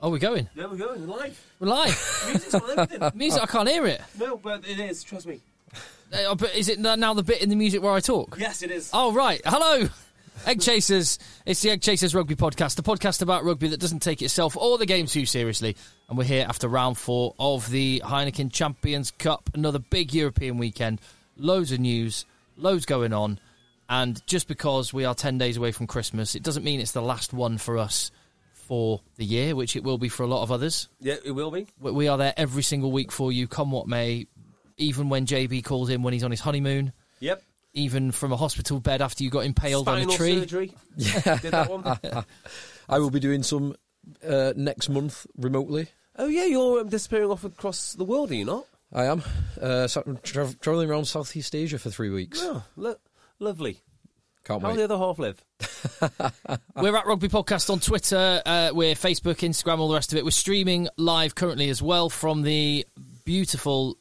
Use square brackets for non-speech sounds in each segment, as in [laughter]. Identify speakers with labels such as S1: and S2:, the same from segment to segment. S1: Oh, we're going.
S2: There we go, in live.
S1: We're live.
S2: Music's on everything.
S1: Music, I can't hear it.
S2: No, but it is, trust me.
S1: Uh, But is it now the bit in the music where I talk?
S2: Yes, it is.
S1: Oh, right. Hello. Egg Chasers. It's the Egg Chasers Rugby Podcast, the podcast about rugby that doesn't take itself or the game too seriously. And we're here after round four of the Heineken Champions Cup, another big European weekend. Loads of news, loads going on. And just because we are 10 days away from Christmas, it doesn't mean it's the last one for us for the year, which it will be for a lot of others.
S2: Yeah, it will be.
S1: We- We are there every single week for you, come what may, even when JB calls in when he's on his honeymoon,
S2: Yep.
S1: even from a hospital bed after you got impaled on
S2: Spinal
S1: a tree.
S2: surgery. Yeah. [laughs] Did
S1: [laughs]
S2: that one.
S3: I will be doing some uh, next month remotely.
S2: oh, yeah, you're um, disappearing off across the world, are you not?
S3: I am uh, so- tra- traveling around Southeast Asia for three weeks.
S2: Oh, lo- lovely.
S3: Can't
S2: How
S3: wait.
S2: the other half live?
S1: We're at Rugby Podcast on Twitter. Uh, we're Facebook, Instagram, all the rest of it. We're streaming live currently as well from the beautiful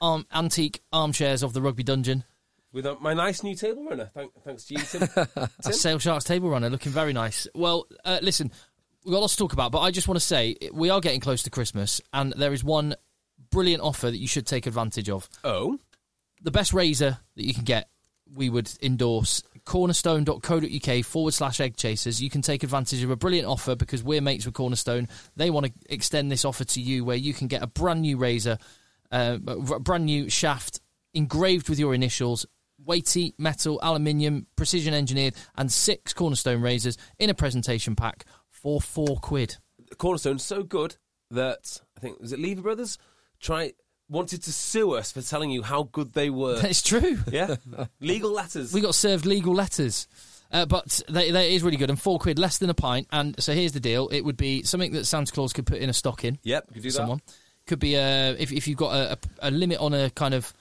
S1: arm, antique armchairs of the Rugby Dungeon.
S2: With uh, my nice new table runner. Thank, thanks to you, Tim.
S1: [laughs] That's Sale Sharks table runner, looking very nice. Well, uh, listen, we've got lots to talk about, but I just want to say we are getting close to Christmas, and there is one brilliant offer that you should take advantage of.
S2: oh.
S1: the best razor that you can get, we would endorse cornerstone.co.uk forward slash egg chasers. You can take advantage of a brilliant offer because we're mates with Cornerstone. They want to extend this offer to you where you can get a brand new razor, uh, a brand new shaft engraved with your initials. Weighty metal, aluminium, precision engineered, and six cornerstone razors in a presentation pack for four quid.
S2: Cornerstone's so good that, I think, was it Lever Brothers? Try Wanted to sue us for telling you how good they were.
S1: [laughs] That's true.
S2: yeah? Legal letters.
S1: We got served legal letters. Uh, but they, they is really good and four quid less than a pint. And so here's the deal: it would be something that Santa Claus could put in a stocking.
S2: Yep, could do that.
S1: someone could be a if if you've got a, a, a limit on a kind of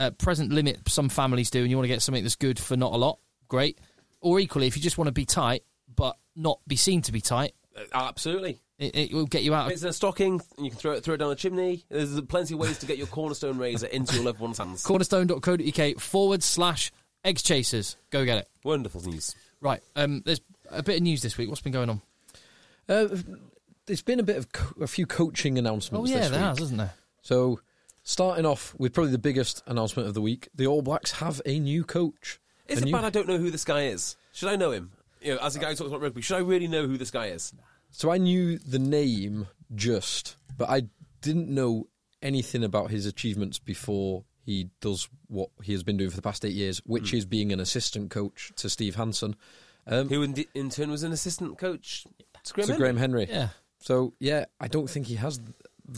S1: uh present limit some families do, and you want to get something that's good for not a lot, great. Or equally, if you just want to be tight but not be seen to be tight,
S2: Uh, Absolutely.
S1: it, it will get you out.
S2: It's
S1: of
S2: in a stocking, and you can throw it, throw it down a chimney. There's plenty of ways to get your cornerstone razor into your loved one's hands.
S1: Cornerstone.co.uk forward slash egg chasers. Go get it.
S2: Wonderful news.
S1: Right. Um. There's a bit of news this week. What's been going on?
S3: Uh, there's been a bit of co- a few
S1: Oh
S3: coaching announcements
S1: yeah,
S3: this
S1: there
S3: week.
S1: has, isn't there?
S3: So, starting off with probably the biggest announcement of the week: the All Blacks have a new coach.
S2: Is
S3: A
S2: it
S3: new-
S2: bad I don't know who this guy is? Should I know him? You know, as a guy who talks about rugby, should I really know who this guy is?
S3: So I knew the name just, but I didn't know anything about his achievements before he does what he has been doing for the past eight years,
S2: Hmm.
S3: which is being an assistant coach to Steve Hansen,
S2: Who in, in turn was an assistant coach to Graham Henry.
S3: to Um, Graham Henry.
S1: Yeah.
S3: So yeah, I don't think he has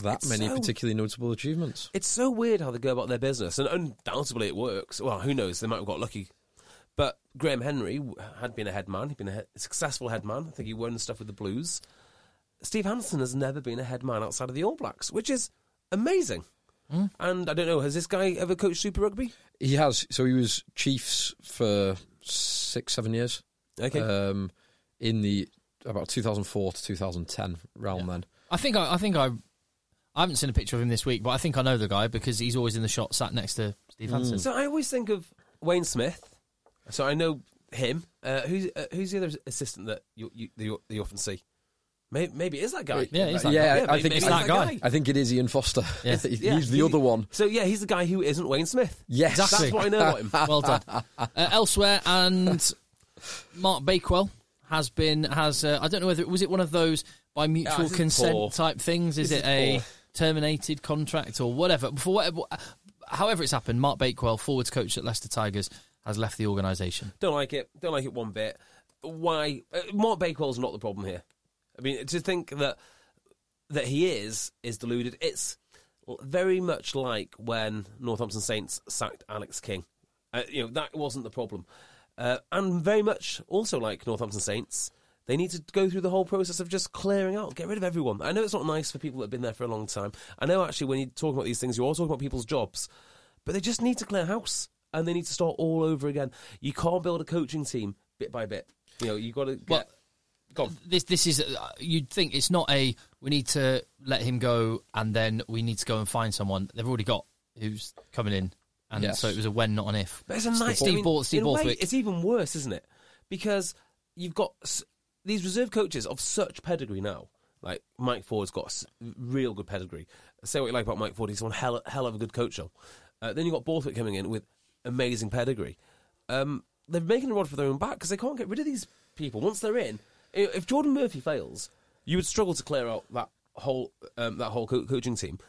S3: that
S2: It's
S3: many
S2: so-
S3: particularly notable achievements.
S2: It's so weird how they go about their business, and undoubtedly it works. Well, who knows? They might have got lucky. But Graham Henry w- had been a head man. He'd been a he- successful head man. I think he won stuff with the Blues. Steve Hansen has never been a head man outside of the All Blacks, which is amazing.
S1: Hmm.
S2: And I don't know, has this guy ever coached Super Rugby?
S3: He has. So he was Chiefs for six, seven years.
S2: Okay.
S3: Um, in the about 2004 to 2010 round then.
S1: I think I, I think I, I haven't seen a picture of him this week, but I think I know the guy because he's always in the shot, sat next to Steve Hansen.
S2: So I always think of Wayne Smith. So I know him. Uh, who's uh, who's the other assistant that you, you, that you, that you often see? Maybe, maybe it is that guy.
S1: Yeah, it is that
S3: yeah,
S1: guy.
S3: I think
S1: it's
S3: it's
S1: that guy.
S3: I think it is Ian Foster.
S1: Yeah.
S2: Yeah,
S3: [laughs] He's the
S2: he-
S3: other one.
S2: So yeah, he's the guy who isn't Wayne Smith.
S3: Yes.
S1: Exactly.
S2: That's what I know
S3: [laughs]
S2: about him.
S1: well
S2: [laughs]
S1: done. Uh, elsewhere, and Mark Bakewell has been has uh, I don't know whether was it one of those by mutual
S2: this is
S1: consent
S2: poor.
S1: type things. Is
S2: This
S1: it
S2: is
S1: a
S2: poor.
S1: terminated contract or whatever? For whatever, however it's happened, Mark Bakewell, forwards coach at Leicester Tigers, has left the organisation.
S2: Don't like it. Don't like it one bit. Why? Uh, Mark Bakewell's not the problem here. I mean, to think that that he is is deluded. It's l- very much like when Northampton Saints sacked Alex King. Uh, you know that wasn't the problem, uh, and very much also like Northampton Saints. They need to go through the whole process of just clearing out, get rid of everyone. I know it's not nice for people that have been there for a long time. I know actually when you're talking about these things, you're all talking about people's jobs, but they just need to clear house and they need to start all over again. You can't build a coaching team bit by bit. You know, you've got to get.
S1: Well,
S2: go on.
S1: This this is uh, you'd think it's not a we need to let him go and then we need to go and find someone they've already got who's coming in, and
S3: Yes.
S1: so it was a when not an if.
S2: But it's a nice
S1: Steve
S2: I mean,
S1: Ball- Steve
S2: in a way,
S1: Borthwick.
S2: It's even worse, isn't it? Because you've got s- these reserve coaches of such pedigree now. Like Mike Ford's got s- real good pedigree. Say what you like about Mike Ford, he's one hell, hell of a good coach. though. Uh, then you've got Borthwick coming in with amazing pedigree. Um, they're making a rod for their own back because they can't get rid of these people once they're in. i- If Jordan Murphy fails, you would struggle to clear out that whole um, that whole co- coaching team.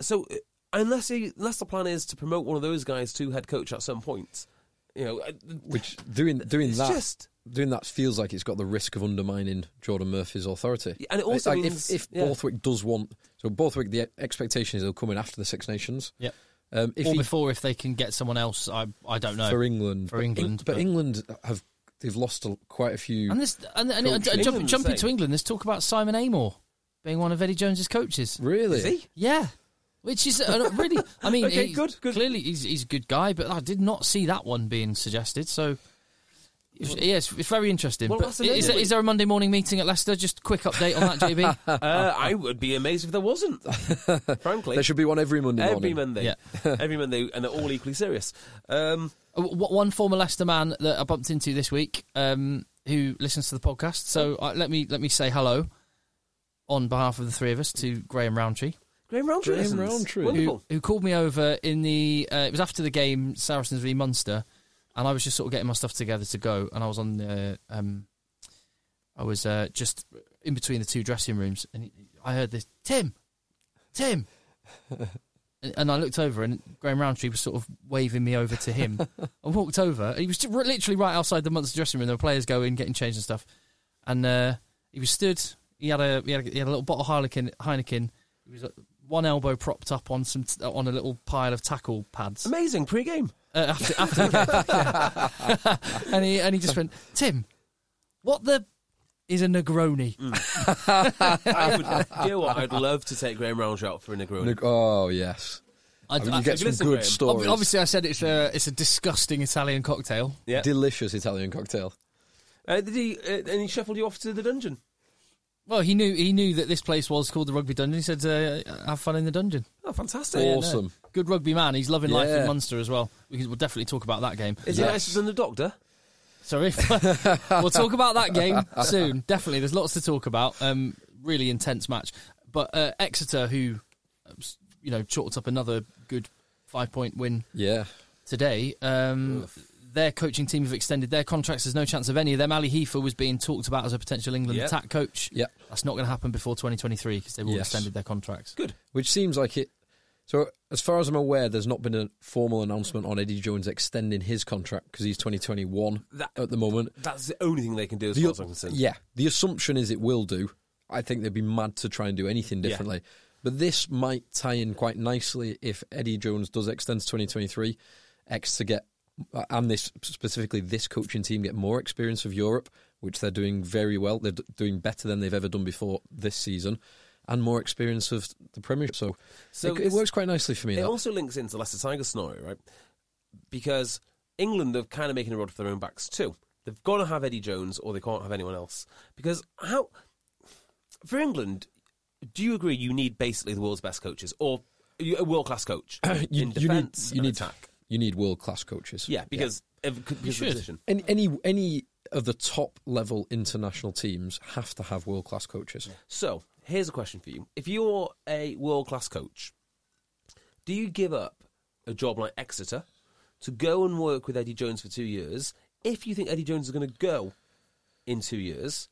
S2: So uh, unless he, unless the plan is to promote one of those guys to head coach at some point, you know, I-
S3: Which doing doing
S2: It's
S3: that
S2: just-
S3: doing that feels like it's got the risk of undermining Jordan Murphy's authority.
S2: Yeah, and it also
S3: like
S2: means-
S3: if, if
S2: yeah.
S3: Borthwick does want so Borthwick, the expectation is he'll come in after the Six Nations.
S1: Yep.
S3: Um, if
S1: or
S3: he,
S1: before if they can get someone else. I I don't know
S3: for England,
S1: For
S3: but Eng-
S1: England,
S3: but,
S1: but-
S3: England have they've lost a, quite a few.
S1: And this and, and, and
S3: Coach
S1: jump,
S2: England,
S1: jumping
S2: say.
S1: to England, there's talk about Simon Amor being one of Eddie Jones's coaches.
S3: really,
S2: is he?
S1: Yeah. Which is uh, really, I mean,
S2: [laughs] Okay,
S1: he's-
S2: good, good.
S1: clearly he's, he's a good guy, but I did not see that one being suggested. So, yes, it's, it's very interesting.
S2: Well,
S1: but
S2: that's another
S1: is, there,
S2: thing.
S1: is there a Monday morning meeting at Leicester? Just a quick update on that,
S2: [laughs]
S1: JB.
S2: Uh, I would be amazed if there
S3: [laughs]
S2: wasn't. Frankly,
S3: there should be one every Monday
S2: every
S3: morning.
S2: Monday,
S1: Yeah.
S2: every Monday, and they're all equally serious. Um,
S1: Uh, w- One former Leicester man that I bumped into this week, um, who listens to the podcast. So uh, let me let me say hello on behalf of the three of us to Graham Roundtree.
S2: Graham Roundtree,
S3: Graham
S2: listens.
S3: Roundtree.
S2: wonderful.
S1: who, who called me over in the uh, it was after the game Saracens v Munster, and I was just sort of getting my stuff together to go, and I was on the um, I was uh, just in between the two dressing rooms, and he- I heard this Tim, Tim, and, and I looked over, and Graham Roundtree was sort of waving me over to
S3: [laughs]
S1: him. I walked over, and he was just literally right outside the Munster dressing room. There were players going, getting changed and stuff, and uh, he was stood. He had a he had a, he had a little bottle of Harlequin, Heineken. He was uh, one elbow propped up on some t- uh, on a little pile of tackle pads
S2: amazing
S3: [laughs]
S2: pre-game.
S1: uh, after, after the game. and he and he just went, Tim, what the is a Negroni?
S3: Mm.
S2: I would, do you know what? I'd love to take Graham Roundtree out for a Negroni.
S3: Look- Oh yes,
S1: I,
S3: I mean,
S1: I-
S3: you get some
S2: listen,
S3: good
S2: Graham.
S3: stories.
S1: obviously, I said it's a it's a disgusting Italian cocktail.
S2: yeah.
S3: delicious Italian cocktail.
S2: uh, did he? Uh, and he shuffled you off to the dungeon.
S1: Well, he knew he knew that this place was called the Rugby Dungeon. He said, uh, "Have fun in the dungeon."
S2: Oh, fantastic!
S1: Yeah, no.
S3: Awesome.
S1: good rugby man. He's loving life
S3: Yeah.
S1: in Munster as well. We can, we'll definitely talk about that game.
S2: Is
S3: Yes.
S2: it nicer than the doctor?
S1: [laughs] Sorry. [laughs] we'll talk about that
S3: [laughs]
S1: game soon. Definitely. There's lots to talk about. Um, really intense match. But uh, Exeter, who, uh, s- you know, chalked up another good five point win
S3: Yeah,
S1: today, um, their coaching team have extended their contracts. There's no chance of any of them. Ali Heifer was being talked about as a potential England
S2: Yeah.
S1: attack coach.
S3: Yeah.
S1: That's not going to happen before 2023 because they've all
S3: Yes.
S1: extended their contracts.
S2: Good.
S3: which seems like it. So, as far as I'm aware, there's not been a formal announcement on Eddie Jones extending his contract because he's 2021
S2: That-
S3: at the moment.
S2: That's the only thing they can do as
S3: The-
S2: far as I'm concerned.
S3: yeah, the assumption is it will do. I think they'd be mad to try and do anything differently. But this might tie in quite nicely if Eddie Jones does extend to 2023, X to get uh, and this specifically this coaching team get more experience of Europe, which they're doing very well. They're d- doing better than they've ever done before this season. And more experience of the Premiership, so,
S2: So
S3: it, it works quite nicely for me.
S2: It
S3: that.
S2: also links into Leicester Tigers scenario, right? Because England are kind of making a rod for their own backs too. They've got to have Eddie Jones, or they can't have anyone else. Because how for England, do you agree you need basically the world's best coaches or you- a world class coach in defence
S3: [coughs] you
S2: and
S3: need
S2: attack?
S3: you need world class coaches.
S2: Yeah, because of, because of the
S1: should.
S2: position.
S3: any any any of the top level international teams have to have world class coaches.
S2: So here's a question for you: If you're a world class coach, do you give up a job like Exeter to go and work with Eddie Jones for two years? If you think Eddie Jones is going to go in two years,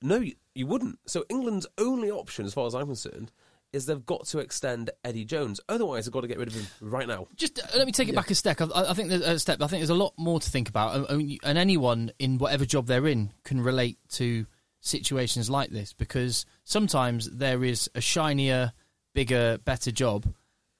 S2: no, you, you wouldn't. So England's only option, as far as I'm concerned, is they've got to extend Eddie Jones. Otherwise, they've got to get rid of him right now.
S1: Just uh, let me take it back a step. I, I think there's a step. I think there's a lot more to think about, and- and, you- and anyone in whatever job they're in can relate to situations like this because sometimes there is a shinier, bigger, better job,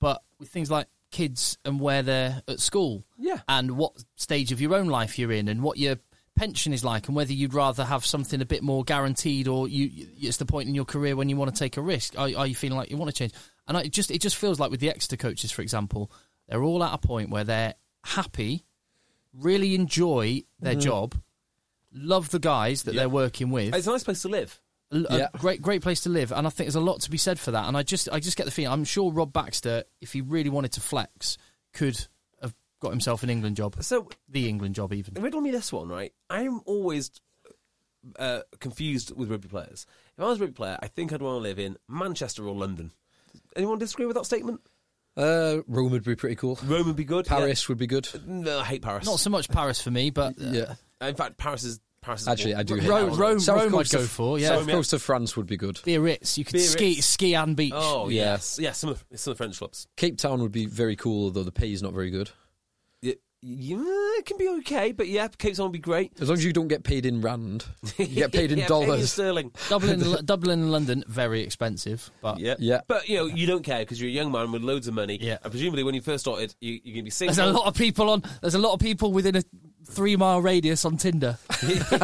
S1: but with things like kids and where they're at school,
S2: Yeah.
S1: and what stage of your own life you're in, and what your pension is like, and whether you'd rather have something a bit more guaranteed, or you you- it's the point in your career when you want to take a risk. Are, are you feeling like you want to change? And I, it just it just feels like with the Exeter coaches, for example, they're all at a point where they're happy, really enjoy their job, love the guys that they're working with.
S2: It's a nice place to live.
S1: L- a
S3: Yeah.
S1: great great place to live and i think there's a lot to be said for that and i just i just get the feeling i'm sure rob baxter if he really wanted to flex could have got himself an england job
S2: So
S1: the england job even
S2: riddle me this one, right? I'm always uh, confused with rugby players. If I was a rugby player, I think I'd want to live in Manchester or London. Anyone disagree with that statement?
S3: Uh, Rome would be pretty cool.
S2: Rome would be good.
S3: Paris would be good.
S2: Yeah. No, I hate Paris.
S1: not so much paris for me but uh,
S3: Yeah,
S2: In fact, Paris is Paris. Is
S3: actually, I do. Hate
S1: Rome-
S3: that one.
S1: Rome-
S3: South
S1: Rome I'd
S3: coast
S1: go
S3: of-
S1: for, yeah.
S3: South
S2: Rome, yeah.
S3: coast of France would be good.
S1: Biarritz, you could
S2: Biarritz.
S1: ski ski and beach
S2: Oh
S3: Yeah.
S2: yes, yes. Some of the, some of the French clubs.
S3: Cape Town would be very cool, although the pay is not very good.
S2: Yeah, yeah, it can be okay, but yeah, Cape Town would be great.
S3: As long as you don't get paid in rand, you get paid
S2: [laughs]
S3: in
S2: Yeah,
S3: dollars.
S2: sterling.
S1: dublin [laughs] L- dublin and london very expensive but
S2: Yeah,
S3: [laughs] Yeah.
S2: But you know, you don't care because you're a young man with loads of money.
S1: Yeah.
S2: And presumably, when you first started, you, you're going to be single.
S1: there's a lot of people on there's a lot of people within a 3 mile radius on [laughs] tinder
S2: so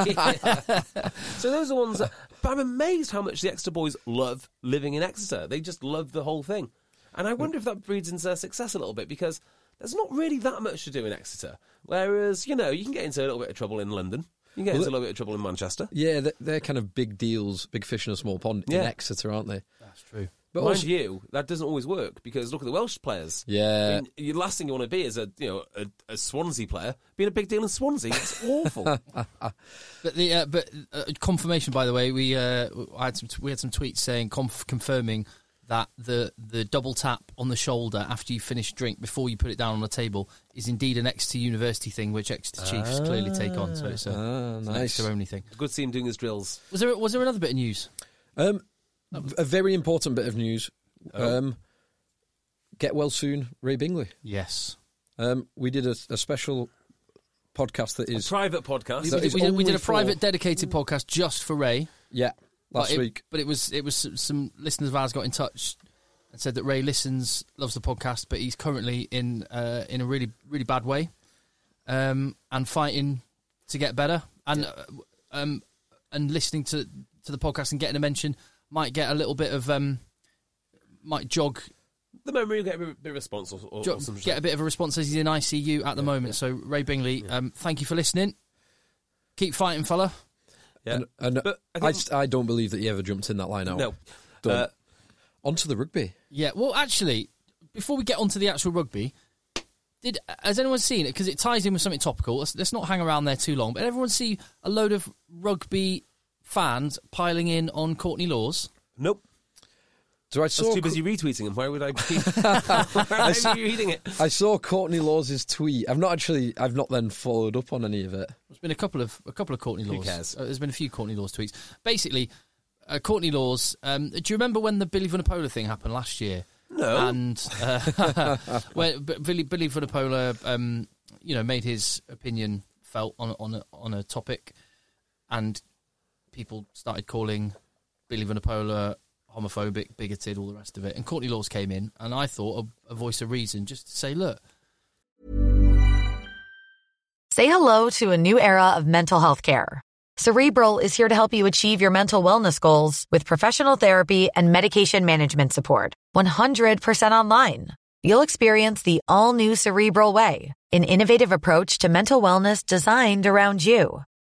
S2: those are ones that. But I'm amazed how much the Exeter boys love living in Exeter. They just love the whole thing, and I wonder if that breeds into their success a little bit because there's not really that much to do in Exeter. Whereas you know you can get into a little bit of trouble in London, you can get into a little bit of trouble in Manchester.
S3: Yeah, they're, they're kind of big deals, big fish in a small pond
S2: Yeah.
S3: in Exeter, aren't they?
S1: that's true
S3: But
S2: Mind
S3: also-
S2: you, that doesn't always work because look at the Welsh players. I
S3: yeah,
S2: mean, the last thing you want to be is a you know a, a Swansea player being a big deal in Swansea.
S3: [laughs]
S2: It's awful.
S1: But the uh, but uh, confirmation, by the way, we uh, I had some t- we had some tweets saying conf- confirming that the the double tap on the shoulder after you finish drink before you put it down on the table is indeed an Exeter University thing, which Exeter Chiefs clearly take on. So it's a
S3: Ah,
S1: it's an
S3: nice.
S1: Exeter only thing.
S2: Good to see him doing his drills.
S1: Was there was there another bit of news?
S3: um, a very important bit of news. Um, get well soon, Ray Bingley.
S1: Yes,
S3: Um, we did a, a special podcast that is
S2: Private podcast.
S3: So
S1: we, did,
S3: it's
S1: we did- we did
S3: only
S1: a
S3: for-
S1: private dedicated podcast just for Ray
S3: yeah
S1: but
S3: last
S1: it,
S3: week.
S1: But it was it was some, some listeners of ours got in touch and said that Ray listens, loves the podcast, but he's currently in uh, in a really really bad way, um, and fighting to get better, and uh, um, and listening to to the podcast and getting a mention might get a little bit of um, might jog
S2: the memory will get a bit- bit of response or, or,
S1: Jo-
S2: or some
S1: get a bit of a response as he's in ICU at the moment. So Ray Bingley, um, thank you for listening. Keep fighting, fella.
S2: Yeah.
S3: And, and
S2: But I
S3: I,
S2: think-
S3: st- I don't believe that he ever jumped in that line out.
S2: no.
S3: Don't.
S2: Uh,
S3: Onto the rugby.
S1: Yeah. Well, actually, before we get onto the actual rugby, did has anyone seen it? Because it ties in with something topical. Let's, let's not hang around there too long. But everyone see a load of rugby fans piling in on Courtney Laws.
S2: nope.
S3: So I
S2: I was
S3: saw
S2: too busy retweeting him. Why
S1: [laughs]
S2: would I be, Why would I be reading it?
S3: I saw Courtney Laws's tweet. I've not actually. I've not then followed up on any of it.
S1: There's been a couple of a couple of Courtney Laws.
S2: cares?
S1: Uh, there's been a few Courtney Laws tweets. Basically, uh, Courtney Laws. Um, do you remember when the Billy Vanapola thing happened last year?
S2: No.
S1: And uh, [laughs] where B- Billy Billy Vanapola, um, you know, made his opinion felt on on a, on a topic, and people started calling Billy Vanapola homophobic, bigoted, all the rest of it. And Courtney Laws came in, and I thought a, a voice of reason, just to say, look,
S4: Say hello to a new era of mental health care. Cerebral is here to help you achieve your mental wellness goals with professional therapy and medication management support. 100% online. You'll experience the all new Cerebral Way, an innovative approach to mental wellness designed around you.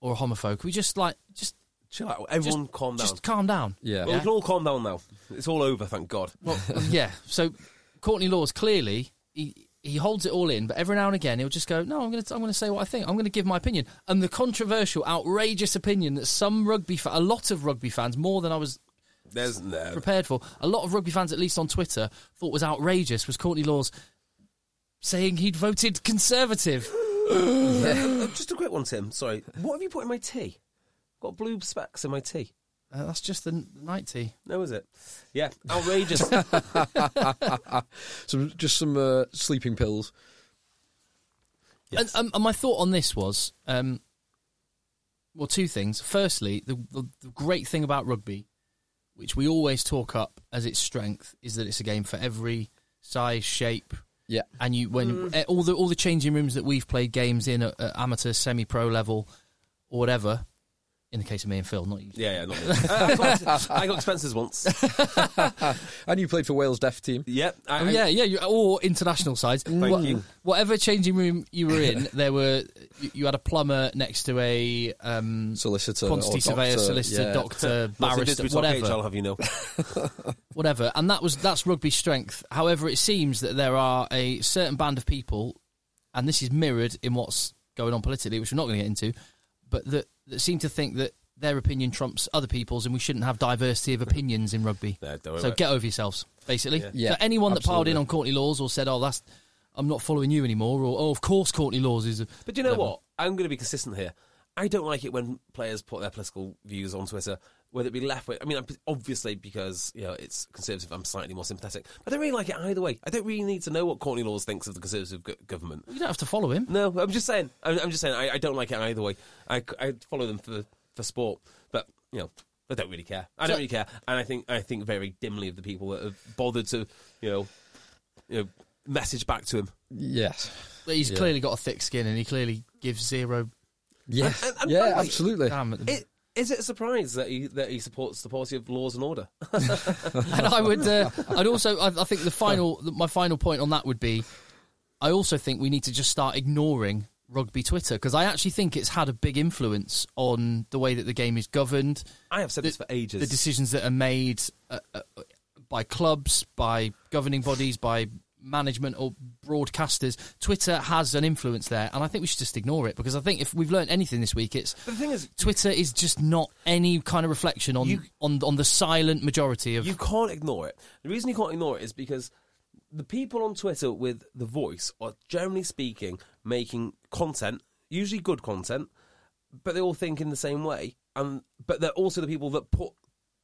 S1: or a homophobe. Can we just like just
S2: Chill out. Everyone
S1: just,
S2: calm down.
S1: Just calm down.
S3: Yeah.
S2: Well, we can all calm down now. It's all over, thank God.
S1: Well, Um, yeah. So Courtney Laws clearly he he holds it all in, but every now and again he'll just go, "No, I'm going to I'm going to say what I think. I'm going to give my opinion." And the controversial, outrageous opinion that some rugby, fa- a lot of rugby fans, more than I was
S2: There's no.
S1: prepared for, a lot of rugby fans, at least on Twitter, thought was outrageous was Courtney Laws saying he'd voted Conservative.
S2: Uh, Just a quick one, Tim. Sorry. What have you put in my tea? Got blue specks in my tea.
S1: Uh, that's just the n- night tea.
S2: No, is it? Yeah,
S1: [laughs]
S2: outrageous.
S3: Some just some uh, sleeping pills.
S2: Yes.
S1: And, um, and my thought on this was, um, well, two things. Firstly, the, the, the great thing about rugby, which we always talk up as its strength, is that it's a game for every size, shape,
S3: Yeah.
S1: and you when eh, all the all the changing rooms that we've played games in at, at amateur, semi pro level, or whatever. In the case of me and Phil, not you.
S2: yeah, yeah. Not me. Uh, I, got, I got expenses
S1: [laughs]
S2: once.
S3: And you played for Wales Deaf Team.
S2: Yep. I,
S1: Oh, yeah, yeah, you, or international sides.
S2: Thank you.
S1: Whatever changing room you were in, [laughs] there were you, you had a plumber next to a um,
S3: Solicitor. or
S1: quantity surveyor,
S3: doctor,
S1: solicitor,
S3: yeah. [laughs]
S1: doctor,
S2: Lots of
S1: barrister,
S2: digital age, I'll
S1: whatever,
S2: have you know.
S1: [laughs] whatever. And that was that's rugby strength. However, it seems that there are a certain band of people, and this is mirrored in what's going on politically, which we're not going to get into, but that, that seem to think that their opinion trumps other people's, and we shouldn't have diversity of opinions in
S3: [laughs]
S1: rugby.
S2: No, don't worry
S1: so
S2: about
S1: get over yourselves, basically.
S3: Yeah,
S1: so anyone that piled in
S3: absolutely.
S1: on Courtney Laws or said, "Oh, that's." I'm not following you anymore, or oh, of course, Courtney Laws is. A,
S2: But do you know
S1: whatever."
S2: what? I'm going to be consistent here. I don't like it when players put their political views on Twitter, whether it be left wing. I mean, I'm- obviously because you know it's conservative, I'm slightly more sympathetic. But I don't really like it either way. I don't really need to know what Courtney Laws thinks of the conservative go- government.
S1: You don't have to follow him.
S2: No, I'm just saying. I'm, I'm just saying. I, I don't like it either way. I, c- I follow them for for sport, but you know, I don't really care. I don't
S1: So-
S2: really care, and I think I think very dimly of the people that have bothered to you know you know message back to him.
S3: Yes.
S1: But he's clearly got a thick skin, and he clearly gives zero
S3: Yes.
S2: And- and-
S3: yeah,
S2: and-
S3: absolutely.
S1: damn. At the
S2: It, is it a surprise that he that he supports the party of laws and order?
S1: and I would, uh, I'd also, I, I think the final, my final point on that would be, I also think we need to just start ignoring rugby Twitter because I actually think it's had a big influence on the way that the game is governed,
S2: I have said this for ages.
S1: the decisions that are made uh, uh, by clubs, by governing bodies, by management or broadcasters. Twitter has an influence there, and I think we should just ignore it because I think if we've learned anything this week, it's.
S2: the thing is,
S1: Twitter is just not any kind of reflection on,
S2: You-
S1: on on the silent majority of
S2: you can't ignore it. The reason you can't ignore it is because the people on Twitter with the voice are generally speaking making content, usually good content, but they all think in the same way. And but they're also the people that put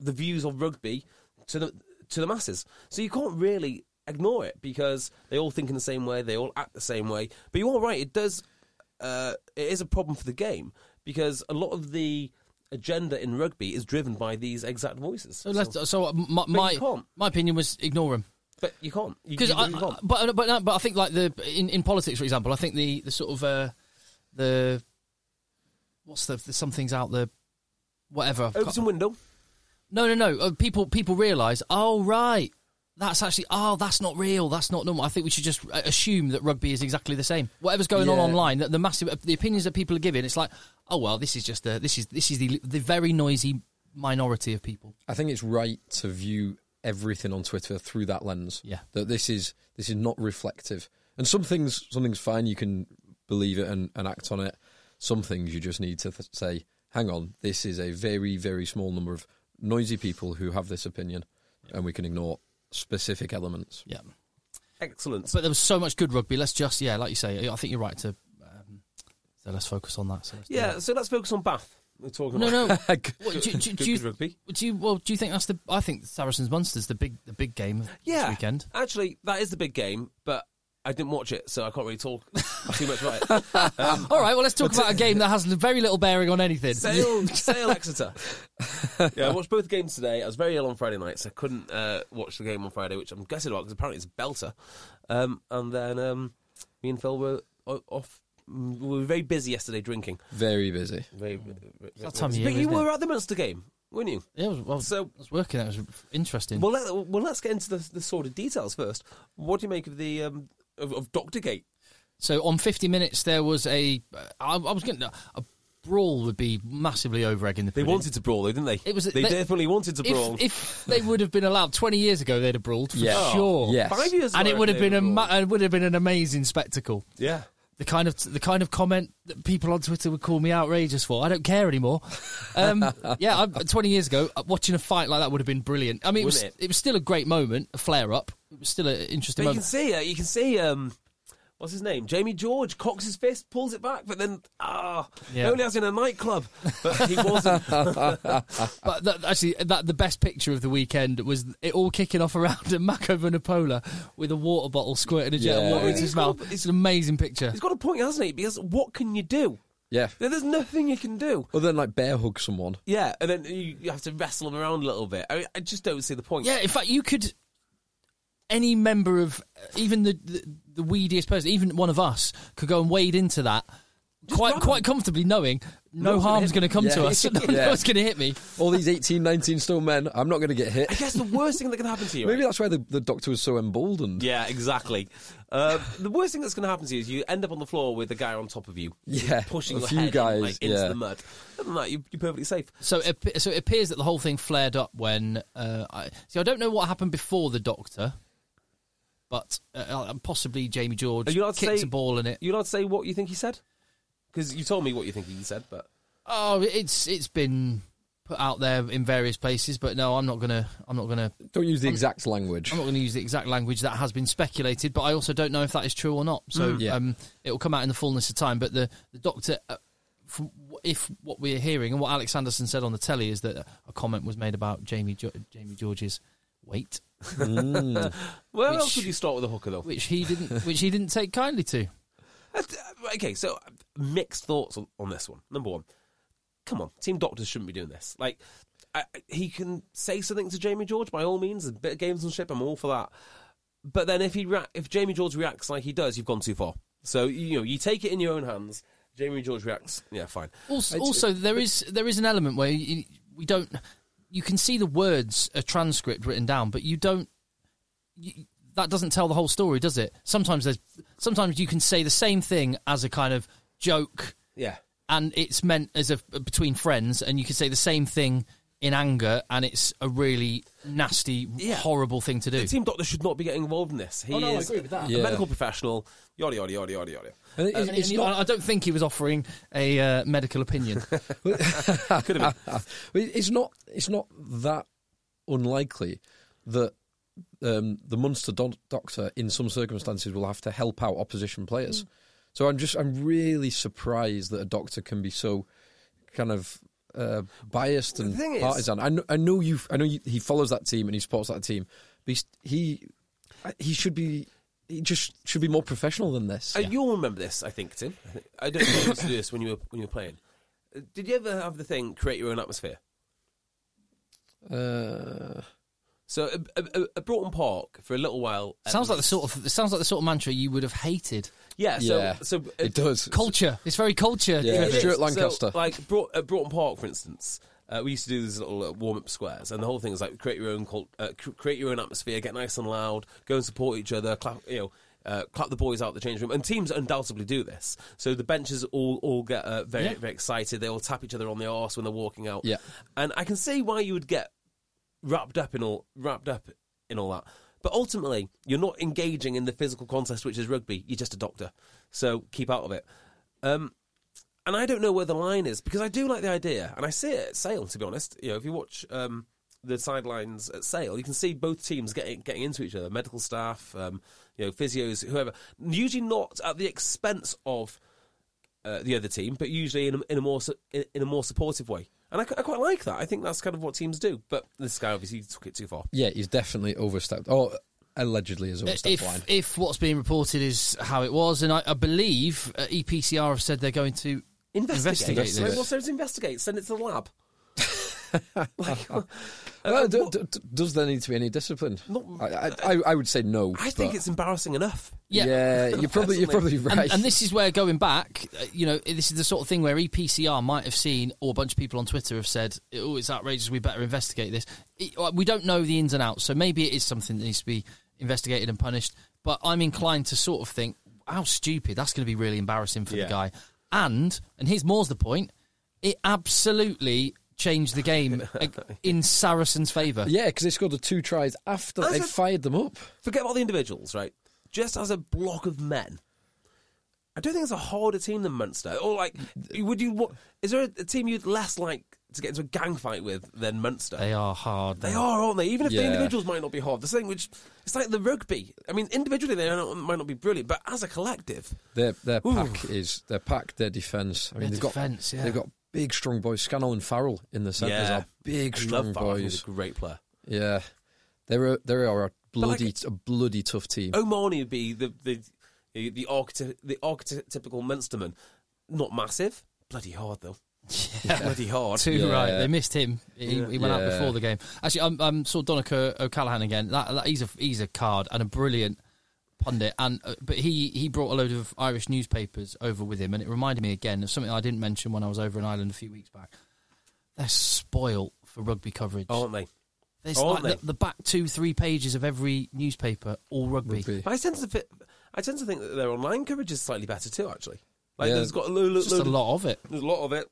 S2: the views of rugby to the to the masses. So you can't really ignore it because they all think in the same way, they all act the same way. But you are right; it does. Uh, it is a problem for the game because a lot of the agenda in rugby is driven by these exact voices.
S1: So, let's, so my
S2: you
S1: my,
S2: can't.
S1: my opinion was ignore them
S2: But you can't. You,
S1: because
S2: you,
S1: I,
S2: you
S1: I-
S2: can't.
S1: but uh, but no, but I think like the in, in politics for example I think the the sort of uh, the what's the, the something's out the whatever I
S2: Open
S1: can't-
S2: window.
S1: no no no uh, people people realize oh right that's actually oh that's not real that's not normal I think we should just uh, assume that rugby is exactly the same whatever's going on
S3: Yeah.
S1: online that the massive uh, the opinions that people are giving it's like oh well this is just the this is this is the the very noisy minority of people
S3: I think it's right to view everything on Twitter through that lens.
S1: Yeah.
S3: That this is this is not reflective. And some things some things fine, you can believe it and, and act on it. Some things you just need to th- say, hang on, this is a very, very small number of noisy people who have this opinion, and we can ignore specific elements.
S1: Yeah.
S2: Excellent.
S1: But there was so much good rugby. Let's just, yeah, like you say, I think you're right to. Um, so let's focus on that. So let's do
S2: yeah, so let's focus on Bath. We're talking
S1: that. No,
S2: about
S1: no.
S3: Good-
S1: What, do, do,
S2: [laughs] good,
S1: do you,
S2: good rugby.
S1: do you well? Do you think that's the? I think Saracens Munster's the big the big game of
S2: Yeah.
S1: this weekend.
S2: Actually, that is the big game, but I didn't watch it, so I can't
S1: [laughs]
S2: really talk too much about it. Um,
S1: All right, well, let's talk about a game that has very little bearing on anything.
S2: Sale,
S1: [laughs]
S2: Sale Exeter. Yeah, I watched both games today. I was very ill on Friday night, so I couldn't uh, watch the game on Friday, which I'm gutted about because apparently it's a belter. Um, and then um, me and Phil were o- off. We were very busy yesterday drinking.
S3: Very busy. [laughs]
S2: Very,
S1: that time of year,
S2: but you
S1: isn't
S2: were
S1: it?
S2: at the Munster game, weren't you?
S1: Yeah, well,
S2: So-
S1: I was working. It was interesting.
S2: Well, let, well, let's get into the, the sordid details first. What do you make of the um, of, of Doctor Gate?
S1: So on 50 minutes, there was a. uh, I, I was going to. A brawl would be massively over egging the
S2: They
S1: pudding.
S2: wanted to brawl, though, didn't they?
S1: It was- they-
S2: they, definitely wanted to brawl.
S1: If, if they would have been allowed 20 years ago, they'd have brawled for
S3: Yeah.
S1: sure.
S3: Yes.
S2: Five years
S1: And
S2: ago,
S1: it would have
S2: they
S1: been a
S2: brawled.
S1: ma- it would have been an amazing spectacle.
S2: yeah.
S1: The kind of the kind of comment that people on Twitter would call me outrageous for. I don't care anymore. [laughs] Um, yeah, I, 20 years ago, uh, watching a fight like that would have been brilliant. I mean, it was,
S2: Wouldn't it?
S1: was still a great moment, a flare up. It was still an interesting
S2: But you can
S1: moment.
S2: see, uh, you can see, um, what's his name? Jamie George cocks his fist, pulls it back, but then, ah,
S1: Yeah.
S2: only I was in a nightclub. But he wasn't. [laughs]
S1: But that, actually, that the best picture of the weekend was it all kicking off around [laughs] a Mako Vanapola with a water bottle squirting a jet of
S3: Yeah.
S1: water into
S2: He's
S1: his
S2: got-
S1: mouth. It's an amazing picture.
S2: He's got a point, hasn't he? Because what can you do?
S3: Yeah.
S2: There- There's nothing you can do.
S3: Other than like bear hug someone.
S2: Yeah, and then you, you have to wrestle him around a little bit. I, I just don't see the point.
S1: Yeah, in fact, you could any member of even the the, the weediest person, even one of us, could go and wade into that. quite
S2: grab
S1: quite comfortably knowing no
S2: one's gonna
S1: harm's
S2: hit
S1: going to come to
S2: [laughs]
S3: Yeah.
S1: us. No
S3: Yeah.
S1: one's going to hit me.
S3: All these 18, 19 stone men, I'm not going to get hit.
S2: I guess the worst thing that can happen
S1: [laughs]
S2: to you.
S3: Maybe
S2: right?
S3: that's why the, the doctor was so emboldened.
S2: Yeah, exactly. Uh, the worst thing that's going to happen to you is you end up on the floor with a guy on top of you,
S3: Yeah,
S2: pushing
S3: a
S2: your
S3: few
S2: head in,
S3: guys,
S2: like, into
S3: yeah.
S2: the mud. Other than that, you, you're perfectly safe.
S1: So it, appe- so it appears that the whole thing flared up when uh, I see. I don't know what happened before the doctor, but uh, possibly Jamie George
S2: Are you allowed to
S1: kicked
S2: say-
S1: a ball in it.
S2: You allowed to say what you think he said? Because you told me what you think he said, but
S1: Oh, it's it's been put out there in various places, but no, I'm not gonna I'm not gonna
S3: Don't use the exact language.
S1: I'm not gonna use the exact language that has been speculated, but I also don't know if that is true or not. So
S3: Mm. Yeah.
S1: um, it will come out in the fullness of time. But the the doctor, uh, from, wh- if what we're hearing and what Alex Anderson said on the telly is that a comment was made about Jamie jo- Jamie George's weight,
S2: where
S1: Which-
S2: else would you start with a hooker though?
S1: which he didn't
S3: [laughs]
S1: which he didn't take kindly to.
S2: Uh, Okay, so uh, mixed thoughts on, on this one. Number one, come on, team doctors shouldn't be doing this. Like, I, I- he can say something to Jamie George by all means. A bit of gamesmanship, I'm all for that. But then if he rea- if Jamie George reacts like he does, you've gone too far. So you know, you take it in your own hands. Jamie George reacts, yeah, fine.
S1: Also, also there is there is an element where you, we don't. You can see the words a transcript written down, but you don't. You, that doesn't tell the whole story, does it? Sometimes there's sometimes you can say the same thing as a kind of joke,
S2: Yeah,
S1: and it's meant as a between friends, and you can say the same thing in anger, and it's a really nasty,
S2: Yeah.
S1: horrible thing to do.
S2: team doctor should not be getting involved in this. He
S1: Oh, no, I
S2: is
S1: agree with that.
S2: a
S3: Yeah.
S2: medical professional. Yada yada yada yada yada.
S3: And it-
S1: And-
S3: it's,
S1: and
S3: it's
S1: you-
S3: not-
S1: I I don't think he was offering a uh, medical
S3: [laughs]
S1: opinion.
S2: [laughs] Could have been.
S3: But it- it's not it's not that unlikely that um, the Munster do- doctor in some circumstances will have to help out opposition players.
S2: Mm.
S3: So I'm just I'm really surprised that a doctor can be so kind of uh, biased and
S2: The thing is-
S3: partisan. I know, I know you I know you, he follows that team and he supports that team. But he's, he uh, he should be he just should be more professional than this.
S2: Uh, You'll remember this, I think, Tim. I don't know if you used to do this when you were when you were playing. Uh, Did you ever have the thing create your own atmosphere?
S3: Uh,
S2: So at uh, uh, uh, Broughton Park for a little while uh,
S1: sounds like the sort of it sounds like the sort of mantra you would have hated.
S2: yeah. So
S3: yeah,
S2: so uh,
S3: it does.
S1: Culture, it's very culture.
S3: Yeah.
S2: it is.
S3: Stuart
S2: So,
S3: Lancaster.
S2: like Brought, at Broughton Park, for instance. Uh, we used to do these little uh, warm-up squares, and the whole thing is like create your own cult, uh, cr- create your own atmosphere, get nice and loud, go and support each other, clap, you know, uh, clap the boys out the change room. And teams undoubtedly do this. So the benches all all get uh, very
S1: Yeah.
S2: very excited. They all tap each other on the arse when they're walking out.
S3: Yeah.
S2: and I can see why you would get wrapped up in all wrapped up in all that. But ultimately, you're not engaging in the physical contest, which is rugby. You're just a doctor, so keep out of it. Um, and I don't know where the line is because I do like the idea, and I see it at Sale. To be honest, you know, if you watch um, the sidelines at Sale, you can see both teams getting getting into each other, medical staff, um, you know, physios, whoever. Usually not at the expense of uh, the other team, but usually in a, in a more su- in, in a more supportive way. And I, cu- I quite like that. I think that's kind of what teams do. But this guy obviously took it too far.
S3: Yeah, he's definitely overstepped. Or allegedly has overstepped
S1: if,
S3: line.
S1: if what's being reported is how it was, and I, I believe uh, EPCR have said they're going to
S2: Investigate.
S1: Investigate this.
S2: Like, what's there to investigate? Send it to the lab. uh,
S3: Well, d- d- d- does there need to be any discipline? I, I, I, I would say no.
S2: I think
S3: but-
S2: it's embarrassing enough.
S1: Yeah.
S3: you're probably you're probably right.
S1: And, and this is where going back, uh, you know, this is the sort of thing where E EPCR might have seen, or a bunch of people on Twitter have said, "Oh, it's outrageous. We better investigate this." It- uh, we don't know the ins and outs, so maybe it is something that needs to be investigated and punished. But I'm inclined to sort of think, "How stupid! That's going to be really embarrassing for
S2: Yeah.
S1: the guy." And and here's more's the point: it absolutely changed the game uh, in Saracen's favour.
S3: yeah, because they scored the two tries after
S2: As
S3: they
S2: a-
S3: fired them up.
S2: Forget about the individuals, right? Just as a block of men, I don't think it's a harder team than Munster. Or like, would you? What is there a, a team you'd less like to get into a gang fight with than Munster?
S1: They are hard.
S2: They
S1: man.
S2: are, aren't they? Even if the
S3: Yeah.
S2: individuals might not be hard, the thing which it's like the rugby. I mean, individually they are not, might not be brilliant, but as a collective,
S3: Their their
S2: Ooh.
S3: pack is their pack, their defence. I mean,
S1: Their
S3: they've
S1: defence,
S3: got
S1: yeah.
S3: they've got big strong boys. Scannell and Farrell in the centres
S2: Yeah.
S3: are big
S2: I
S3: strong
S2: love Farrell, I think
S3: boys.
S2: he's a great player.
S3: Yeah, they're a, they are a
S2: like- Oh.
S3: bloody a bloody tough team.
S2: Omani would be the the the, the, archety- the archetypical Munsterman. Not massive, bloody hard
S3: [laughs]
S2: though. Bloody hard.
S1: Too
S3: Yeah.
S1: right. They missed him. He, he went out
S3: Yeah.
S1: before the game. Actually, I'm, I'm saw Donica O'Callaghan again. That, that- he's a he's a card and a brilliant pundit. And uh, but he he brought a load of Irish newspapers over with him, and it reminded me again of something I didn't mention when I was over in Ireland a few weeks back. They're spoilt for rugby coverage.
S2: aren't they?
S1: There's like
S2: aren't Oh, they?
S1: the, the back two three pages of every newspaper all rugby.
S3: Rugby.
S2: But I tend to, fit, I tend to think that their online coverage is slightly better too. Actually, like
S3: Yeah.
S2: there's got a lo- lo-
S1: It's just
S2: load
S1: a
S2: of-
S1: lot of it.
S2: there's a lot of it.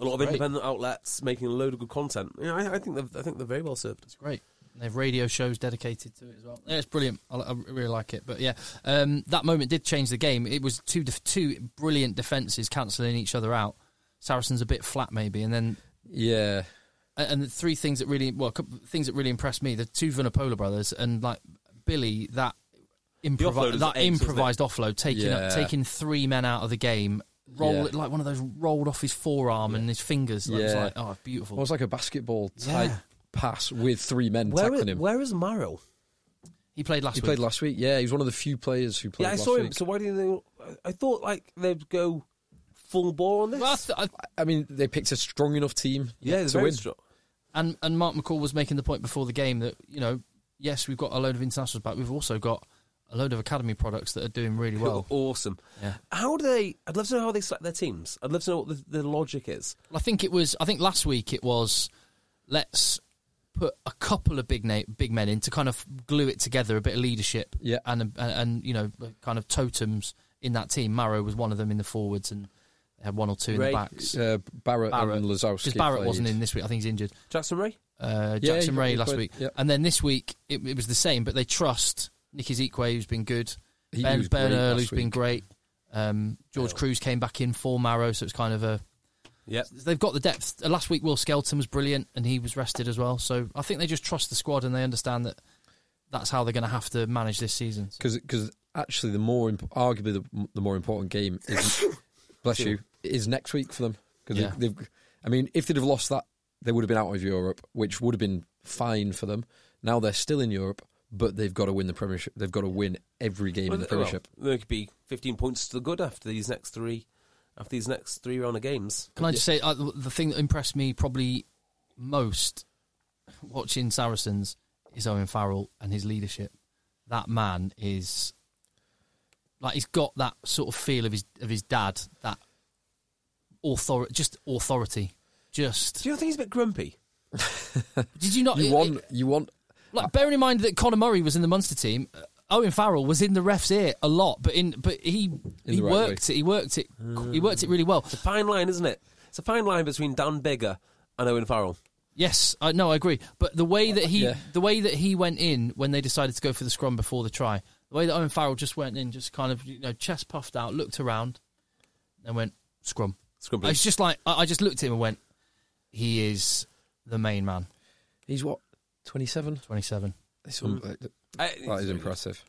S2: A lot of
S1: Great.
S2: independent outlets making a load of good content. Yeah, I, I think they're, I think they're very well served.
S1: It's great. They have radio shows dedicated to it as well. Yeah, it's brilliant. I, I really like it. But yeah, um, that moment did change the game. It was two def- two brilliant defenses cancelling each other out. Saracens a bit flat maybe, and then
S3: Yeah,
S1: and and the three things that really well a couple, things that really impressed me: the two Vanapola brothers and like Billy that
S2: offload
S1: improvi-
S2: was
S1: that
S2: ace, wasn't it?
S1: improvised offload, taking
S3: Yeah.
S1: up, taking three men out of the game. Roll
S3: Yeah.
S1: it like one of those rolled off his forearm and his fingers. That was
S3: Yeah.
S1: like, oh, beautiful.
S3: well, it's like a basketball type
S1: Yeah.
S3: pass with three men
S2: Where
S3: tackling
S2: is,
S3: him.
S2: where is Maro?
S1: he played last
S3: he
S1: week.
S3: played last week. Yeah, he was one of the few players who played.
S2: Yeah, I
S3: last
S2: saw him.
S3: week.
S2: So why didn't they? I thought like they'd go full bore on this.
S1: Well, I th- I
S3: I mean, they picked a strong enough team.
S2: yeah, it's
S3: to
S2: very
S3: win.
S2: strong.
S1: And and Mark McCall was making the point before the game that you know, yes, we've got a load of internationals back. We've also got a load of academy products that are doing really well.
S2: awesome.
S1: Yeah.
S2: How do they? I'd love to know how they select their teams. I'd love to know what the, the logic is.
S1: I think it was. I think last week it was. Let's put a couple of big na- big men in to kind of glue it together, a bit of leadership,
S3: Yeah.
S1: and, and and you know, kind of totems in that team. Marrow was one of them in the forwards, and they had one or two in
S2: Ray-
S1: the backs.
S3: Uh, Barrett,
S1: Barrett.
S3: and Lazowski.
S1: Because Barrett
S3: played.
S1: wasn't in this week. I think he's injured.
S2: Jackson Ray.
S1: uh,
S3: Yeah,
S1: Jackson
S3: he-
S1: Ray
S3: he
S1: last
S3: played-
S1: week,
S3: yep.
S1: and then this week it, it was the same. But they trust Nicky's Equay, who's been good.
S3: He
S1: ben
S3: was
S1: Ben
S3: great
S1: Earl,
S3: last
S1: who's been
S3: week.
S1: great. Um, George Cruz came back in for Marrow, so it's kind of a
S2: Yep.
S1: they've got the depth. Uh, Last week Will Skelton was brilliant, and he was rested as well. So I think they just trust the squad and they understand that that's how they're going to have to manage this season. So-
S3: because actually the more imp- arguably the, the more important game
S2: [laughs]
S3: is bless you is next week for them because
S1: Yeah.
S3: they, have I mean if they'd have lost that they would have been out of Europe which would have been fine for them now they're still in Europe but they've got to win the Premiership they've got to win every game in the
S2: Well,
S3: Premiership
S2: there could be 15 points to the good after these next three, after these next three round of games.
S1: Can I just say uh, the the thing that impressed me probably most watching Saracens is Owen Farrell and his leadership. That man is like he's got that sort of feel of his of his dad, that author just authority. Just
S2: Do you not think he's a bit grumpy?
S1: did you not
S3: you
S1: it-
S3: want
S1: it-
S3: you want
S1: like bearing in mind that Conor Murray was in the Munster team, uh, Owen Farrell was in the ref's ear a lot, but in but he he
S3: the right Uh.
S1: worked it, he worked it, he worked it really well.
S2: It's a fine line, isn't it? It's a fine line between Dan Bigger and Owen Farrell.
S1: Yes, I no, I agree. But the way that he
S3: Yeah.
S1: the way that he went in when they decided to go for the scrum before the try, the way that Owen Farrell just went in, just kind of you know chest puffed out, looked around, and went scrum.
S2: Scrumpy.
S1: It's just like I, I just looked at him and went, "He is the main man."
S3: He's what, 27?
S1: Twenty-seven.
S3: That is impressive.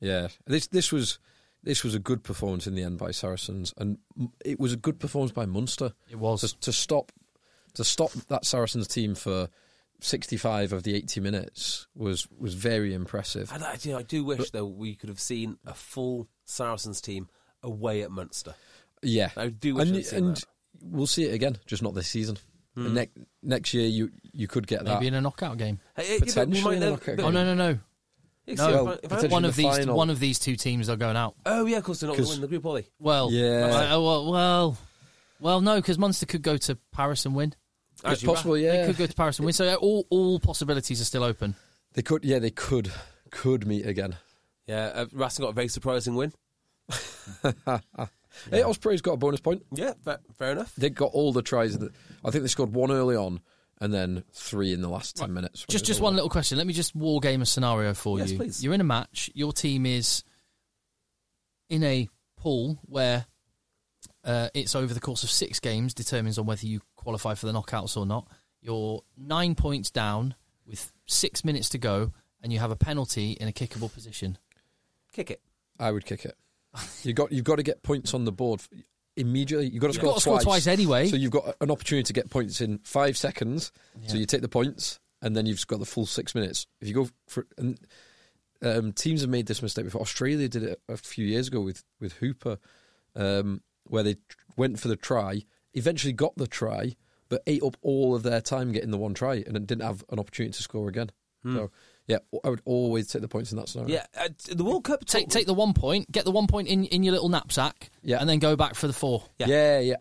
S3: Yeah, this this was this was a good performance in the end by Saracens, and m- it was a good performance by Munster
S1: It was.
S3: to, to stop to stop that Saracens team for sixty five of the eighty minutes was was very impressive.
S2: I, I, do, I do wish though we could have seen a full Saracens team away at Munster.
S3: Yeah,
S2: I do wish
S3: and,
S2: I'd seen
S3: and
S2: that.
S3: we'll see it again, just not this season. Next next year, you you could get that.
S1: Maybe in a knockout game.
S2: Hey, yeah, but we
S3: Potentially
S2: might
S3: in the
S2: know-
S3: knockout
S2: but-
S1: Oh no no no! No,
S2: Yeah, see,
S3: well,
S2: if I- if I-
S3: potentially
S1: One
S3: the
S1: of these
S3: final.
S1: one of these two teams are going out.
S2: oh yeah, of course they're not going to
S3: 'Cause-
S2: win the group, are they?
S1: Well,
S3: Yeah.
S1: uh, well, well, well, no, because Munster could go to Paris and win.
S3: it's
S2: Actually,
S3: possible.
S1: They
S3: Yeah,
S1: could go to Paris and win. So uh, all all possibilities are still open.
S3: They could, yeah, they could could meet again.
S2: Yeah, uh, Racing got a very surprising win.
S3: Hey, Ospreys got a bonus point.
S2: Yeah, fa- fair enough.
S3: They got all the tries. That, I think they scored one early on and then three in the last 10 minutes.
S1: Just just one little question. Let me just war game a scenario for
S2: Yes,
S1: you.
S2: please.
S1: You're in a match. Your team is in a pool where uh, it's over the course of six games determines on whether you qualify for the knockouts or not. You're nine points down with six minutes to go, and you have a penalty in a kickable position.
S2: Kick it.
S3: I would kick it. You got, you've got to get points on the board f- immediately. You've got to,
S1: You've
S3: score,
S1: got to score
S3: twice.
S1: twice anyway.
S3: So you've got an opportunity to get points in five seconds. So you take the points and then you've got the full six minutes. If you go for. And, um, teams have made this mistake before. Australia did it a few years ago with, with Hooper, um, where they tr- went for the try, eventually got the try, but ate up all of their time getting the one try and then didn't have an opportunity to score again.
S1: Hmm.
S3: So, yeah, I would always take the points in that scenario.
S2: Yeah, uh, t- the World Cup.
S1: Take take the one point, get the one point in, in your little knapsack,
S3: Yeah.
S1: and then go back for the four.
S3: Yeah,
S2: Yeah.
S3: yeah,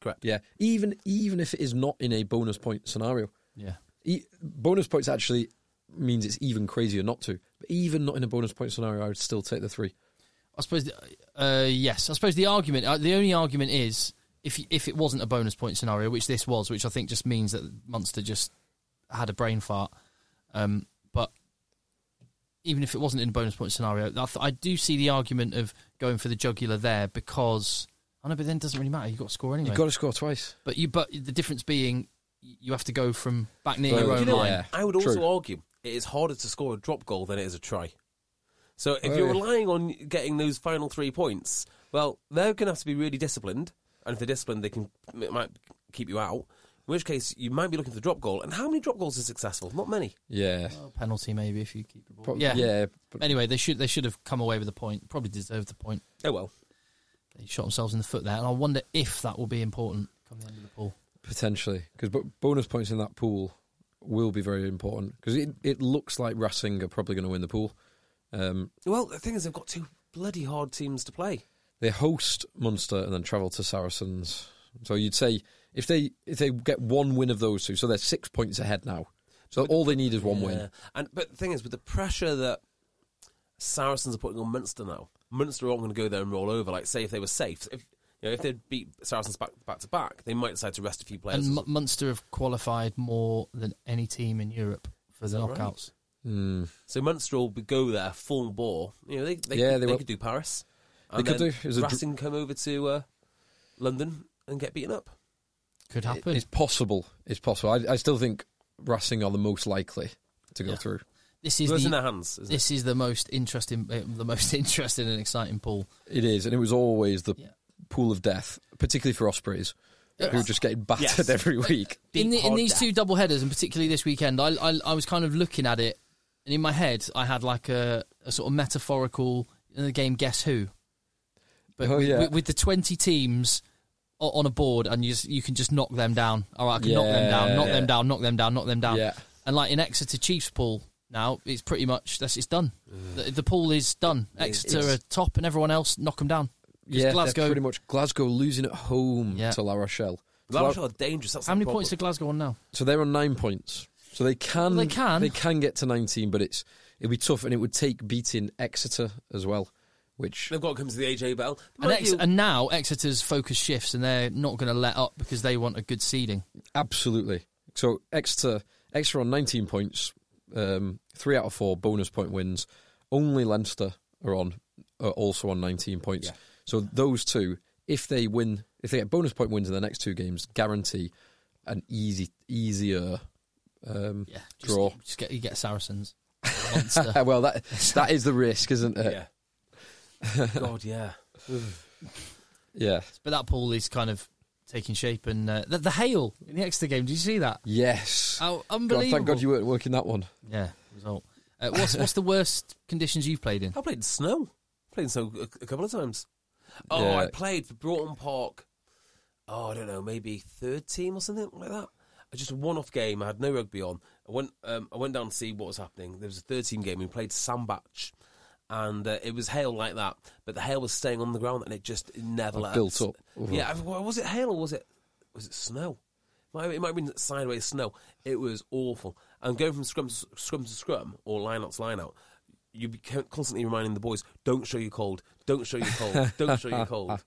S2: Correct.
S3: yeah. Even even if it is not in a bonus point scenario,
S1: Yeah.
S3: e- bonus points actually means it's even crazier not to. But even not in a bonus point scenario, I would still take the three.
S1: I suppose, uh, yes. I suppose the argument, uh, the only argument is if if it wasn't a bonus point scenario, which this was, which I think just means that Munster just had a brain fart. Um, but even if it wasn't in a bonus point scenario, I, th- I do see the argument of going for the jugular there because I know, but then it doesn't really matter. You've got to score anyway.
S3: You've got to score twice.
S1: but you, but the difference being, you have to go from back near
S3: Well,
S2: Oh,
S1: your
S3: do
S1: own
S3: you know
S1: line.
S3: Yeah,
S2: I would also
S3: true.
S2: argue it is harder to score a drop goal than it is a try. So if
S3: Oh,
S2: you're
S3: yeah.
S2: relying on getting those final three points, well, they're going to have to be really disciplined. And if they're disciplined, they can it might keep you out. In which case, you might be looking for the drop goal. And how many drop goals are successful? Not many.
S3: Yeah,
S1: Penalty maybe if you keep the ball.
S3: Prob-
S1: yeah.
S3: yeah. But
S1: Anyway, they should they should have come away with a point. Probably deserved the point.
S2: Oh well.
S1: they shot themselves in the foot there, and I wonder if that will be important come the end of the pool.
S3: potentially, because bonus points in that pool will be very important because it it looks like Racing are probably going to win the pool. Um,
S2: Well, the thing is, they've got two bloody hard teams to play.
S3: they host Munster and then travel to Saracens. So you'd say if they if they get one win of those two, so they're six points ahead now. So all they need is one
S2: Yeah.
S3: win.
S2: And but the thing is, with the pressure that Saracens are putting on Munster now, Munster aren't going to go there and roll over. Like, say if they were safe, if you know, if they beat Saracens back back to back, they might decide to rest a few players.
S1: And M- Munster have qualified more than any team in Europe for the
S2: right?
S1: knockouts.
S2: so Munster will be- go there full bore. You know, they they,
S3: Yeah,
S2: could,
S3: they
S2: they,
S3: will.
S2: could do Paris.
S3: They
S2: And
S3: could
S2: then
S3: do. It was a dr-
S2: Racing come over to uh, London and get beaten up.
S1: Could happen.
S3: It's possible. It's possible. I, I still think Racing are the most likely to go
S1: Yeah.
S3: through.
S1: this is
S2: So it's in their
S1: the
S2: hands. Isn't
S1: this is the most interesting, uh, the most [laughs] interesting and exciting pool.
S3: It is, and it was always the
S1: Yeah.
S3: pool of death, particularly for Ospreys, who were just getting battered
S2: Yes.
S3: [laughs] every week.
S1: in, the, in
S2: hard
S1: these
S2: death.
S1: two double headers, and particularly this weekend, I, I I was kind of looking at it, and in my head, I had like a, a sort of metaphorical in the game Guess Who, [laughs] but
S3: Oh,
S1: with,
S3: yeah.
S1: with, with the twenty teams o- on a board, and you just, you can just knock them down. All right, I can knock them down, knock them
S3: Yeah.
S1: down, knock them down, knock them down.
S3: Yeah.
S1: And like in Exeter Chiefs pool now, it's pretty much that's it's done.
S3: Mm.
S1: The, the pool is done. Exeter are top, and everyone else knock them down. 'Cause
S3: Yeah,
S1: Glasgow.
S3: they're pretty much Glasgow losing at home
S1: Yeah.
S3: to La Rochelle.
S2: it? Lancashire are dangerous. That's
S1: How
S2: the
S1: many
S2: problem.
S1: points are Glasgow on now?
S3: So they're on nine points. So they can
S1: Well, they can.
S3: they can get to nineteen, but it's it'd be tough, and it would take beating Exeter as well, which
S2: They've got to come to the AJ Bell.
S1: And,
S2: Mind
S1: Ex-
S2: you-
S1: and now Exeter's focus shifts, and they're not going to let up because they want a good seeding.
S3: Absolutely. So Exeter, Exeter on 19 points, um, three out of four bonus point wins. Only Leinster are on, are also on 19 points. So those two, if they win, if they get bonus point wins in the next two games, guarantee an easy, easier um,
S1: Yeah, just,
S3: draw.
S1: Just get you get Saracens. Monster.
S3: [laughs] well, that that is the risk, isn't it?
S2: yeah.
S3: [laughs]
S2: God, yeah.
S3: Yeah.
S1: but that pool is kind of taking shape, and uh, the, the hail in the extra game. Did you see that?
S3: Yes.
S1: Oh,
S3: God,
S1: unbelievable!
S3: thank God you weren't working that one.
S1: Yeah, result. Uh, what's what's the worst conditions you've played in?
S2: I played in snow. played in snow a, a couple of times. Oh,
S3: Yeah.
S2: I played for Broughton Park. Oh, I don't know, maybe third team or something like that. Uh, Just a one-off game. I had no rugby on. I went. Um, I went down to see what was happening. There was a third team game. We played Sandbach, and uh, it was hail like that. But the hail was staying on the ground, and it just it never
S3: It
S2: left.
S3: built up.
S2: Yeah, I- well, was it hail or was it was it snow? Might- It might have been sideways snow. It was awful. And going from scrum to, scrum to scrum or line out to line out, you'd be co- constantly reminding the boys, "Don't show your cold. Don't show your cold. Don't show your
S3: [laughs]
S2: cold."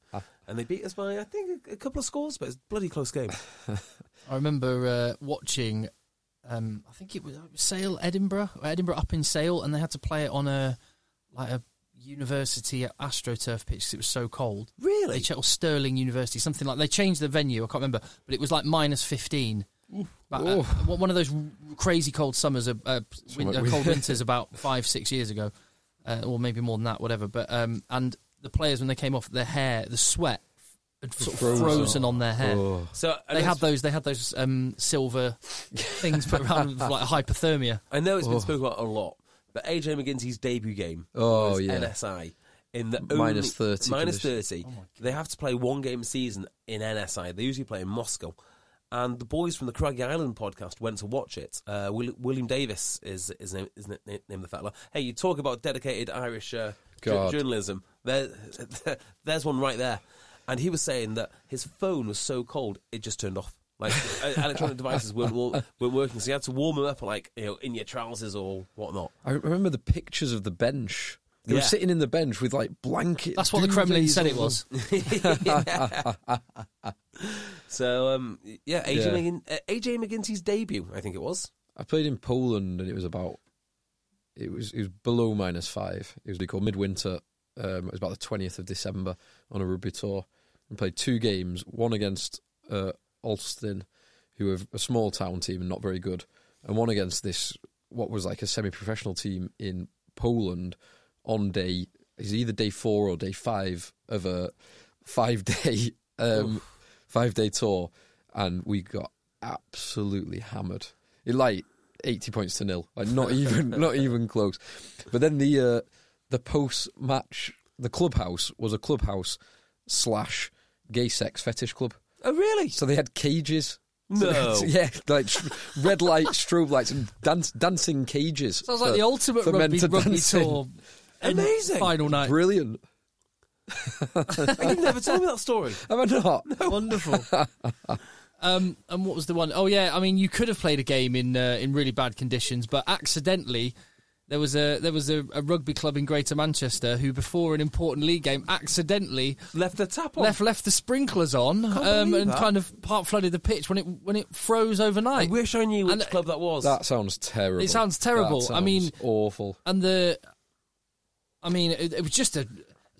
S2: and they beat us by I think a, a couple of scores, but it's a bloody close game.
S1: I remember uh, watching. Um, I think it was it was Sale Edinburgh or Edinburgh up in Sale, and they had to play it on a like a university astroturf pitch because it was so cold. They
S2: Really?
S1: ch- or Sterling University, something like they changed the venue. I can't remember, but it was like minus fifteen. But, uh, one one of those r- crazy cold summers, uh, uh, win-
S3: like
S1: uh,
S3: we-
S1: cold winters,
S3: [laughs]
S1: about five six years ago, uh, or maybe more than that, whatever. But um, and the players when they came off, their hair, the sweat had sort of frozen, on their hair.
S3: Oh.
S2: So I
S1: They
S2: know
S1: had those. They had those um,
S3: [laughs]
S1: silver things put around them for, like hypothermia.
S2: I know it's been spoken about a lot, but AJ McGinty's debut game
S3: Oh,
S2: was
S3: yeah.
S2: NSI in the
S3: Minus
S2: only-
S3: 30
S2: minus
S3: conditions.
S2: 30. they have to play one game a season in NSI. They usually play in Moscow. And the boys from the Craggy Island podcast went to watch it. Uh, Will, William Davis is is name, is na- name of the fella. Hey, you talk about dedicated Irish uh, ju-
S3: God.
S2: journalism. There, [laughs] there's one right there. And he was saying that his phone was so cold it just turned off. Like uh, [laughs] electronic devices weren't war- weren't working, so you had to warm them up like you know in your trousers or whatnot.
S3: I remember the pictures of the bench. They were
S2: Yeah.
S3: sitting in the bench with like blankets.
S1: That's what the Kremlin
S3: duvets
S1: said it
S3: over
S1: was.
S2: So um, yeah, AJ,
S3: Yeah.
S2: McGin- uh, AJ McGinty's debut, I think it was.
S3: I played in Poland and it was about it was it was below minus five. It was called midwinter. Um, it was about the twentieth of December on a rugby tour. And played two games, one against uh, Alston, who are a small town team and not very good, and one against this what was like a semi-professional team in Poland on day is either day four or day five of a five-day um, five-day tour, and we got absolutely hammered. It like eighty points to nil, like not even [laughs] not even close. But then the uh, the post match, the clubhouse was a clubhouse slash gay sex fetish club.
S2: Oh really?
S3: So they had cages. So they
S2: No.
S3: had- [laughs] yeah, like sh- red light, strobe lights, and dance, dancing cages.
S1: Sounds like
S3: for-
S1: the ultimate
S3: for
S1: rugby,
S3: men to
S1: rugby
S3: dance in.
S1: tour. and
S2: Amazing.
S1: final night.
S3: Brilliant.
S2: [laughs] you never told me that
S3: [laughs]
S2: story.
S3: Am I not?
S1: Wonderful. um, and what was the one? Oh yeah, I mean, you could have played a game in uh, in really bad conditions, but accidentally. There was a there was a, a rugby club in Greater Manchester who, before an important league game, accidentally
S2: Left the tap on.
S1: left left the sprinklers on um,
S2: believe
S1: and
S2: that.
S1: kind of part flooded the pitch when it when it froze
S2: I
S1: overnight.
S2: wish I knew which
S3: uh,
S1: And-
S2: club that was.
S3: That sounds terrible.
S1: It sounds terrible.
S3: That
S1: I mean-
S3: sounds awful.
S1: and the i mean it, it was just a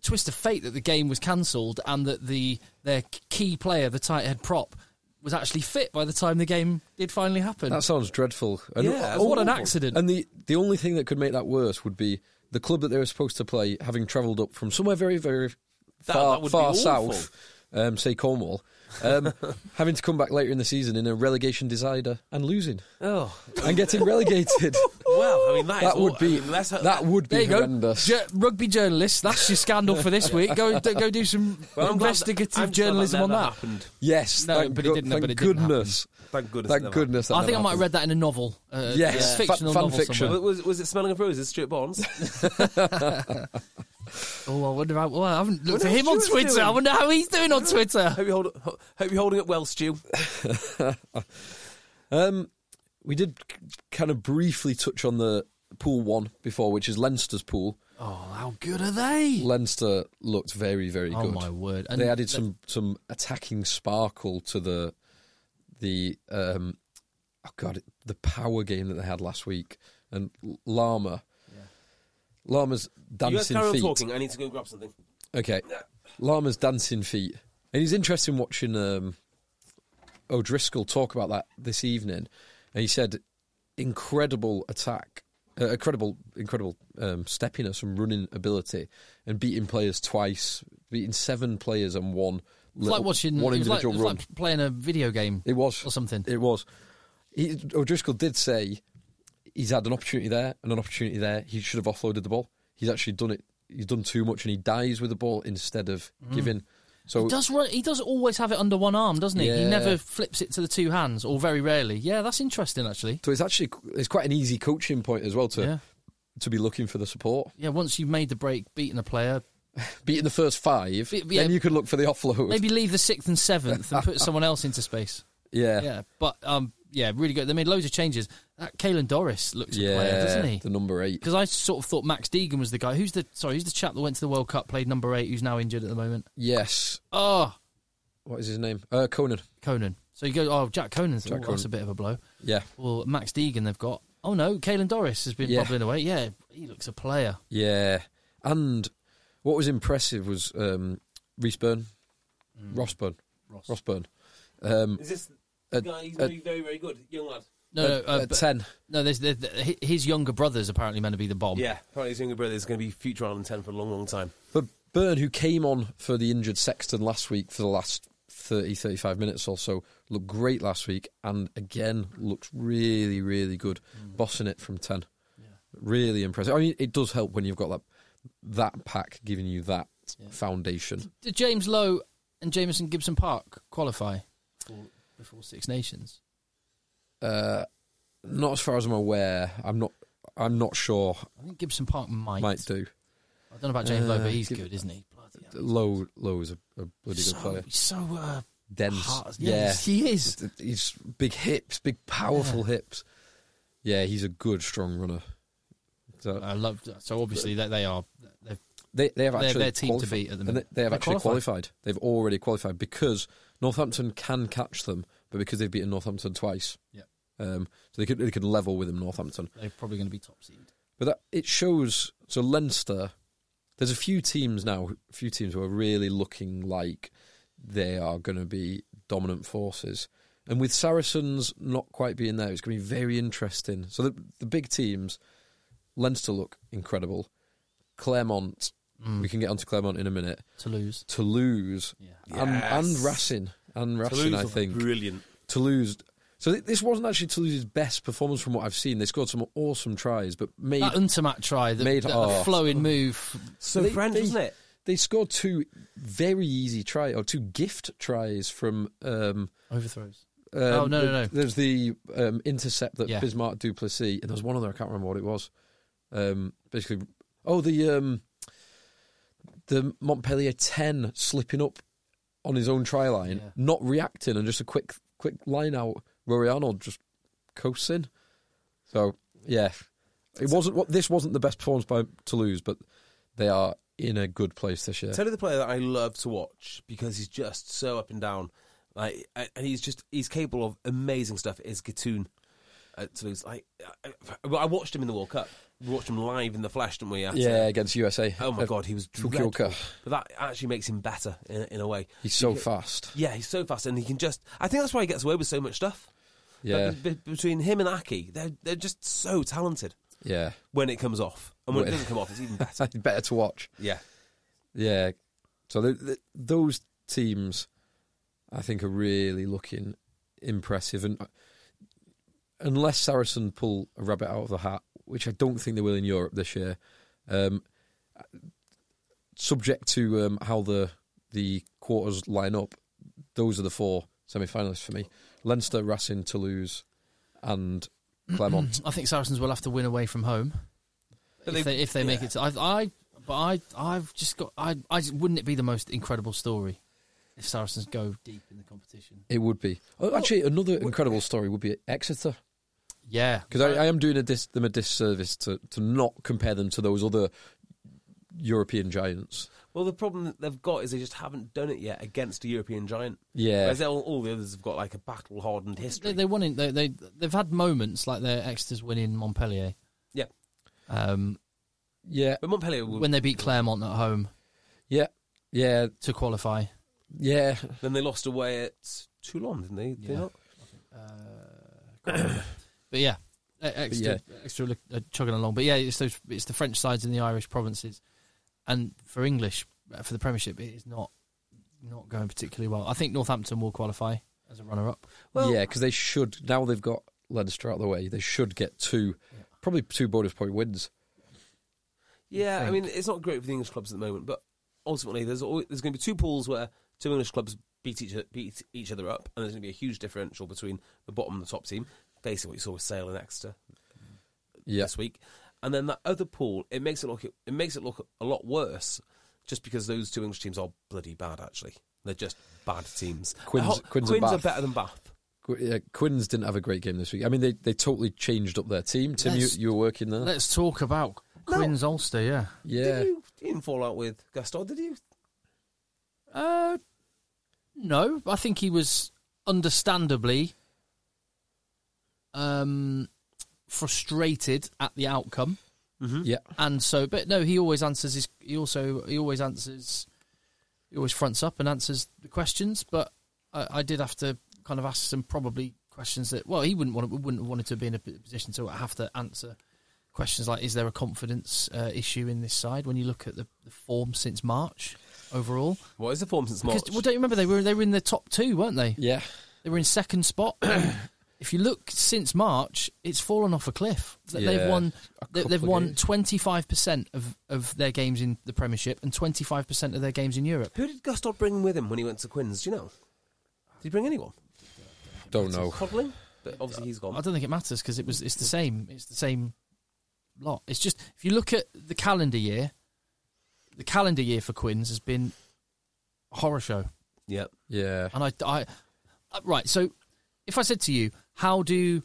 S1: twist of fate that the game was cancelled and that the their key player the tight head prop was actually fit by the time the game did finally happen
S3: That sounds dreadful. And,
S2: Yeah, that's
S1: oh, what an
S2: awful.
S1: accident
S3: and the the only thing that could make that worse would be the club that they were supposed to play, having travelled up from somewhere very very
S2: That-
S3: far
S2: that would
S3: far
S2: be awful.
S3: south, um, say Cornwall,
S1: [laughs]
S3: um, having to come back later in the season in a relegation decider and losing
S2: oh
S3: and getting
S1: [laughs]
S3: relegated.
S2: well, I mean that, is
S3: that would
S2: aw-
S3: be
S2: I mean, let's-
S3: that would
S1: there
S3: be
S1: you go
S3: horrendous.
S1: Ju- rugby journalists that's your scandal for this week go d- go do some
S2: [laughs] Well, I'm glad that-
S1: investigative
S2: I'm glad
S1: journalism on
S2: never
S1: that
S2: Happened.
S3: Yes,
S1: No,
S3: thank
S1: but it
S3: go-
S1: didn't-
S3: Thank
S1: but it didn't
S3: goodness.
S2: Thank goodness. it
S3: Thank
S2: never
S3: goodness.
S1: I think I
S3: never
S1: might have
S3: happened.
S1: read that in a novel. Uh,
S3: Yes,
S1: a
S3: fa-
S1: fictional
S3: fan
S1: novel
S2: happened.
S3: fiction.
S1: somewhere.
S2: Was, was it Smelling of Roses? Stuart
S3: [laughs]
S2: Bonds.
S1: Oh, I wonder how. Well, I haven't looked
S2: Wonder
S1: at
S2: how
S1: him on
S2: Stuart's
S1: Twitter. I
S2: doing.
S1: wonder how he's doing on Twitter.
S2: hope you hold, ho- hope you're holding up well, Stu.
S3: Um, we did k- kind of briefly touch on the pool one before, which is Leinster's pool.
S1: Oh, how good are they?
S3: Leinster looked very, very
S1: Oh
S3: good.
S1: my word!
S3: they added some some attacking sparkle to the the um oh god the power game that they had last week and L- Llama Llama's
S2: You guys
S3: dancing
S2: carry on
S3: feet.
S2: talking. I need to go grab something.
S3: Okay, Llama's dancing feet And it's interesting watching um, O'Driscoll talk about that this evening. And he said, incredible attack, uh, incredible, incredible um, steppiness and running ability, and beating players twice, beating seven players on one.
S1: It's
S3: little-
S1: like watching
S3: one
S1: it was like-
S3: individual
S1: it was
S3: run.
S1: like playing a video game.
S3: It was
S1: or something.
S3: It was. He, O'Driscoll did say he's had an opportunity there and an opportunity there. He should have offloaded the ball. He's actually done it. He's done too much, and he dies with the ball instead of giving. So
S1: He Mm. does run, he does always have it under one arm, doesn't he? He
S3: Yeah.
S1: never flips it to the two hands, or very rarely. Yeah, that's interesting actually.
S3: So it's actually it's quite an easy coaching point as well to
S1: Yeah.
S3: to be looking for the support.
S1: Yeah, once you've made the break, beating a player,
S3: Beating the first five,
S1: Be- yeah.
S3: then you could look for the offload.
S1: maybe leave the sixth and seventh and put someone else into
S3: [laughs]
S1: space.
S3: yeah,
S1: Yeah, but um, yeah, really good. They made loads of changes. That Kalen Doris looks a player,
S3: Yeah,
S1: doesn't he?
S3: The number eight.
S1: Because I sort of thought Max Deegan was the guy. Who's the sorry? Who's the chap that went to the World Cup, played number eight, who's now injured at the moment?
S3: Yes.
S1: Oh,
S3: What is his name? Uh, Conan.
S1: Conan. So you go, oh, Jack Conan's.
S3: Jack
S1: oh, That's
S3: Conan.
S1: a bit of a blow.
S3: Yeah,
S1: Well, Max Deegan, they've got. Oh no, Kalen Doris has been
S3: Yeah.
S1: bubbling away. Yeah, he looks a player.
S3: yeah. And what was impressive was um, Reese Byrne,
S1: Mm.
S3: Ross Byrne, Ross, Byrne. Um,
S2: Is this
S3: Uh,
S2: guy? He's
S3: uh,
S2: very, very, very good, young lad.
S1: No,
S3: at,
S1: no, uh,
S3: at
S1: but-
S3: ten.
S1: no. There's, there's, hi- his younger brother's apparently meant to be the bomb.
S2: Yeah, apparently his younger brother is going to be future Ireland ten for a long, long time.
S3: But Byrne, who came on for the injured Sexton last week for the last 30, 35 minutes or so, looked great last week and again looks really, really good,
S1: Mm.
S3: bossing it from 10. Really impressive. I mean, it does help when you've got that that pack giving you that foundation.
S1: Did James Lowe and Jameson Gibson Park qualify for, before Six Nations?
S3: Uh, not as far as I'm aware. I'm not. I'm not sure.
S1: I think Gibson Park might.
S3: Might do.
S1: I don't know about James Lowe,
S3: Uh,
S1: but he's
S3: Gib-
S1: good, isn't he? Bloody hell.
S3: Low, low is a, a bloody
S1: so,
S3: good player.
S1: he's so uh,
S3: Dense.
S1: hard.
S3: Yeah.
S1: Yes, he is.
S3: Th- He's big hips, big powerful hips. Yeah, he's a good strong runner. So
S1: I love. So obviously they, they are. They've,
S3: they they have
S1: Uh, they're
S3: actually
S1: their team to
S3: qualifi-
S1: beat at the
S3: and
S1: minute.
S3: They, they have
S1: They
S3: actually
S1: qualify.
S3: qualified. They've already qualified because Northampton can catch them, but because they've beaten Northampton twice,
S1: yeah,
S3: um, so they could they could level with them Northampton.
S1: they're probably going to be top seed.
S3: But that, it shows. So Leinster, there's a few teams now, a few teams who are really looking like they are going to be dominant forces. And with Saracens not quite being there, it's going to be very interesting. So the the big teams, Leinster look incredible. Claremont,
S2: Mm.
S3: we can get onto Claremont in a minute.
S1: To lose.
S3: Toulouse and and
S2: Yes.
S3: Racing and Racing,
S2: Toulouse
S3: I
S2: look
S3: think
S2: brilliant.
S3: Toulouse. So th- this wasn't actually Toulouse's best performance from what I've seen. They scored some awesome tries, but made
S1: That Untermat try, the,
S3: Made-
S1: the
S3: oh.
S1: flowing move.
S2: So
S3: They-
S2: French,
S3: they-
S2: isn't it?
S3: They scored two very easy try or two gift tries from. Um,
S1: Overthrows.
S3: um,
S1: Oh, no, no, no.
S3: There's the um, intercept that
S1: Yeah.
S3: Bismarck Duplessis, and there was one other I can't remember what it was. Um, basically, oh the um, the Montpellier ten slipping up on his own try line,
S1: Yeah.
S3: not reacting, and just a quick quick line out. Rory Arnold just coasts in. So yeah, it wasn't. What this wasn't the best performance by Toulouse, but they are in a good place this year.
S2: Tell you the player that I love to watch because he's just so up and down, like, and and he's just he's capable of amazing stuff. Is Gatun at Toulouse? Like, I, I- I watched him in the World Cup. We watched him live in the flesh, didn't we? At, uh,
S3: Yeah, against USA.
S2: Oh my
S3: Uh,
S2: god, he was dreadful.
S3: Fukuoka.
S2: But that actually makes him better in, in a way.
S3: He's so
S2: Because-
S3: fast.
S2: Yeah, he's so fast, and he can just. I think that's why he gets away with so much stuff.
S3: Yeah,
S2: But be- be- between him and Aki, they're they're just so talented
S3: yeah. [laughs]
S2: when it comes off, and when it
S3: Well-
S2: doesn't come off, it's even [laughs] better.
S3: It's better to watch.
S2: yeah,
S3: Yeah. So th th those teams, I think, are really looking impressive. And uh, unless Saracen pull a rabbit out of the hat, which I don't think they will in Europe this year, um, subject to um, how the the quarters line up, those are the four semi-finalists for me: Leinster, Racing, Toulouse, and
S1: [clears throat]
S3: Clermont.
S1: I think Saracens will have to win away from home
S2: But
S1: if
S2: they-
S1: they, if they make
S2: yeah.
S1: it. To, I, I, but I, I've just got. I, I just- wouldn't it be the most incredible story if Saracens go deep in the competition?
S3: it would be. Oh, actually, another incredible story would be Exeter.
S1: Yeah,
S3: Because I, I am doing a dis, them a disservice to, to not compare them to those other European giants.
S2: Well, the problem that they've got is they just haven't done it yet against a European giant.
S3: Yeah.
S2: Whereas all, all the others have got like a battle hardened history.
S1: they, they won in. They, they, they've had moments like their Exeter's winning Montpellier.
S2: yeah.
S1: Um,
S3: Yeah,
S2: But Montpellier would.
S1: when they beat Claremont at home
S3: yeah, yeah.
S1: to qualify.
S3: Yeah,
S2: Then they lost away at Toulon, didn't they? Did they
S1: Yeah.
S2: not?
S1: But yeah, e- extra extra look- uh, chugging along. But yeah, it's those it's the French sides in the Irish provinces, and for English uh, for the Premiership, it is not not going particularly well. I think Northampton will qualify as a runner up.
S3: Yeah, 'cause yeah, because they should now they've got Leinster out of the way. They should get two, probably two bonus point wins.
S2: Yeah, I mean, it's not great for the English clubs at the moment, but ultimately, there's always, there's going to be two pools where two English clubs beat each beat each other up, and there's going to be a huge differential between the bottom and the top team. Basically, what you saw with Sale and Exeter
S3: Yeah,
S2: this week, and then that other pool, it makes it look it makes it look a lot worse, just because those two English teams are bloody bad. Actually, they're just bad teams.
S3: Quinns-
S2: Ho-
S3: Quinns and
S2: are
S3: Bath.
S2: better than Bath.
S3: Qu- yeah, Quinns didn't have a great game this week. I mean, they, they totally changed up their team. Tim, you,
S1: Let's-
S3: you were working there.
S1: Let's talk about
S2: No.
S1: Quinn's Ulster. Yeah,
S3: yeah,
S2: Did you, you didn't fall out with Gaston, did you?
S1: uh, no, I think he was understandably um frustrated at the outcome.
S3: Mm-hmm. yeah,
S1: and so but no he always answers his he also he always answers he always fronts up and answers the questions but i, I did have to kind of ask some probably questions that well he wouldn't want to, wouldn't have wanted to be in a p- position to have to answer questions like is there a confidence uh, issue in this side when you look at the, the form since march overall
S2: What is the form since March?
S1: because well don't you remember they were they were in the top 2 weren't they
S3: yeah.
S1: they were in second
S3: [clears throat]
S1: spot. if you look since March, it's fallen off a cliff. Th- They've
S3: Yeah,
S1: won.
S3: a
S1: they- They've
S3: couple of
S1: won
S3: games.
S1: twenty five percent of of their games in the Premiership and twenty five percent of their games in Europe.
S2: Who did Gaston bring with him when he went to Quinns? Do you know? Did he bring anyone?
S3: Don't know.
S2: Coddling? But obviously he's
S1: I
S2: gone.
S1: don't think it matters because it was it's the same. It's the same lot. It's just if you look at the calendar year, the calendar year for Quins has been a horror show.
S2: Yeah.
S3: Yeah,
S1: And I, I, uh, right. So, if I said to you, how do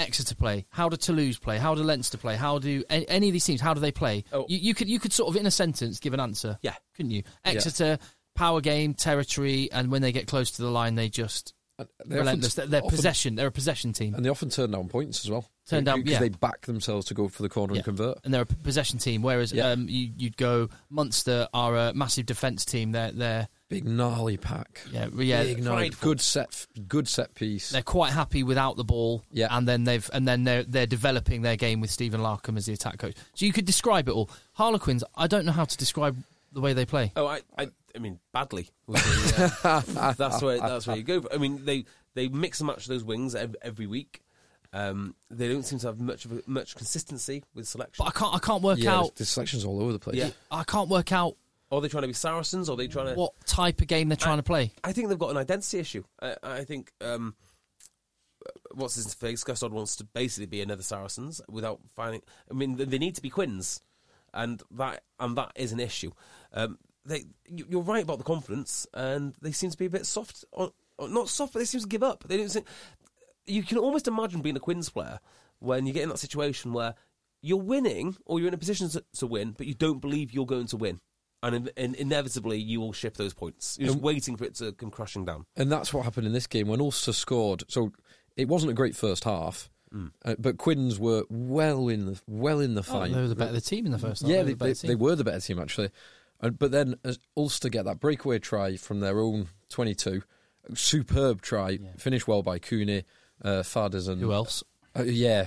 S1: Exeter play? How do Toulouse play? How do Leinster play? How do a- any of these teams? How do they play?
S2: Oh.
S1: You, you could you could sort of in a sentence give an answer.
S2: Yeah.
S1: couldn't you? Exeter power game territory, and when they get close to the line, they just
S3: And Uh, they often-
S1: relentless. They're, they're
S3: often-
S1: possession. They're a possession team.
S3: and they often turn down points as well.
S1: Turn down-
S3: because
S1: yeah.
S3: they back themselves to go for the corner
S1: Yeah.
S3: and convert.
S1: And they're a p- possession team, whereas
S3: Yeah.
S1: um, you, you'd go Munster are a massive defence team. They're they're
S3: Big gnarly pack.
S1: yeah yeah
S3: Big gnarly.
S2: prideful.
S3: Good set. Good set piece.
S1: they're quite happy without the ball.
S3: Yeah.
S1: And then they've and then they're they're developing their game with Stephen Larkham as the attack coach. So you could describe it all. Harlequins, I don't know how to describe the way they play.
S2: Oh, I, I, I mean, badly. uh, [laughs] that's where that's where you go. I mean, they they mix and match those wings ev- every week. Um, they don't seem to have much of a, much consistency with selection.
S1: But I can't I can't work
S3: yeah,
S1: out
S3: the selection's all over the place.
S2: Yeah.
S1: I can't work out
S2: Are they trying to be Saracens? Are they trying to?
S1: what type of game they're trying to play.
S2: I think they've got an identity issue. I, I think um, what's his face Gustod wants to basically be another Saracens without finding. I mean, they- they need to be Quins, and that and that is an issue. Um, they, you- you're right about the confidence, and they seem to be a bit soft. Or, or not soft, but they seem to give up. They don't. Seem, you can almost imagine being a Quins player when you get in that situation where you're winning or you're in a position to, to win, but you don't believe you're going to win. And, in, and inevitably, you will shift those points. You're just
S3: Um,
S2: waiting for it to come crashing down.
S3: And that's what happened in this game when Ulster scored. So it wasn't a great first half, uh, but Quinns were well in the well in the
S1: Oh,
S3: fight.
S1: they were the better team in the first half.
S3: yeah,
S1: were
S3: they,
S1: the better
S3: they,
S1: team.
S3: they were the better team actually. And, but then as Ulster get that breakaway try from their own twenty-two, superb try, finished well by Cooney, uh, Faders and
S1: Who else?
S3: uh, yeah,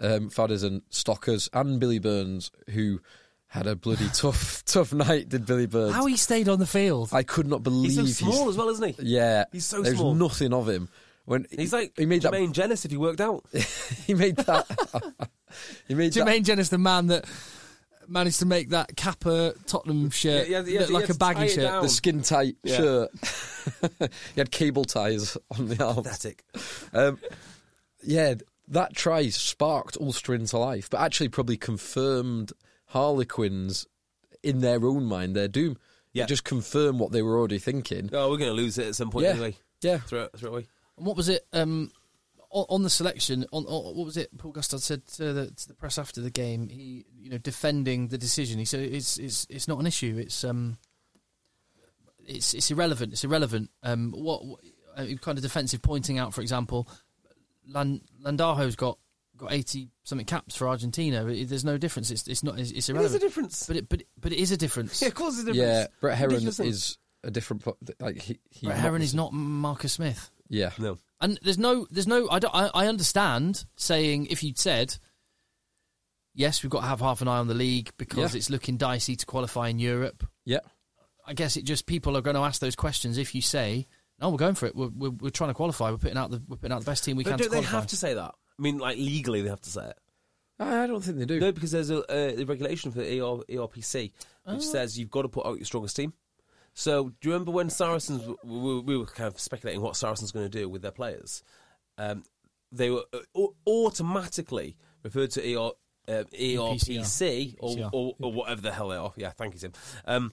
S3: um, Fadders and Stockers and Billy Burns who had a
S2: [laughs]
S3: bloody tough tough night. Did Billy Burns?
S1: How he stayed on the field.
S3: I could not believe
S2: He's so small
S3: he's-
S2: as well, isn't he?
S3: yeah,
S2: He's so
S3: there's
S2: small.
S3: nothing of him. When
S2: He's like
S3: he made
S2: Jermaine Jennis if he worked out.
S3: that. He made that. [laughs]
S2: [laughs]
S3: he made that.
S1: Jermaine Jenner's the man that managed to make that Kappa Tottenham shirt
S2: Yeah, yeah, yeah,
S1: look
S2: yeah,
S1: like a
S2: to tie
S1: baggy
S2: it
S1: shirt.
S2: down.
S3: The skin tight
S2: Yeah.
S3: shirt. [laughs] he had cable ties on the arm.
S2: Pathetic.
S3: Um, yeah, that try sparked Ulster into life, but actually probably confirmed Harlequins in their own mind their doom.
S2: Yeah.
S3: It just confirmed what they were already thinking.
S2: Oh, we're going to lose it at some point
S3: Yeah.
S2: anyway.
S3: Yeah.
S2: Throw it, throw it away.
S1: And what was it um, on, on the selection? On, on what was it? Paul Gustad said to the, to the press after the game. He, you know, defending the decision. He said it's it's it's not an issue. It's um, it's it's irrelevant. It's irrelevant. Um, what, what uh, kind of defensive pointing out, for example, Lan, Landajo's got got eighty something caps for Argentina. It- there's no difference. It's it's not. It's, it's
S2: There's a
S1: irrelevant.
S2: difference.
S1: But it but it- but it is a difference.
S2: yeah, of course there's a difference.
S3: Yeah, Brett Heron
S2: Ridiculous.
S3: is a different pl- like he, he
S1: Brett Heron is not Marcus Smith.
S3: yeah
S2: No.
S1: And there's no, there's no. I don't. I, I understand saying if you'd said, yes, we've got to have half an eye on the league because
S3: Yeah.
S1: it's looking dicey to qualify in Europe.
S3: yeah
S1: I guess it just people are going to ask those questions if you say, no, we're going for it. We're, we're, we're trying to qualify. We're putting out the we're putting out the best team we
S2: But
S1: can.
S2: do
S1: to
S2: they
S1: qualify.
S2: have to say that? I mean, like legally, they have to say it.
S3: I, I don't think they do
S2: No, because there's a, uh, a regulation for the AR, ARPC which says you've got to put out your strongest team. So, do you remember when Saracens? w- w- We were kind of speculating what Saracens going to do with their players. Um, they were uh, au- automatically referred to AR, uh, ARPC or,
S1: PCR.
S2: or, or whatever the hell they are. Yeah, thank you, Tim. Um,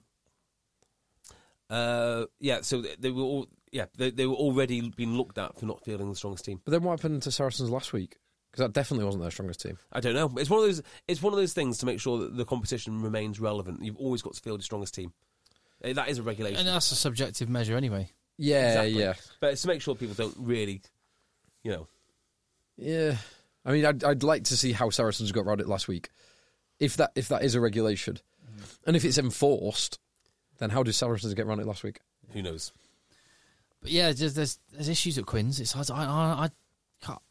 S2: uh, yeah, so they, they were all yeah they, they were already being looked at for not fielding the strongest team.
S3: but then what happened to Saracens last week because that definitely wasn't their strongest team
S2: I don't know. It's one of those. It's one of those things to make sure that the competition remains relevant. You've always got to field your strongest team. Eh, That is a regulation.
S1: And that's a subjective measure anyway.
S3: yeah
S2: Exactly.
S3: uh, yeah
S2: But it's to make sure people don't really, you know,
S3: Yeah, I mean, I'd, I'd like to see how Saracens got around it last week. If that if that is a regulation, and if it's enforced, then how did Saracens get around it last week?
S2: who knows.
S1: But yeah, there's there's, there's issues at Quinns. It's hard. I I, I can't.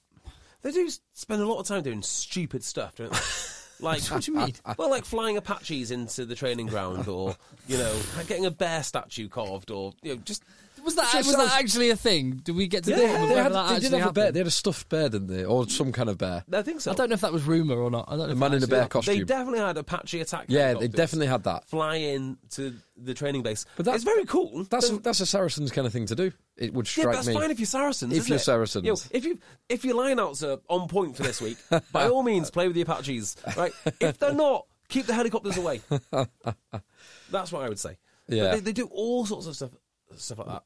S2: They do s- spend a lot of time doing stupid stuff, don't they? [laughs] Like
S1: What do you mean?
S2: Well, like flying Apaches into the training ground, or you know, getting a bear statue carved, or you know, just
S1: Was that
S3: Just
S1: was that
S3: sounds-
S1: actually a thing? Did we get to
S2: Yeah,
S1: deal
S2: yeah,
S1: with
S3: they
S1: whether
S3: had,
S1: that
S3: they
S1: actually
S3: did have a bear.
S1: happened?
S3: They had a stuffed bear, didn't they, or some kind of bear?
S2: I think so.
S1: I don't know if that was rumor or not. I don't know.
S3: A
S1: if
S3: man
S1: that
S3: in a
S1: actually
S3: bear
S1: happened.
S3: costume.
S2: They definitely had Apache attack.
S3: yeah, they
S2: helicopters
S3: definitely had that.
S2: fly in to the training base.
S3: But
S2: But
S3: that-
S2: that's very cool.
S3: That's
S2: Don't-
S3: that's a Saracens kind of thing to do. It would
S2: Yeah,
S3: strike
S2: but that's
S3: me.
S2: fine if you're Saracens.
S3: If
S2: isn't
S3: you're
S2: it?
S3: Saracens.
S2: You know, if you if your lineouts are on point for this
S3: [laughs]
S2: week, by all means play with the Apaches. Right, if they're not, keep the helicopters away. that's what I would say. But
S3: Yeah.
S2: they, they do all sorts of stuff stuff like that.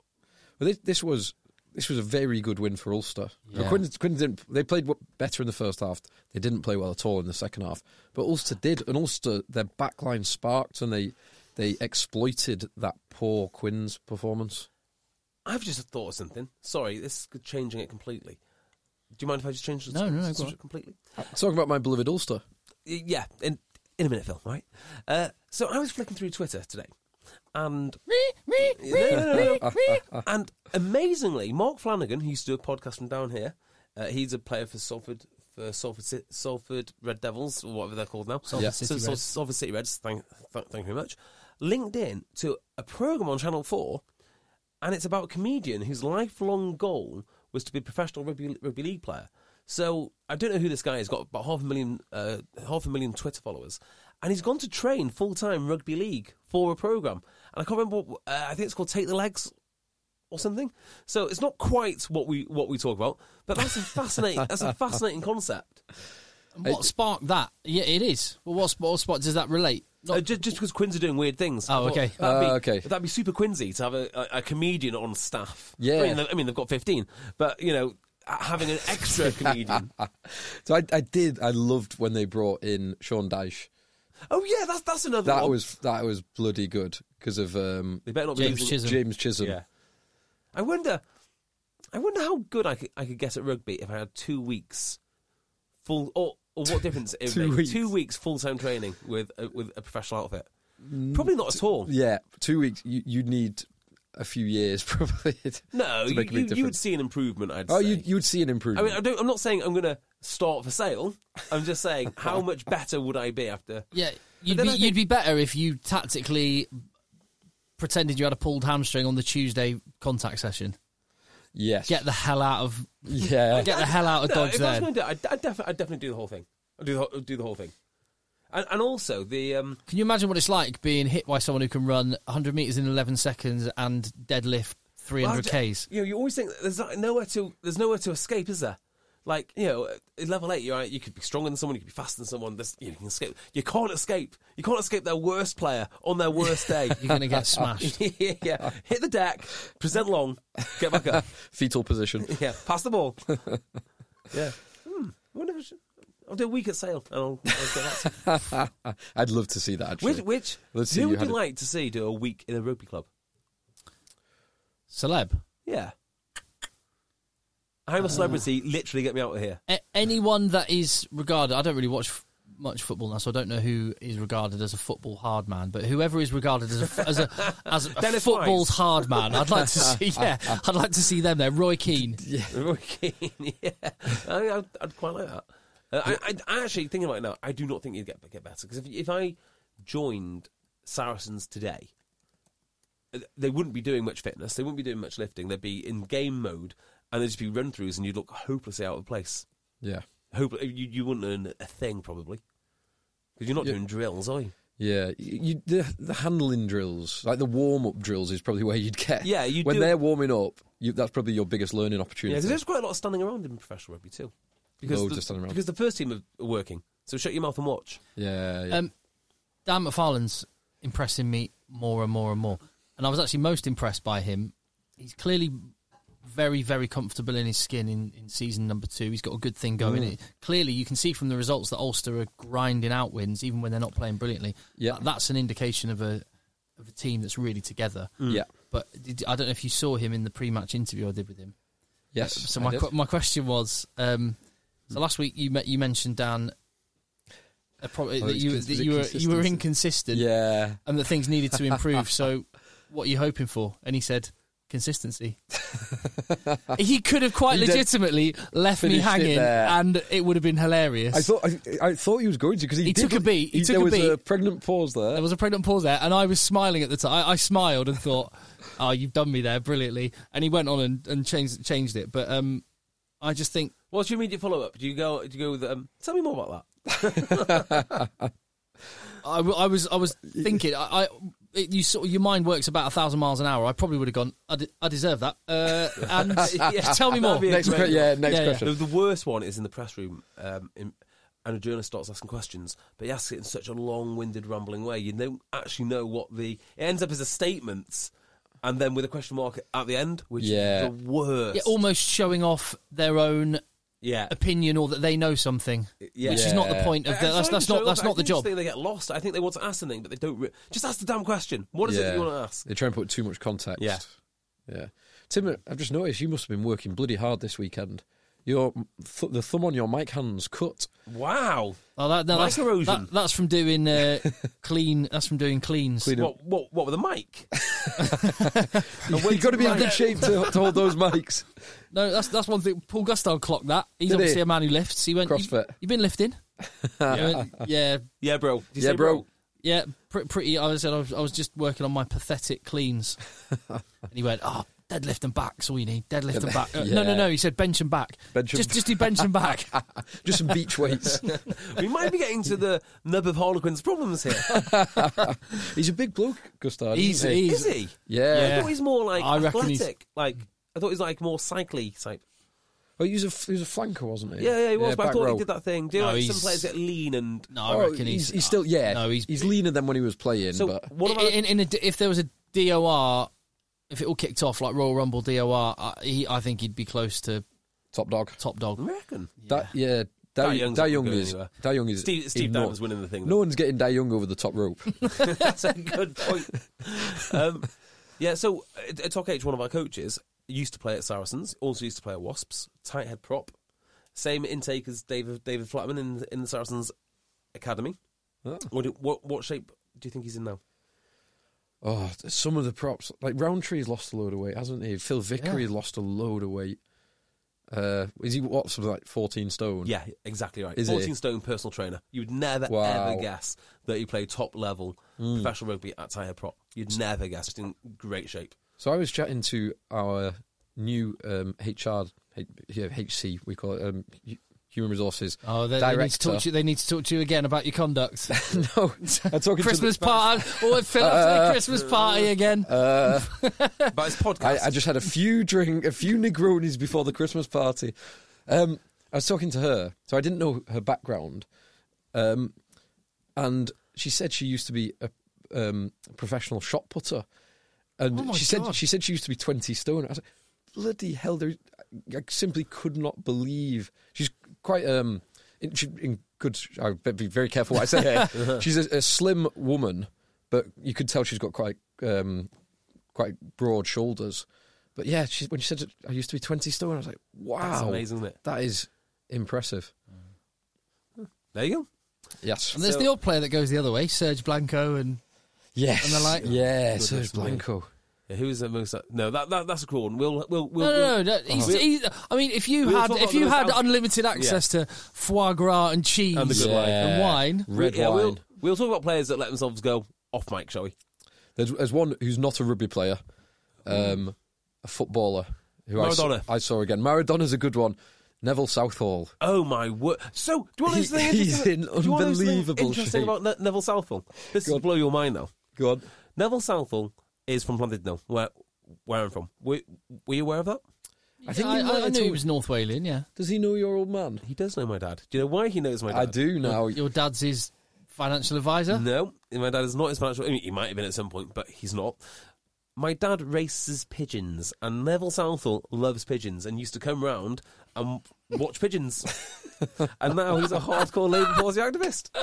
S3: But this, this was this was a very good win for Ulster.
S1: Yeah.
S3: Quinn, Quinn didn't. They played w- better in the first half. They didn't play well at all in the second half. But Ulster did, and Ulster their backline sparked, and they they exploited that poor Quinn's performance.
S2: I've just thought of something. Sorry, this is changing it completely. Do you mind if I just change the
S1: No, no, no, go on.
S2: subject completely?
S3: Talking about my beloved Ulster. [laughs]
S2: Y- Yeah, in in a minute, Phil. Right. Uh, so I was flicking through Twitter today, and No, no, no, no. [laughs] and amazingly, Mark Flanagan, who used to do a podcast from down here, uh, he's a player for Salford for Salford Ci- Salford Red Devils or whatever they're called now. Salford
S3: Yeah.
S1: City Reds.
S2: Salford City Reds. Thank, th- thank you very much. Linked in to a program on Channel Four, and it's about a comedian whose lifelong goal was to be a professional rugby, rugby league player. So I don't know who this guy is. Got about half a million, uh, half a million Twitter followers, and he's gone to train full time rugby league for a program. And I can't remember. What, uh, I think it's called Take the Legs or something. So it's not quite what we what we talk about, but that's a fascinating [laughs] that's a fascinating concept.
S1: And What sparked that? Yeah, it is. Well, what sp- what spot does that relate? Not-
S2: Uh, just, just because Quinns are doing weird things. I
S1: Oh,
S2: thought
S1: okay.
S2: that'd be,
S3: Uh, okay.
S2: That'd be super Quinsy to have a, a, a comedian on staff.
S3: Yeah.
S2: I mean, they- I mean, they've got fifteen, but you know, having an
S3: [laughs]
S2: extra comedian.
S3: So I, I did. I loved when they brought in Sean Dyche.
S2: oh yeah, that's that's another.
S3: That
S2: one.
S3: was that was bloody good because of um,
S2: They better not
S1: James
S2: be losing-
S1: Chisholm.
S3: James Chisholm.
S2: Yeah. I wonder. I wonder how good I could, I could get at rugby if I had two weeks full or. Or
S3: [laughs]
S2: what difference? it would
S3: Two
S2: make.
S3: weeks.
S2: Two weeks full time training with a, with a professional outfit. Probably not at all.
S3: Mm. Yeah, two weeks. You you need a few years [laughs] probably. to-
S2: No,
S3: to
S2: you,
S3: make a big
S2: you, you would
S3: difference.
S2: see an improvement. I'd
S3: Oh,
S2: say.
S3: you you would see an
S2: I
S3: improvement.
S2: mean, I don't, I'm not saying I'm going to start for sale. I'm just saying how much better would I be after?
S1: Yeah, you'd
S2: then
S1: be
S2: I think-
S1: you'd be better if you tactically pretended you had a pulled hamstring on the Tuesday contact session.
S3: yes.
S1: Get the hell out of [laughs]
S3: yeah.
S1: get the hell out of
S2: [laughs] No,
S1: Dodge
S2: if I was
S1: there.
S2: going to do it, I'd, I'd, defi- I'd definitely do the whole thing. I'd do the whole, do the whole thing. And, and also the um,
S1: Can you imagine what it's like being hit by someone who can run 100 meters in 11 seconds and deadlift 300
S2: Well, I d-
S1: k's?
S2: You know, you always think that there's not- nowhere to there's nowhere to escape, is there? Like you know, at level eight, you're you could be stronger than someone, you could be faster than someone. There's, you can escape. You can't escape. You can't escape their worst player on their worst day.
S1: You're going to get smashed.
S2: [laughs] yeah, yeah. Hit the deck, present long, get back up.
S1: [laughs]
S3: Fetal position.
S2: Yeah, pass the [laughs] ball. yeah. Hmm. I wonder if I should- I'll do a week at sale. And I'll, I'll get [laughs] that. to-
S3: I'd love to see that actually.
S2: Which, which
S3: Let's see,
S2: who
S3: you
S2: would you
S3: had a-
S2: like to see do a week in a rugby club?
S1: Celeb.
S2: Yeah. Uh. I'm a celebrity. Literally, get me out of here.
S1: A- anyone that is regarded, I don't really watch f- much football now, so I don't know who is regarded as a football hard man. But whoever is regarded as a as a, as a
S2: [laughs] Dennis
S1: football's
S2: Wise.
S1: hard man, I'd like to see. Yeah, I'd like to see them there. Roy Keane.
S2: Roy Keane, [laughs] yeah. I, I'd, I'd quite like that. Uh, I, I, I actually, thinking about it now, I do not think you'd get, get better. Because if, if I joined Saracens today, uh, they wouldn't be doing much fitness, they wouldn't be doing much lifting, they'd be in game mode, and they'd just be run throughs, and you'd look hopelessly out of place.
S3: Yeah.
S2: Hope, you, you wouldn't earn a thing, probably. Because you're not
S3: Yeah.
S2: doing drills, are you?
S3: Yeah, y- you, the, the handling drills, like the warm up drills, is probably where you'd get.
S2: Yeah, you
S3: when
S2: do-
S3: they're warming up, you, that's probably your biggest learning
S2: Yeah,
S3: opportunity.
S2: because there's quite a lot of standing around in professional rugby, too.
S3: Loads
S2: the,
S3: of standing around.
S2: Because the first team are working. So shut your mouth and watch.
S3: yeah, yeah.
S1: Um, Dan McFarlane's impressing me more and more and more, and I was actually most impressed by him. He's clearly very, very comfortable in his skin in, in season number two. He's got a good thing going. It- clearly, you can see from the results that Ulster are grinding out wins, even when they're not playing brilliantly.
S3: Yeah.
S1: That- that's an indication of a of a team that's really together.
S3: yeah.
S1: But did, I don't know if you saw him in the pre-match interview I did with him.
S3: Yes.
S1: Um, So
S3: I
S1: my
S3: did.
S1: qu- my question was, um, so last week you met, you mentioned Dan. Uh, probably,
S3: Oh,
S1: that
S3: it's
S1: you,
S3: cons-
S1: that
S3: is it
S1: you were you were
S3: consistency?
S1: inconsistent
S3: yeah.
S1: and that things needed to
S3: [laughs]
S1: improve. so, what are you hoping for? And he said, consistency. [laughs] he could have quite
S3: He did.
S1: legitimately left me
S3: Finished it
S1: hanging,
S3: there.
S1: and it would have been hilarious.
S3: I thought I, I thought he was going to because he,
S1: He
S3: did
S1: took a beat, he took
S3: there
S1: a
S3: was
S1: beat.
S3: a pregnant pause there.
S1: there was a pregnant pause there, and I was smiling at the time. I, I smiled and thought, "Oh, you've done me there brilliantly." And he went on and, and changed changed it. But um, I just think
S2: What's your immediate follow up? Do you go? Do you go with? Um, tell me more about that.
S1: I, w- I was I was thinking I, I it, you sort of, your mind works about a thousand miles an hour. I probably would have gone. I, de- I deserve that. Uh,
S2: [laughs]
S1: and
S2: Yeah.
S1: tell me
S2: That'd
S1: more.
S2: be a
S3: next
S2: great
S3: que-
S2: one.
S3: yeah, next
S1: Yeah, yeah.
S3: question.
S2: The, the worst one is in the press room, um, in, and a journalist starts asking questions, but he asks it in such a long-winded, rambling way. You don't actually know what the. It ends up as a statement, and then with a question mark at the end, which
S3: Yeah.
S2: is the worst.
S1: Yeah, almost showing off their own
S2: yeah.
S1: opinion or that they know something,
S2: Yeah.
S1: which is not the
S3: Yeah.
S1: point of the,
S2: I- I
S1: that's
S2: find
S1: that's
S2: the
S1: not
S2: show-
S1: that's
S2: I
S1: not the
S2: think just
S1: job.
S2: think they get lost. I think they want to ask something, but they don't. Re- just ask the damn question. What is it that you want to ask?
S3: They try and put too much context.
S2: Yeah.
S3: Yeah. Tim, I've just noticed you must have been working bloody hard this weekend. Your th- the thumb on your mic
S2: [laughs]
S3: hand's cut.
S2: Wow.
S1: Oh, that, no, that's,
S2: Microerosion.
S1: that, that's from doing uh,
S3: [laughs]
S1: clean. That's from doing cleans.
S3: Clean-
S2: What? What? What with a mic?
S3: You've got to be in good shape to, to hold those mics.
S1: No, that's that's one thing. Paul Gustav clocked that. He's
S3: Did he?
S1: obviously a man who lifts. He went.
S3: CrossFit.
S1: You, have been
S3: [laughs]
S1: lifting. I went, yeah,
S2: Yeah, bro. Did you
S3: Yeah,
S2: say
S3: bro.
S1: yeah. Pr- pretty. I said I was, I was just working on my pathetic cleans, and he went, "Oh, deadlift and back's all you need. Deadlift and back." Uh, No, no,
S3: Yeah.
S1: no. He said bench and back.
S3: Bench and-
S1: just just do bench and
S3: [laughs]
S1: back.
S3: Just some
S2: [laughs]
S3: beach weights.
S2: we might be getting to the nub of Harlequin's problems
S1: [laughs]
S2: here.
S3: he's a big bloke, Gustav. isn't
S1: He's-
S3: he?
S1: he's-
S2: Is he?
S3: Yeah.
S2: I thought he's more like
S1: I reckon he's-
S2: athletic. Like I thought he's like more cycly type.
S3: Oh, he was a f- he was a flanker, wasn't he?
S2: Yeah, yeah, he was. but I
S3: back
S2: thought
S3: row.
S2: he did that thing. Do you
S1: No,
S2: know, like some
S1: he's-
S2: players get lean and
S1: No, I
S3: Oh,
S1: reckon he's,
S3: he's, still yeah.
S1: No, he's
S3: he's leaner than when he was playing.
S2: so
S3: but
S2: what about
S1: in, in a, if there was a DOR, if it all kicked off like Royal Rumble DOR, I, he, I think he'd be close to
S3: top dog.
S1: top dog.
S2: I reckon
S3: That yeah. That,
S2: Dai Young's
S3: Dai
S2: not
S3: Young
S2: going
S3: is
S2: anywhere.
S3: Dai Young is
S2: Steve, Steve
S3: enormous.
S2: Diamond's winning the thing.
S3: No one's getting Dai Young over the top
S2: [laughs]
S3: rope.
S2: That's a
S1: [laughs]
S2: good point. um, yeah, so uh, Tok H, one of our coaches, used to play at Saracens, also used to play at Wasps, tight head prop, same intake as David David Flatman in in the Saracens academy.
S1: Oh.
S2: What, do- what what shape do you think he's in now?
S3: Oh, th- some of the props like Roundtree's lost a load of weight, hasn't he? Phil Vickery lost a load of weight. Uh, is he what something like fourteen stone?
S2: Yeah, exactly right.
S3: Is he?
S2: 14 stone personal trainer. You'd never
S3: Wow. Mm.
S2: ever guess that he played top level professional rugby at Tyre Prop. You'd never guess. Just in great shape.
S3: So I was chatting to our new um, HR, H- yeah, HC, we call it um, hu- human resources
S1: Oh, they, they
S3: director.
S1: need to talk to you. They need to talk to you again about your conduct. [laughs]
S3: [laughs] no, I'm talking [laughs]
S1: Christmas
S3: to the, uh,
S1: party. Oh, Phil, uh, Christmas
S3: [laughs]
S1: party again.
S2: But his podcast.
S3: I, I just had a few drink, a few Negronis before the Christmas party. Um, I was talking to her, so I didn't know her background, um, and she said she used to be a um, professional shot putter, and
S1: Oh my
S3: she
S1: God.
S3: said she said she used to be twenty stone. I was like, bloody hell! There, I simply could not believe she's quite um, in, she, in good. I better be very careful what I say.
S1: [laughs]
S3: here. she's a, a slim woman, but you could tell she's got quite um, quite broad shoulders. But yeah, she, when she said it, I used to be 20 stone, I was like, wow.
S2: That's amazing, isn't it?
S3: That is impressive.
S2: There you go.
S3: Yes.
S1: And there's the old player that goes the other way, Serge Blanco, and
S3: yes.
S1: and the like.
S3: Yeah,
S2: Goodness
S3: Serge
S2: me.
S3: Blanco.
S2: Yeah, who is the most? uh, No, that, that that's a cool one. We'll we'll we'll.
S1: no, no, no.
S2: we'll-
S1: that- he's,
S2: We'll-
S1: he's, I mean, if you
S2: We'll
S1: had
S2: talk about
S1: if you
S2: the
S1: had
S2: without-
S1: unlimited access to foie gras and cheese
S2: And the good wine.
S1: and wine,
S3: Red
S2: yeah,
S3: wine.
S2: We'll, we'll talk about players that let themselves go off mic, shall we?
S3: There's, there's one who's not a rugby player, um, a footballer. Who I
S2: Maradona.
S3: saw, I saw again. Maradona's a good one. Neville Southall.
S2: Oh my word! So, do you want to know
S3: He-
S2: something
S3: he's
S2: interesting-
S3: in
S2: do you want to know something
S3: unbelievable
S2: Interesting
S3: shape.
S2: about ne- Neville Southall. This
S3: Go
S2: will
S3: on.
S2: blow your mind, though.
S3: Go on.
S2: Neville Southall is from Llandudno, where where I'm from. Were, were you aware of that?
S3: I think
S1: I,
S3: he might
S1: I, I
S3: have
S1: knew he
S3: told-
S1: was North Walian. Yeah,
S3: Does he know your old man?
S2: He does know my dad. Do you know why he knows my dad?
S3: I do now.
S1: your dad's his financial advisor.
S2: No, my dad is not his financial. I mean, he might have been at some point, but he's not. My dad races pigeons, and Neville Southall loves pigeons, and used to come round and watch
S3: [laughs]
S2: pigeons. and now he's a hardcore Labour Party activist.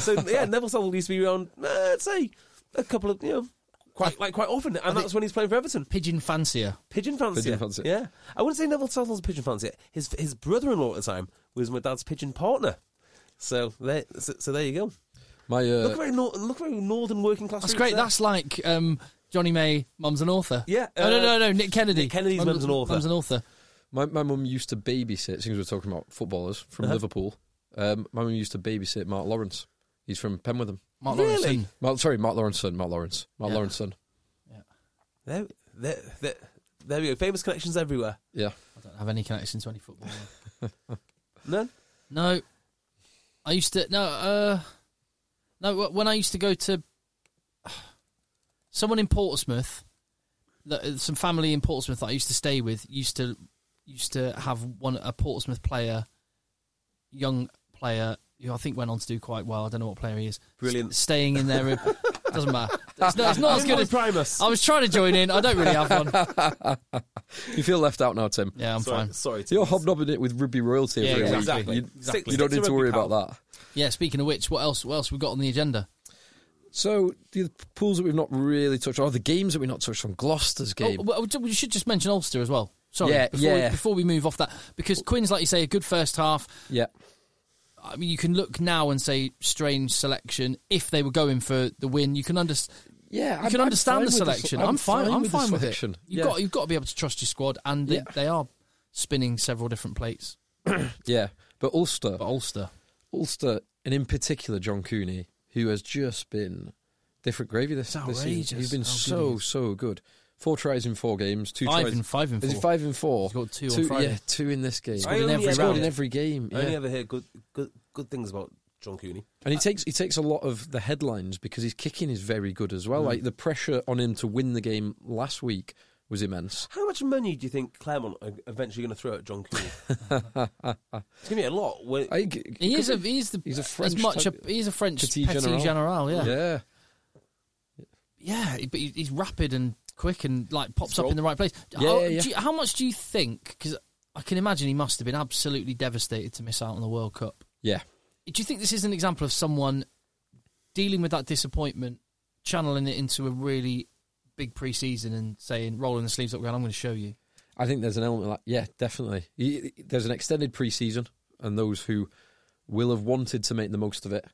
S2: So yeah, Neville Southall used to be around, uh, I'd say, a couple of you know, quite like quite often, and that's when he's playing for Everton.
S1: Pigeon fancier.
S2: Pigeon fancier.
S3: Pigeon fancier.
S2: Yeah, I wouldn't say Neville Southall's a pigeon fancier. His his brother-in-law at the time was my dad's pigeon partner. So there, so, so there you go.
S3: My uh,
S2: Look very nor- look very northern working class.
S1: That's
S2: roots
S1: great.
S2: there.
S1: That's like um, Johnny May, Mum's an author.
S2: Yeah,
S1: oh, no,
S2: uh,
S1: no, no. Nick Kennedy.
S2: Nick Kennedy's Mum's an author.
S1: Mum's an author.
S3: My my mum used to babysit. Since we're talking about footballers from
S1: Uh-huh.
S3: Liverpool, um, my mum used to babysit Mark Lawrence. He's from Penwitham.
S1: Mark
S2: Really?
S1: Lawrenson.
S3: Mark, sorry, Mark Lawrence son. Mark Lawrence. Mark
S1: Yeah.
S3: Lawrence son.
S2: there, there, there, there we go. Famous connections everywhere.
S3: Yeah.
S1: I don't have any connection to any football.
S2: None.
S1: No, I used to no uh no wh- when I used to go to someone in Portsmouth, that- uh, some family in Portsmouth that I used to stay with used to used to have one a Portsmouth player, young player who I think went on to do quite well. I don't know what player he is.
S2: Brilliant.
S1: S- staying in there [laughs] doesn't matter. It's not, it's not as good as.
S2: Primus.
S1: I was trying to join in. I don't really have one.
S3: You feel left out now, Tim.
S1: Yeah, I'm
S2: sorry,
S1: fine.
S2: Sorry,
S3: You're
S2: Tim.
S3: hobnobbing it with rugby royalty
S1: Yeah,
S3: every week.
S2: exactly.
S3: You,
S2: Exactly.
S3: you don't
S2: Stick
S3: need
S2: to
S3: to worry
S2: rugby,
S3: about that.
S1: Yeah. Speaking of which, what else? What else we got on the agenda?
S3: So the other pools that we've not really touched on, or the games that we've not touched on, Gloucester's game.
S1: Oh, well, we should just mention Ulster as well. Sorry,
S3: Yeah,
S1: before,
S3: yeah.
S1: We, before we move off that, because Quinn's, like you say, a good first half.
S3: yeah.
S1: I mean, you can look now and say strange selection. If they were going for the win, you can understand.
S3: Yeah,
S1: you
S3: I'm-
S1: can
S3: I'm
S1: understand the
S3: fine with the se-
S1: selection.
S3: I'm
S1: I'm fine.
S3: fine
S1: I'm
S3: with the
S1: fine with it.
S3: selection.
S1: You've
S3: Yeah.
S1: got you've got to be able to trust your squad, and they,
S3: Yeah.
S1: they are spinning several different plates.
S3: Yeah. But Ulster,
S1: But Ulster,
S3: Ulster, and in particular John Cooney, who has just been different gravy this,
S1: It's
S3: this
S1: outrageous
S3: season. He's been
S1: how good
S3: so
S1: he is.
S3: so good. Four tries in four games. Two
S1: Five
S3: tries
S1: in- five in
S3: Is
S1: four.
S3: it five in four?
S1: He's got two on Friday.
S3: Yeah, two in this game.
S2: I
S1: in
S2: only
S1: every
S2: ever-
S3: Scored in
S1: round.
S3: every game.
S2: I only
S3: yeah.
S2: ever hear good, good, good things about John Cooney.
S3: And he takes he takes a lot of the headlines because his kicking is very good as
S1: Mm.
S3: well. Like the pressure on him to win the game last week was immense.
S2: How much money do you think Claremont are eventually going to throw at John Cooney? it's going to be a lot. When,
S3: I think
S1: he is a he's the
S3: he's a
S1: as
S3: French
S1: much
S3: type-
S1: a he's a French
S3: Petit
S1: petit,
S3: general.
S1: general. yeah, yeah.
S3: yeah.
S1: he- but he- he's rapid and quick and like pops up in the right place.
S3: Yeah,
S1: how,
S3: yeah, yeah.
S1: Do you, how much do you think? Because I can imagine he must have been absolutely devastated to miss out on the World Cup.
S3: yeah.
S1: do you think this is an example of someone dealing with that disappointment, channeling it into a really big preseason and saying, rolling the sleeves up, going, I'm going to show you?
S3: I think there's an element of that. Yeah, definitely. Y- There's an extended pre-season, and those who will have wanted to make the most of it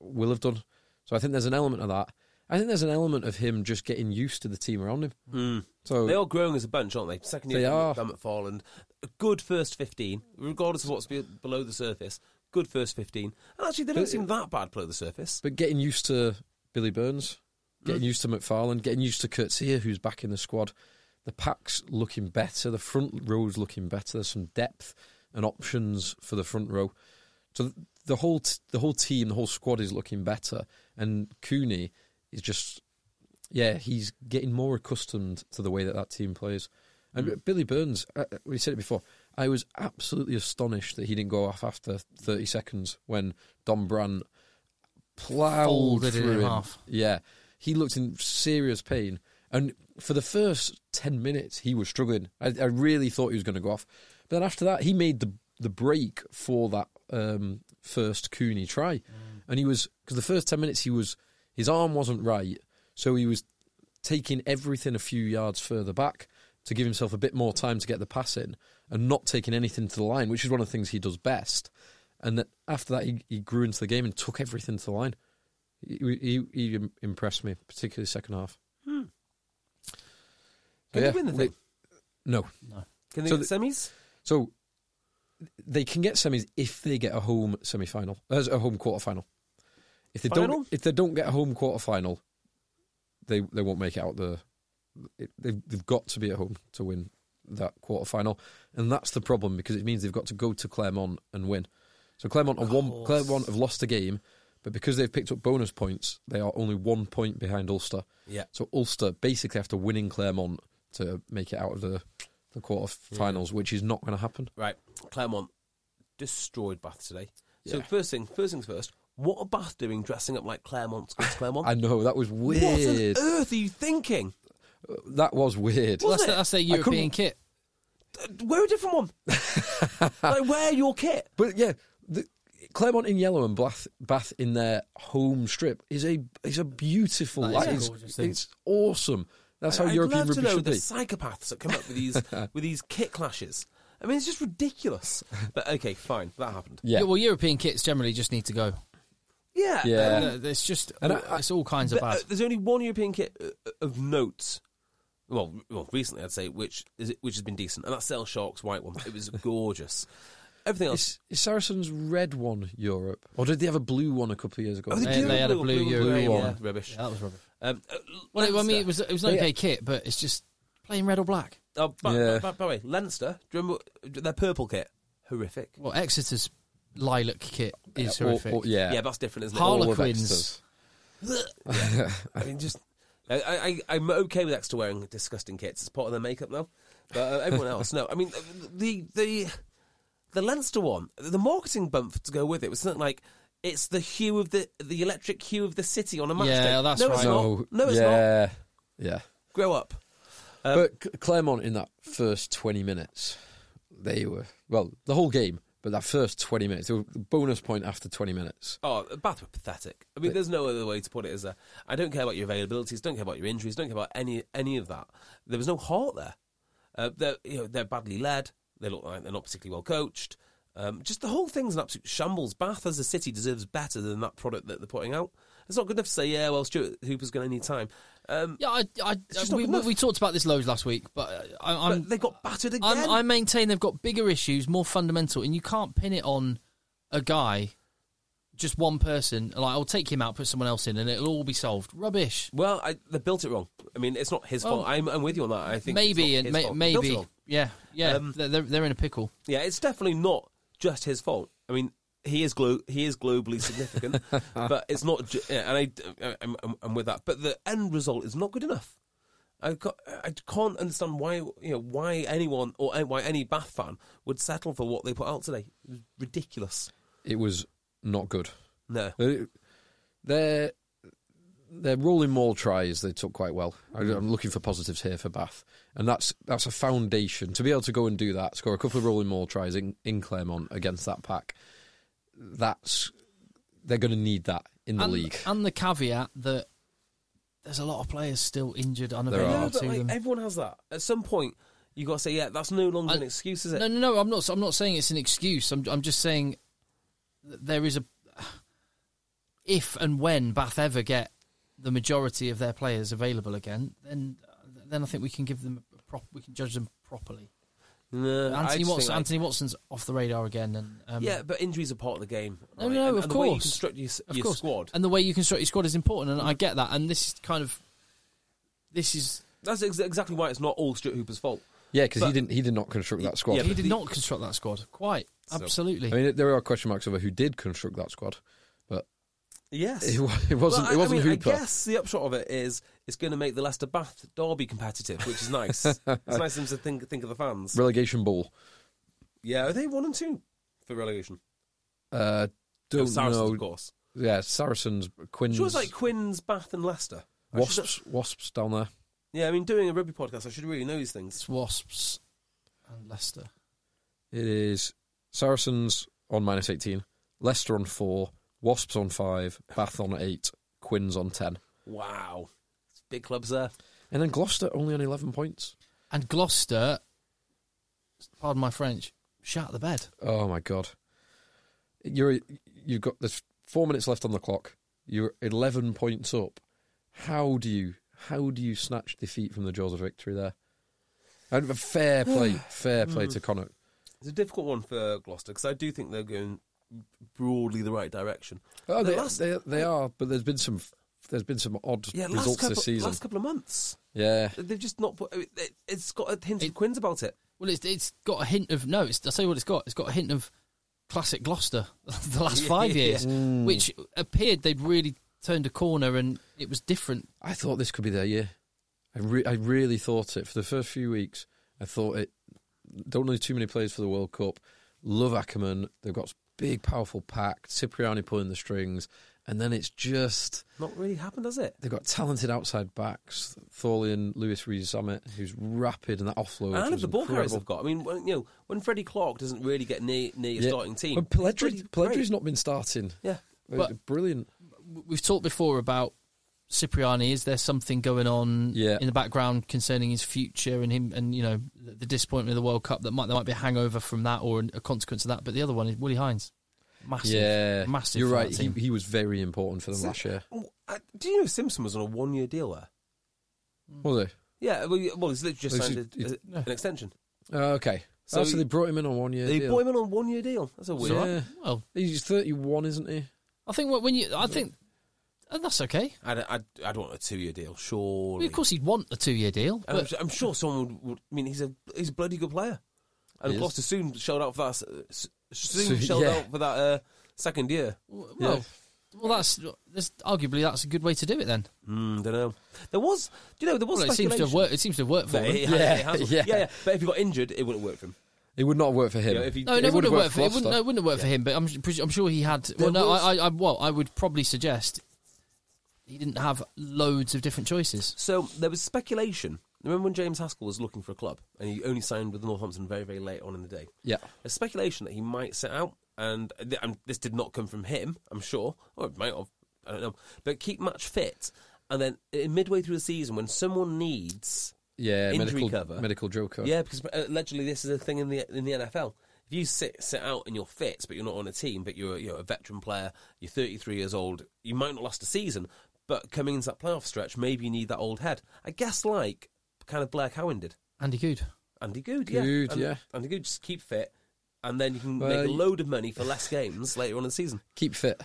S3: will have done. So I think there's an element of that. I think there's an element of him just getting used to the team around him. So
S2: They are growing as a bunch, aren't they? Second year
S3: They are.
S2: at McFarland. A good first 15, regardless of what's be- below the surface. Good first 15. And actually, they don't seem that bad below the surface.
S3: But getting used to Billy Burns, getting used to McFarland, getting used to Kurtzia, who's back in the squad, the pack's looking better, the front row's looking better. There's some depth and options for the front row. So th- the whole t- the whole team, the whole squad is looking better, and Cooney is just yeah, he's getting more accustomed to the way that that team plays. And
S1: Hmm.
S3: Billy Burns, uh, we said it before. I was absolutely astonished that he didn't go off after 30 seconds when Don Brandt ploughed
S1: Folded it in
S3: through him.
S1: half.
S3: Yeah, he looked in serious pain, and for the first 10 minutes he was struggling. I, I really thought he was going to go off, but then after that he made the the break for that um, first Cooney try, and he was because the first 10 minutes he was his arm wasn't right, so he was taking everything a few yards further back to give himself a bit more time to get the pass in and not taking anything to the line, which is one of the things he does best. And that after that, he, he grew into the game and took everything to the line. He, he, he im- impressed me, particularly second half. So,
S2: Hmm. Can
S3: yeah,
S2: they win the
S3: we-
S2: thing?
S3: No.
S2: Can they
S3: So
S2: win the semis?
S3: So they can get semis if they get a home semi-final, as a home quarter-final. If they
S2: Final?
S3: don't, if they don't get a home quarter-final, they they won't make it out the. It, they've they've got to be at home to win that quarter-final, and that's the problem because it means they've got to go to Clermont and win. So Clermont have one, Clermont have lost a game, but because they've picked up bonus points, they are only one point behind Ulster.
S2: Yeah.
S3: So Ulster basically have to win in Clermont to make it out of the the quarter-finals, which is not going to happen.
S2: Right, Claremont destroyed Bath today. So first thing, first things first. What are Bath doing dressing up like Claremont's
S3: [sighs]
S2: against Claremont?
S3: I know that was weird.
S2: What on earth are you thinking?
S3: That was weird.
S1: Well,
S2: Was
S1: that's,
S2: it?
S1: that's their
S2: I
S1: European
S2: couldn't-
S1: kit.
S2: Wear a different one.
S3: [laughs]
S2: like wear your kit.
S3: But yeah, the, Claremont in yellow and Bath, Bath in their home strip is a is a beautiful.
S1: That is
S3: that
S1: a
S3: is-
S1: gorgeous thing.
S3: it's awesome. That's how
S2: I'd
S3: European
S2: love to
S3: rugby
S2: know
S3: should
S2: the
S3: be.
S2: psychopaths that come up with
S3: [laughs]
S2: these with these kit clashes. I mean, it's just
S3: [laughs]
S2: ridiculous. But okay, fine, that happened.
S3: Yeah.
S1: well, European kits generally just need to go.
S2: Yeah,
S3: Yeah.
S2: um,
S1: Uh, It's just
S3: And I-
S1: it's all kinds of
S2: but, uh,
S1: bad.
S2: there's only one European kit uh, of note. Well, r- well, recently I'd say which is which has been decent, and that's Cell Shark's white one. It was gorgeous. Everything else,
S3: Is, is Saracens red one Europe, or did they have a blue one a couple of years ago?
S2: Oh, they
S1: They-
S2: do
S1: they had
S2: have
S1: a
S2: blue-
S1: blue
S2: blue and
S1: European
S2: blue
S1: one.
S2: one. Rubbish.
S1: Yeah, that was rubbish.
S2: Um, uh,
S1: Well, I mean, it
S2: Leinster.
S1: was uh, it was an
S3: Yeah.
S1: okay kit, but it's just plain red or black.
S2: Oh, by,
S3: Yeah.
S2: by, by the way, Leinster. Do you remember uh, their purple kit? Horrific.
S1: Well, Exeter's lilac kit is
S3: Or-
S1: horrific.
S3: or- yeah,
S2: Yeah, that's different, isn't it?
S3: All of
S1: Harlequins.
S3: Exeter's.
S2: I mean, just I, I, I'm okay with Exeter wearing disgusting kits. It's part of their makeup now. But uh, everyone else, no. I mean, the the the Leinster one, the marketing bump to go with it was something like. It's the hue of the the electric hue of the city on a match
S1: Yeah,
S2: day.
S1: that's
S2: no,
S1: right.
S2: It's
S3: No,
S2: not. No, it's not. Um,
S3: yeah, yeah.
S2: Grow up.
S3: but C- Claremont in that first 20 minutes, they were, well, the whole game, but that first 20 minutes, they were bonus point after 20 minutes.
S2: Oh, Bath were pathetic. I mean, there's no other way to put it. Is there? I don't care about your availabilities. Don't care about your injuries. Don't care about any any of that. There was no heart there. Uh, they're you know they're badly led. They look like they're not particularly well coached. Um, just the whole thing's an absolute shambles. Bath as a city deserves better than that product that they're putting out. It's not good enough to say yeah. Well, Stuart Hooper's going to need time. Um,
S1: Yeah, I, I,
S2: just not
S1: we,
S2: good
S1: we,
S2: enough.
S1: we talked about this loads last week, but uh, I, I'm
S2: but they got battered again.
S1: I'm, I maintain they've got bigger issues, more fundamental, and you can't pin it on a guy, just one person. Like, I'll take him out, put someone else in, and it'll all be solved. Rubbish.
S2: well, I, they built it wrong. I mean, it's not his
S1: Well,
S2: fault. I'm, I'm with you on that. I think
S1: Oh.
S2: it's
S1: Maybe
S2: not
S1: and
S2: his
S1: may,
S2: fault. They built it
S1: maybe,
S2: wrong.
S1: yeah, yeah.
S2: Um,
S1: they're, they're- they're in a pickle.
S2: Yeah, it's definitely not just his fault. I mean, he is glo- he is
S1: [laughs]
S2: globally significant, but it's not. Ju- yeah, and I, I- I'm, I'm, I'm with that. But the end result is not good enough. I ca- I can't understand why you know why anyone or a- why any Bath fan would settle for what they put out today. It was ridiculous.
S3: It was not good.
S2: No,
S3: They- Their, their Uh, rolling maul tries they took quite well. I-
S2: Mm.
S3: I'm looking for positives here for Bath. And that's that's a foundation. To be able to go and do that, score a couple of rolling maul tries in, in Claremont against that pack, that's they're going to need that in the
S1: and,
S3: league.
S1: and the caveat that there's a lot of players still injured, unavailable
S3: are.
S2: no, but
S1: to
S2: like
S1: them.
S2: everyone has that. At some point, you got to say, yeah, that's no longer an
S1: I-
S2: excuse, is it?
S1: No, no, no. I'm not. I'm not saying it's an excuse. I'm. I'm just saying that there is a if and when Bath ever get the majority of their players available again, then then I think we can give them a prop. We can judge them properly.
S2: No, I
S1: Anthony
S2: just
S1: Watson.
S2: think, like,
S1: Anthony Watson's off the radar again, and um,
S2: yeah, but injuries are part of the game.
S1: No,
S2: right?
S1: no,
S2: and,
S1: of
S2: and The way you
S1: course.
S2: construct your, s-
S1: of
S2: your
S1: course.
S2: squad.
S1: And the way you construct your squad is important, and I get that. And this is kind of this is
S2: That's ex- exactly why it's not all Stuart Hooper's fault.
S3: yeah, because he
S2: but-
S3: didn't he did not construct that squad.
S2: Yeah,
S1: he
S2: but
S1: did
S2: the-
S1: not construct that squad quite absolutely.
S3: I mean, there are question marks over who did construct that squad, but
S2: Yes,
S3: it, wa- it wasn't.
S2: Well, I-
S3: it wasn't
S2: I mean,
S3: Hooper.
S2: I guess the upshot of it is it's going to make the Leicester Bath derby competitive, which is
S3: [laughs]
S2: nice. it's nice of them to think think of the fans.
S3: Relegation ball.
S2: yeah, are they one and two for relegation?
S3: Uh,
S2: Oh,
S3: don't
S2: Saracens,
S3: know.
S2: of course.
S3: Yeah, Saracens, Quins,
S2: Sure, it's like Quinns, Bath, and Leicester. I should-
S3: Wasps, Wasps down there.
S2: yeah, I mean, doing a rugby podcast, I should really know these things.
S1: It's Wasps and Leicester.
S3: It is Saracens on minus eighteen, Leicester on four, Wasps on five, Bath on eight, Quins on ten,
S2: Wow, it's big clubs there.
S3: and then Gloucester only on eleven points.
S1: And Gloucester, pardon my French, shat the bed.
S3: Oh my god! You're you've got there's four minutes left on the clock. You're eleven points up. How do you how do you snatch defeat from the jaws of victory there?
S2: [sighs]
S3: And fair play, fair play
S2: Mm.
S3: to Connacht.
S2: It's a difficult one for Gloucester because I do think they're going broadly the right direction.
S3: Oh,
S2: The
S3: they,
S2: last-
S3: they, they are, but there's been some there's been some odd
S2: yeah, last
S3: results
S2: couple,
S3: this season.
S2: Last couple of months,
S3: yeah,
S2: they've just not put. I mean, it- It's got a hint of Quinn's about it.
S1: Well, it's it's got a hint of no. It's I tell you what, it's got it's got a hint of classic Gloucester [laughs] the last five
S2: Yeah.
S3: [laughs]
S1: years,
S3: Mm.
S1: which appeared they'd really turned a corner and it was different.
S3: I thought this could be their year. I re- I really thought it for the first few weeks. I thought it. Don't know too many players for the World Cup. Love Ackerman. They've got big, powerful pack. Cipriani pulling the strings, and then it's just
S2: Not really happened, has it?
S3: they've got talented outside backs. Thorley and Lewis Rees Summit, who's rapid and that offload.
S2: And
S3: was
S2: the ball carriers
S3: Oh, incredible.
S2: they've got. I mean, when, you know, when Freddie Clark doesn't really get near, near your
S3: Yeah.
S2: starting team,
S3: But
S2: Freddie's great.
S3: Pelledri, Pelledri's not been starting.
S2: Yeah,
S1: But-
S3: brilliant.
S1: We've talked before about Cipriani. Is there something going on
S3: Yeah.
S1: in the background concerning his future and him and you know the, the disappointment of the World Cup that might there might be a hangover from that or a consequence of that. But the other one is Willie Hines, massive,
S3: Yeah,
S1: massive.
S3: You're
S1: for that
S3: right. He,
S1: team.
S3: he was very important for them
S2: So-
S3: last year.
S2: Oh, uh, do you know Simpson was on a one-year deal there?
S3: Was
S2: Yeah, well, you- well he's literally just
S3: Well,
S2: signed a-
S3: he's- he's-
S2: a- an extension.
S3: he? Oh, okay.
S2: So
S3: So,
S2: he-
S3: so they brought him in on one year.
S2: They
S3: deal.
S2: brought him in on a one-year deal. That's a weird.
S3: yeah.
S1: well,
S3: He's 31, isn't he?
S1: I think when you I think and that's okay.
S2: I'd, I'd, I'd want a two-year deal, surely.
S1: Of course, he'd want a two-year deal.
S2: And I'm,
S1: But
S2: su- I'm sure someone would, would. I mean, he's a he's a bloody good player, and
S3: He is.
S2: Gloucester soon shelled out for that. s- s- Soon
S3: So-
S2: shelled
S3: yeah.
S2: out for that uh, second year.
S1: Well, well, that's there's, arguably that's a good way to do it. Then
S2: Mm, don't know. There was, do you know, there was.
S1: well, it seems to have
S2: speculation
S1: worked. It seems to have worked for
S2: that
S1: him.
S2: he-
S3: Yeah,
S2: he has-
S3: yeah.
S2: yeah, yeah. But if he got injured, it wouldn't work for him.
S3: It would not have worked for him.
S2: You know, if he,
S1: No, no, it
S3: would've
S1: wouldn't
S3: worked
S1: work
S3: for
S1: for it wouldn't,
S3: Gloucester.
S1: no, it wouldn't work for him. But I'm pres- I'm sure he had.
S2: There
S1: Well, no,
S2: was-
S1: I, I, I well, I would probably suggest he didn't have loads of different choices.
S2: So there was speculation. Remember when James Haskell was looking for a club and he only signed with Northampton very, very late on in the day?
S3: Yeah.
S2: There's speculation that he might set out, and, th- and this did not come from him, I'm sure, or it might have, I don't know, but keep match fit. And then uh, midway through the season, when someone needs.
S3: Yeah,
S2: Injury
S3: uh, medical,
S2: cover.
S3: medical joker.
S2: Yeah, because allegedly this is a thing in the in the NFL. If you sit sit out and you're fit, but you're not on a team, but you're you're a veteran player, you're 33 years old, you might not last a season, but coming into that playoff stretch, maybe you need that old head. I guess like kind of Blair Cowan did,
S1: Andy Good.
S2: Andy Good, yeah,
S3: Good,
S2: Andy,
S3: yeah.
S2: Andy Good, just keep fit, and then you can
S3: Well,
S2: make a
S3: you-
S2: load of money for less games later on in the season.
S3: Keep fit.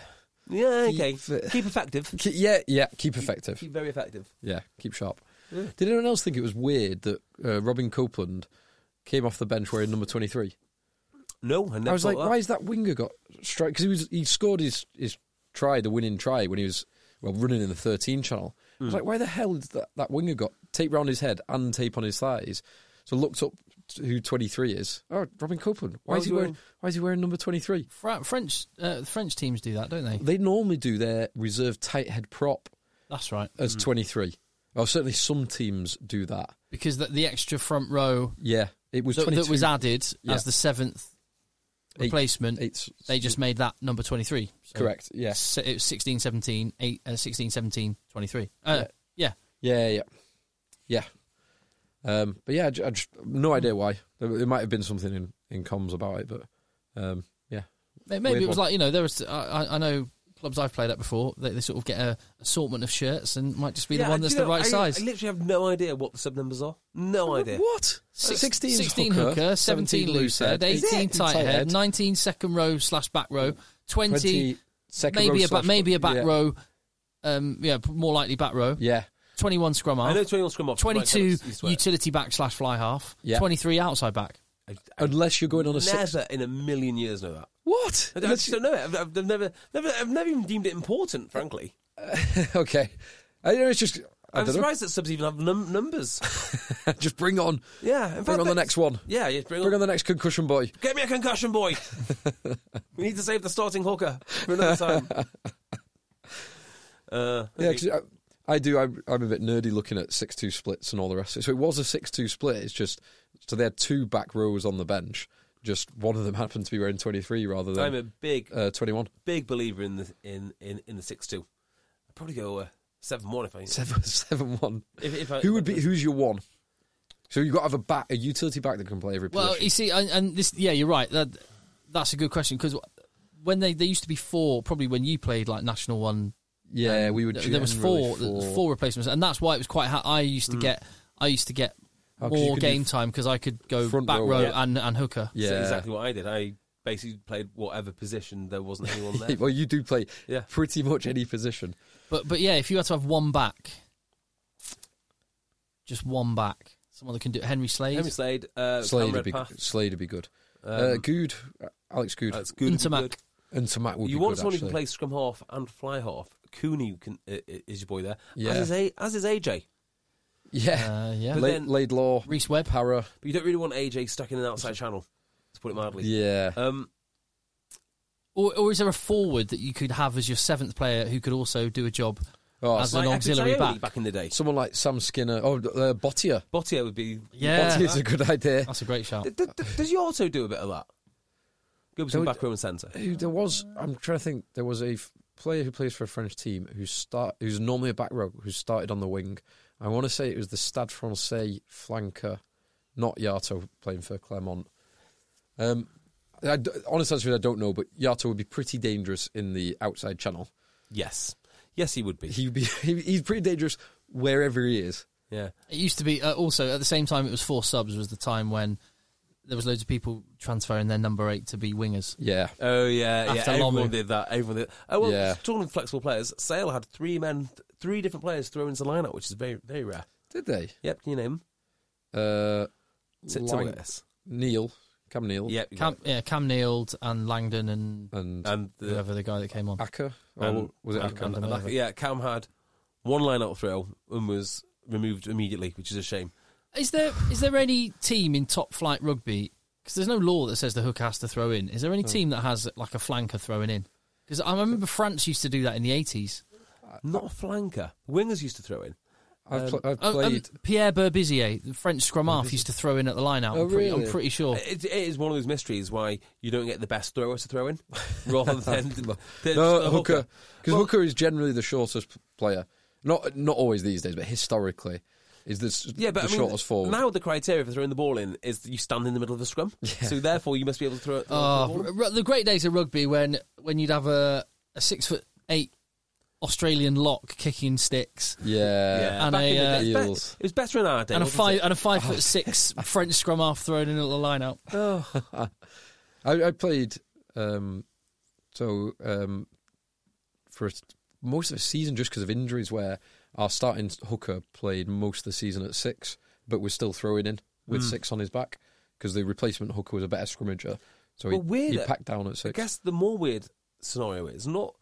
S2: Yeah,
S3: [laughs] Keep
S2: okay,
S3: fit.
S2: keep effective,
S3: Keep, yeah, yeah. Keep effective.
S2: keep very effective.
S3: Yeah, keep sharp. Did anyone else think it was weird that uh, Robin Copeland came off the bench wearing number 23?
S2: No, I never
S3: I was
S2: thought
S3: like,
S2: of that.
S3: why is that winger got strike? Because he was he scored his his try, the winning try, when he was well running in the thirteen channel. I
S2: Hmm.
S3: was like, why the hell did that, that winger got tape round his head and tape on his thighs? So I looked up t- who twenty three is. Oh, Robin Copeland. Why
S2: Why
S3: is
S2: was he
S3: he wearing,
S2: wearing-
S3: Why is he wearing number twenty three?
S1: Fra- French uh, French teams do that, don't they?
S3: They normally do their reserve tight head prop
S1: That's right.
S3: as
S2: Hmm.
S3: twenty three. Well, certainly some teams do that.
S1: Because the, the extra front row
S3: Yeah, it was
S1: that,
S3: twenty
S1: that
S3: two.
S1: was added
S3: Yeah.
S1: as the seventh
S3: Eight-
S1: replacement,
S3: eight-
S1: they just made that number 23. So
S3: correct. Yeah,
S1: s- It was 16, 17, eight, uh, 16, 17, 23. Uh, yeah.
S3: Yeah, yeah, yeah. Um, but yeah, I ju- I just no idea why. There, there might have been something in, in comms about it, but um, yeah,
S1: May- Maybe
S3: Weird
S1: it was
S3: one.
S1: like you know there was I, I- I know clubs I've played at before they, they sort of get a assortment of shirts and might just be
S2: Yeah,
S1: the one
S2: do
S1: that's
S2: you
S1: the
S2: know,
S1: right
S2: I- uh,
S1: size.
S2: I literally have no idea what the sub numbers are. No idea. Uh,
S3: What?
S1: Six-
S3: 16,
S1: 16 hooker, 17 loose head, 18 tight head, 19 second row slash back row, 20,
S3: second
S1: maybe
S3: row
S1: a back
S3: slash-
S1: maybe a back
S3: yeah.
S1: row, um yeah p- more likely back row,
S3: Yeah,
S1: 21 scrum
S2: I know
S1: half,
S2: 21 scrum off.
S1: 22
S2: Right, you swear.
S1: utility back slash fly half,
S3: Yeah.
S1: 23 outside back.
S3: unless you're going on a six.
S2: Never in a million years know that.
S3: What?
S2: I don't, I just don't know it. I've, I've I've never, never, I've never even deemed it important. Frankly,
S3: [laughs] okay, I don't know. It's just I
S2: I'm
S3: don't
S2: surprised that subs even have num-
S3: [laughs]
S2: numbers.
S3: know. just bring on,
S2: Yeah, in
S3: bring
S2: fact,
S3: on the
S2: that's-
S3: next one.
S2: Yeah, yeah bring,
S3: Bring
S2: on.
S3: on the next concussion boy.
S2: Get me a concussion,
S3: [laughs]
S2: boy. we need to save the starting hooker for another
S3: [laughs]
S2: time. Uh,
S3: Yeah, 'cause I, I do. I, I'm a bit nerdy looking at six-two splits and all the rest. of it. So it was a six-two split. It's just so they had two back rows on the bench. Just one of them [laughs] happened to be wearing 23 rather
S2: I'm a
S3: than
S2: big,
S3: uh, 21.
S2: big believer in the in in, in the six two. I'd probably go uh, seven one if I
S3: [laughs] Seven, seven one.
S2: If, if I,
S3: Who would be? Who's your one? So you've got to have a back, a utility back that can play every
S1: Well,
S3: position.
S1: you see, and, and this, yeah, you're right. That that's a good question because when they they used to be four, probably when you played like National One
S3: Yeah, we would.
S1: Th- there was
S3: generally
S1: four, four replacements, and that's why it was quite. Ha- I used to get, I used to get
S3: Mm. Oh, 'cause you
S1: more
S3: could do
S1: game
S3: f-
S1: time because I could go
S3: front
S1: back
S3: row,
S1: row,
S3: yeah.
S1: and, and hooker.
S3: Yeah,
S2: That's exactly what I did. I basically played whatever position there wasn't anyone there.
S3: [laughs] well, you do play
S2: Yeah.
S3: pretty much any position.
S1: But but yeah, if you had to have one back, just one back, someone that can do it. Henry Slade,
S2: Henry Slade, uh,
S3: Slade would
S2: Conrad
S3: be
S2: Path,
S3: Slade would be good. uh,
S2: um,
S3: Good, Alex Good,
S2: that's good.
S1: Intermac.
S2: good.
S3: and Tomac would
S2: You
S3: be
S2: want
S3: good.
S2: someone who
S3: actually.
S2: can play scrum half and fly half. Cooney can, i- i- is your boy there.
S3: Yeah.
S2: As, is a, as is AJ.
S3: Yeah,
S1: uh, yeah,
S2: But
S3: La-
S2: then-
S3: Laidlaw,
S1: Reese Webb.
S3: Para.
S2: But you don't really want AJ stuck in an outside channel, to put it mildly.
S3: Yeah,
S2: Um,
S1: Or, or is there a forward that you could have as your seventh player who could also do a job
S3: Oh,
S1: as
S3: so-
S1: an
S2: like
S1: auxiliary
S2: Akitayoli
S1: back?
S2: back in the day.
S3: someone like Sam Skinner. Oh, uh, Bottia.
S2: Bottier would be.
S1: Yeah,
S3: Bottia's a good idea.
S1: that's a great shout.
S2: D- d- d- does your auto do a bit of that? Go between
S3: Don't-
S2: back row and centre.
S3: Who there was? I'm trying to think. There was a f- player who plays for a French team who start who's normally a back row who started on the wing. I want to say it was the Stade Français flanker, not Yato playing for Clermont. Um, I d honest answer is I don't know, but Yato would be pretty dangerous in the outside channel.
S2: Yes. Yes, he would be.
S3: He'd be [laughs] he- he's pretty dangerous wherever he is.
S2: yeah.
S1: It used to be uh, also at the same time it was four subs was the time when there was loads of people transferring their number eight to be wingers.
S3: Yeah,
S2: Oh yeah, yeah.
S1: After
S2: Everyone
S1: Lomu.
S2: did that. Everyone did. Oh well,
S3: Yeah.
S2: talking of flexible players, Sale had three men, three different players throw into the lineup, which is very, very rare.
S3: did they?
S2: Yep. Can you name?
S3: Uh,
S2: Them?
S3: Lang-
S2: Someone guess.
S3: Neil, Cam Neil,
S2: Yep. you
S1: Cam,
S2: got
S1: yeah, Cam Neild and Langdon and
S3: and
S2: it. And the,
S1: whoever the guy that came on.
S3: Acker. Or
S2: and-
S3: was it
S2: and-
S3: Acker?
S2: and- and
S1: whatever.
S2: Acker- yeah, Cam had one line-out throw and was removed immediately, which is a shame.
S1: Is there is there any team in top flight rugby? Because there's no law that says the hooker has to throw in. Is there any team that has like a flanker throwing in? Because I remember France used to do that in the 80s.
S2: Not a flanker. Wingers used to throw in.
S3: I've, pl- I've
S1: Um, um,
S3: played.
S1: Pierre Berbizier, the French scrum half, used to throw in at the line out.
S3: Oh,
S1: I'm, pretty, I'm
S3: really?
S1: pretty sure.
S2: It, it is one of those mysteries why you don't get the best thrower to throw in, [laughs]
S3: [laughs]
S2: rather than the, the-
S3: No,
S2: the
S3: hooker. Because
S2: Well-
S3: hooker is generally the shortest p- player. Not not always these days, but historically, is this
S2: Yeah, but
S3: the
S2: I mean,
S3: shortest forward.
S2: now the criteria for throwing the ball in is that you stand in the middle of the scrum. So therefore, you must be able to throw. throw the
S1: Oh,
S2: ball.
S1: r- r- the great days of rugby when, when you'd have a, a six foot eight Australian lock kicking sticks
S3: yeah.
S1: and
S2: back
S1: a,
S2: in the
S1: uh,
S2: day, it's be-
S3: Eels.
S2: it was better in our day.
S1: and a
S2: wasn't
S1: five
S2: it?
S1: and a five foot
S2: [laughs]
S1: six French scrum half thrown in at the line out.
S3: I, I played. Um, so um, for a s- most of the season, just because of injuries, where our starting hooker played most of the season at six, but was still throwing in with
S2: Hmm.
S3: six on his back because the replacement hooker was a better scrummager. So
S2: Well,
S3: he,
S2: weird,
S3: he
S2: uh,
S3: packed down at
S2: I
S3: six.
S2: guess the more weird scenario is not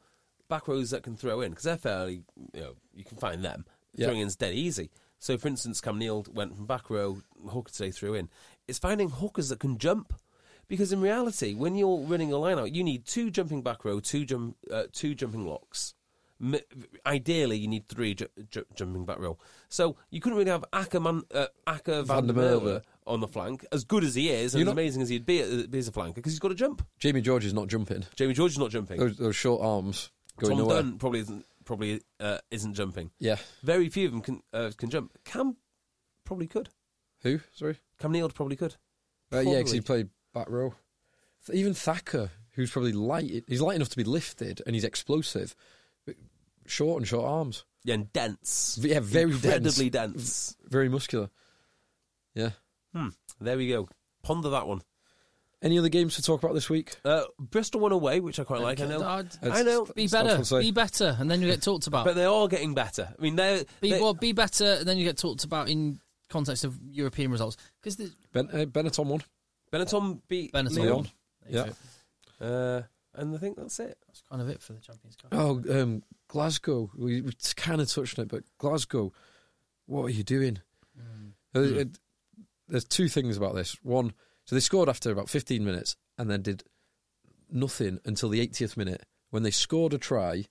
S2: back rows that can throw in because they're fairly, you know, you can find them.
S3: Yeah.
S2: Throwing in's dead easy. So, for instance, Cam Neal went from back row, hooker today threw in. It's finding hookers that can jump. Because in reality, when you're running a line out, you need two jumping back row, two jump, uh, two jumping locks. M- ideally, you need three ju- ju- jumping back row. So you couldn't really have Ackerman, uh, Acker Van,
S3: Van
S2: der
S3: der Merwe.
S2: Merwe on the flank, as good as he is, and
S3: You're
S2: as
S3: not-
S2: amazing as he'd be, at, be as a flanker, because he's got to jump.
S3: Jamie George is not jumping.
S2: Jamie George is not jumping.
S3: Those, those short arms Oh, going
S2: Tom
S3: nowhere.
S2: Dunn probably isn't probably uh, isn't jumping.
S3: Yeah.
S2: Very few of them can uh, can jump. Cam probably could.
S3: Who? Sorry.
S2: Cam Neal probably could.
S3: Uh, yeah, because he
S2: Probably.
S3: played back row. Th- Even Thacker, who's probably light, he's light enough to be lifted and he's explosive, but short and short arms,
S2: Yeah, and dense.
S3: V- yeah, very
S2: incredibly dense.
S3: very muscular. Yeah.
S2: Hmm. There we go. Ponder that one.
S3: Any other games to talk about this week?
S2: Uh, Bristol won away, which I quite like. I know.
S1: I'd-
S2: I know.
S1: Be
S3: That's what
S1: better,
S3: I'm saying.
S1: be better, and then you get talked about.
S2: But they are getting better. I mean, they're.
S1: be,
S2: they-
S1: well, be better, and then you get talked about in context of European results because
S3: Ben, uh, Benetton won.
S2: Benetton beat
S1: Benetton
S2: Lyon.
S1: won.
S3: Yeah.
S2: Uh, and I think that's it.
S1: that's kind of it for the Champions Cup.
S3: Oh, um, Glasgow. We, we kind of touched on it, but Glasgow, what are you doing? Uh, it- there's two things about this. One, so they scored after about 15 minutes and then did nothing until the 80th minute when they scored a try,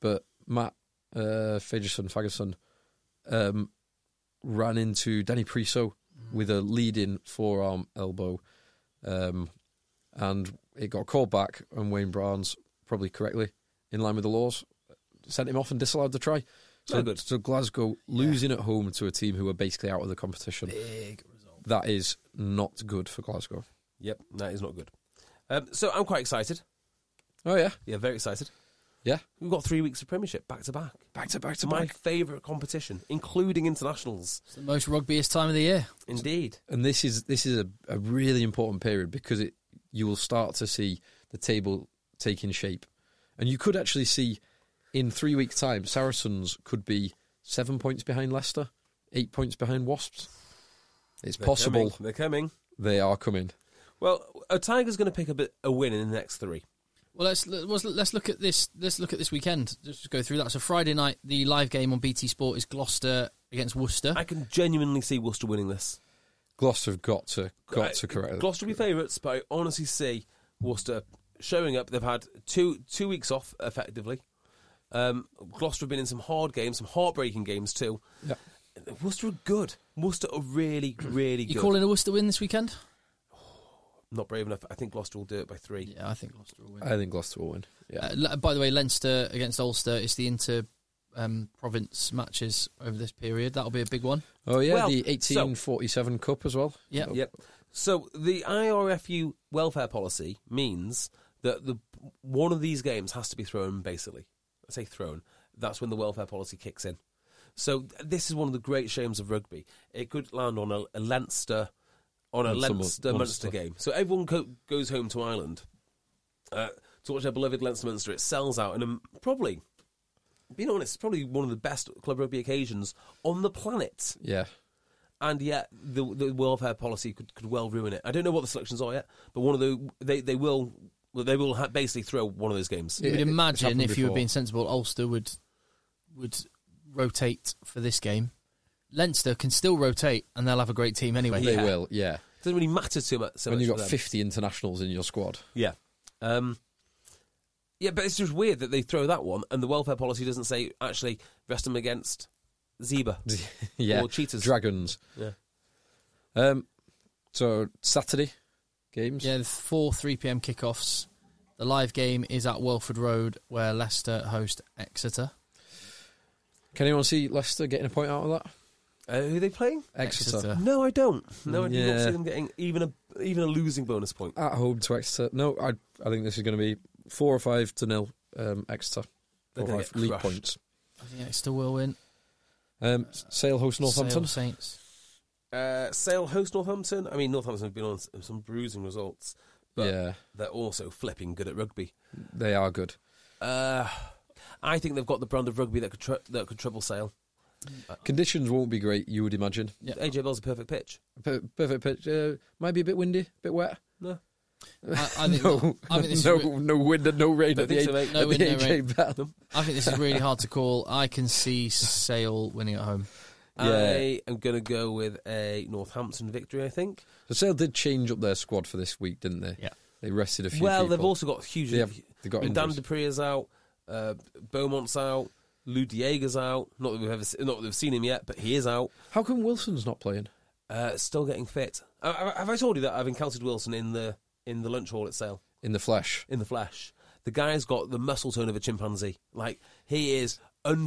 S3: but Matt uh, Fagerson, Fagerson um, ran into Danny Priso with a leading forearm elbow. Um, and it got called back, and Wayne Barnes, probably correctly, in line with the laws, sent him off and disallowed the try. So,
S2: Very good.
S3: so Glasgow losing at home to a team who are basically out of the competition.
S1: Big result.
S3: That is not good for Glasgow.
S2: Yep, that is not good. Um, so I'm quite excited.
S3: Oh yeah,
S2: Yeah, very excited.
S3: yeah.
S2: We've got three weeks of Premiership back to back.
S3: Back to back
S2: It's my favourite competition, including internationals.
S1: It's the most rugbyist time of the year.
S2: Indeed.
S3: And this is this is a, a really important period because it you will start to see the table taking shape, and you could actually see in three weeks' time Saracens could be seven points behind Leicester, eight points behind Wasps. It's
S2: They're
S3: possible
S2: coming. They're coming.
S3: they are coming.
S2: Well, a Tiger's going to pick up a- a win in the next three.
S1: Well, let's let's let's look at this. Let's look at this weekend. Just go through that. So Friday night, the live game on BT Sport is Gloucester against Worcester.
S2: I can genuinely see Worcester winning this.
S3: Gloucester have got to got
S2: Uh,
S3: to correct.
S2: Gloucester will be favourites, but I honestly see Worcester showing up. They've had two two weeks off effectively. Um, Gloucester have been in some hard games, some heartbreaking games too.
S3: Yeah.
S2: Worcester are good. Worcester are really, really
S1: you
S2: good.
S1: calling a Worcester win this weekend?
S2: Not brave enough. I think Gloucester will do it by three.
S1: Yeah, I think Gloucester will win.
S3: I think Gloucester will win. Yeah,
S1: Uh, le- by the way, Leinster against Ulster is the inter um, province matches over this period. That'll be a big one.
S3: Oh yeah,
S2: Well,
S3: the
S2: so-
S3: 1847 Cup as well.
S1: Yeah.
S3: Oh,
S2: Yep. So the IRFU welfare policy means that the one of these games has to be thrown. Basically, I say thrown. That's when the welfare policy kicks in. So th- this is one of the great shames of rugby. It could land on a, a Leinster, on a
S3: Munster, Mun-
S2: Leinster Munster
S3: Munster.
S2: game. So everyone co- goes home to Ireland uh, to watch their beloved Leinster Munster. It sells out, and um, probably, being honest, it's probably one of the best club rugby occasions on the planet
S3: Yeah.
S2: and yet the the welfare policy could, could well ruin it. I don't know what the selections are yet, but one of the they they will well, they will ha- basically throw one of those games.
S1: You
S3: It-
S1: would
S3: it's
S1: imagine
S3: happened
S1: if you were
S3: before.
S1: being sensible, Ulster would would rotate for this game. Leinster can still rotate, and they'll have a great team anyway.
S3: they
S2: Yeah.
S3: will. Yeah,
S2: doesn't really matter too much. So
S3: when
S2: much
S3: you've
S2: for
S3: got
S2: them.
S3: 50 internationals in your squad.
S2: yeah, um, yeah, but it's just weird that they throw that one and the welfare policy doesn't say actually rest them against
S3: [laughs]
S2: zebra.
S3: yeah,
S2: Or cheetahs.
S3: dragons.
S2: yeah,
S3: Um, so Saturday games.
S1: Yeah, the four 3 p.m. kickoffs. The live game is at Welford Road, where Leicester host Exeter.
S3: Can anyone see Leicester getting a point out of that?
S2: uh, who are they playing?
S3: Exeter,
S1: Exeter.
S2: No, I don't. No, I do not
S3: Yeah.
S2: see them getting even a even a losing bonus point.
S3: at home to Exeter. No, I I think this is going to be four or five to nil. Um, Exeter,
S2: They're
S3: four
S2: gonna
S3: or
S2: get
S3: five league
S2: crushed.
S3: points.
S1: I think Exeter will win.
S3: Um, Sale host
S1: Sale
S3: Northampton. [laughs]
S1: Saints.
S2: Uh, Sale host Northampton. I mean, Northampton have been on s- some bruising results, but
S3: Yeah,
S2: they're also flipping good at rugby.
S3: they are good.
S2: Uh, I think they've got the brand of rugby that could tr- that could trouble Sale.
S3: Conditions won't be great, you would imagine.
S1: Yeah.
S2: AJ Bell's a perfect pitch.
S3: Per- Perfect pitch. Uh, might be a bit windy, a bit wet.
S2: No,
S1: I, I think.
S3: no,
S1: I
S3: [laughs]
S1: think this
S3: no,
S1: is re-
S3: no wind and no rain
S2: Don't
S3: at the,
S2: think
S3: age,
S2: so, mate.
S1: No
S3: at
S1: wind,
S3: the
S1: no
S3: AJ
S1: rain.
S3: Bell.
S1: I think this is really hard to call. I can see Sale winning at home.
S2: I am going to go with a Northampton victory. I think.
S3: So Sale did change up their squad for this week, didn't they?
S1: Yeah.
S3: They rested a few.
S2: Well, they've
S3: people.
S2: also got huge.
S3: They have- they've got
S2: Dan
S3: injuries.
S2: Dupree is out. Uh, Beaumont's out. Lou Diega's out. Not that we've ever se- not that we've seen him yet, but he is out.
S3: How come Wilson's not playing?
S2: Uh, still getting fit. Uh, have- have I told you that I've encountered Wilson in the in the lunch hall at Sale?
S3: in the flesh.
S2: in the flesh. The guy's got the muscle tone of a chimpanzee. Like he is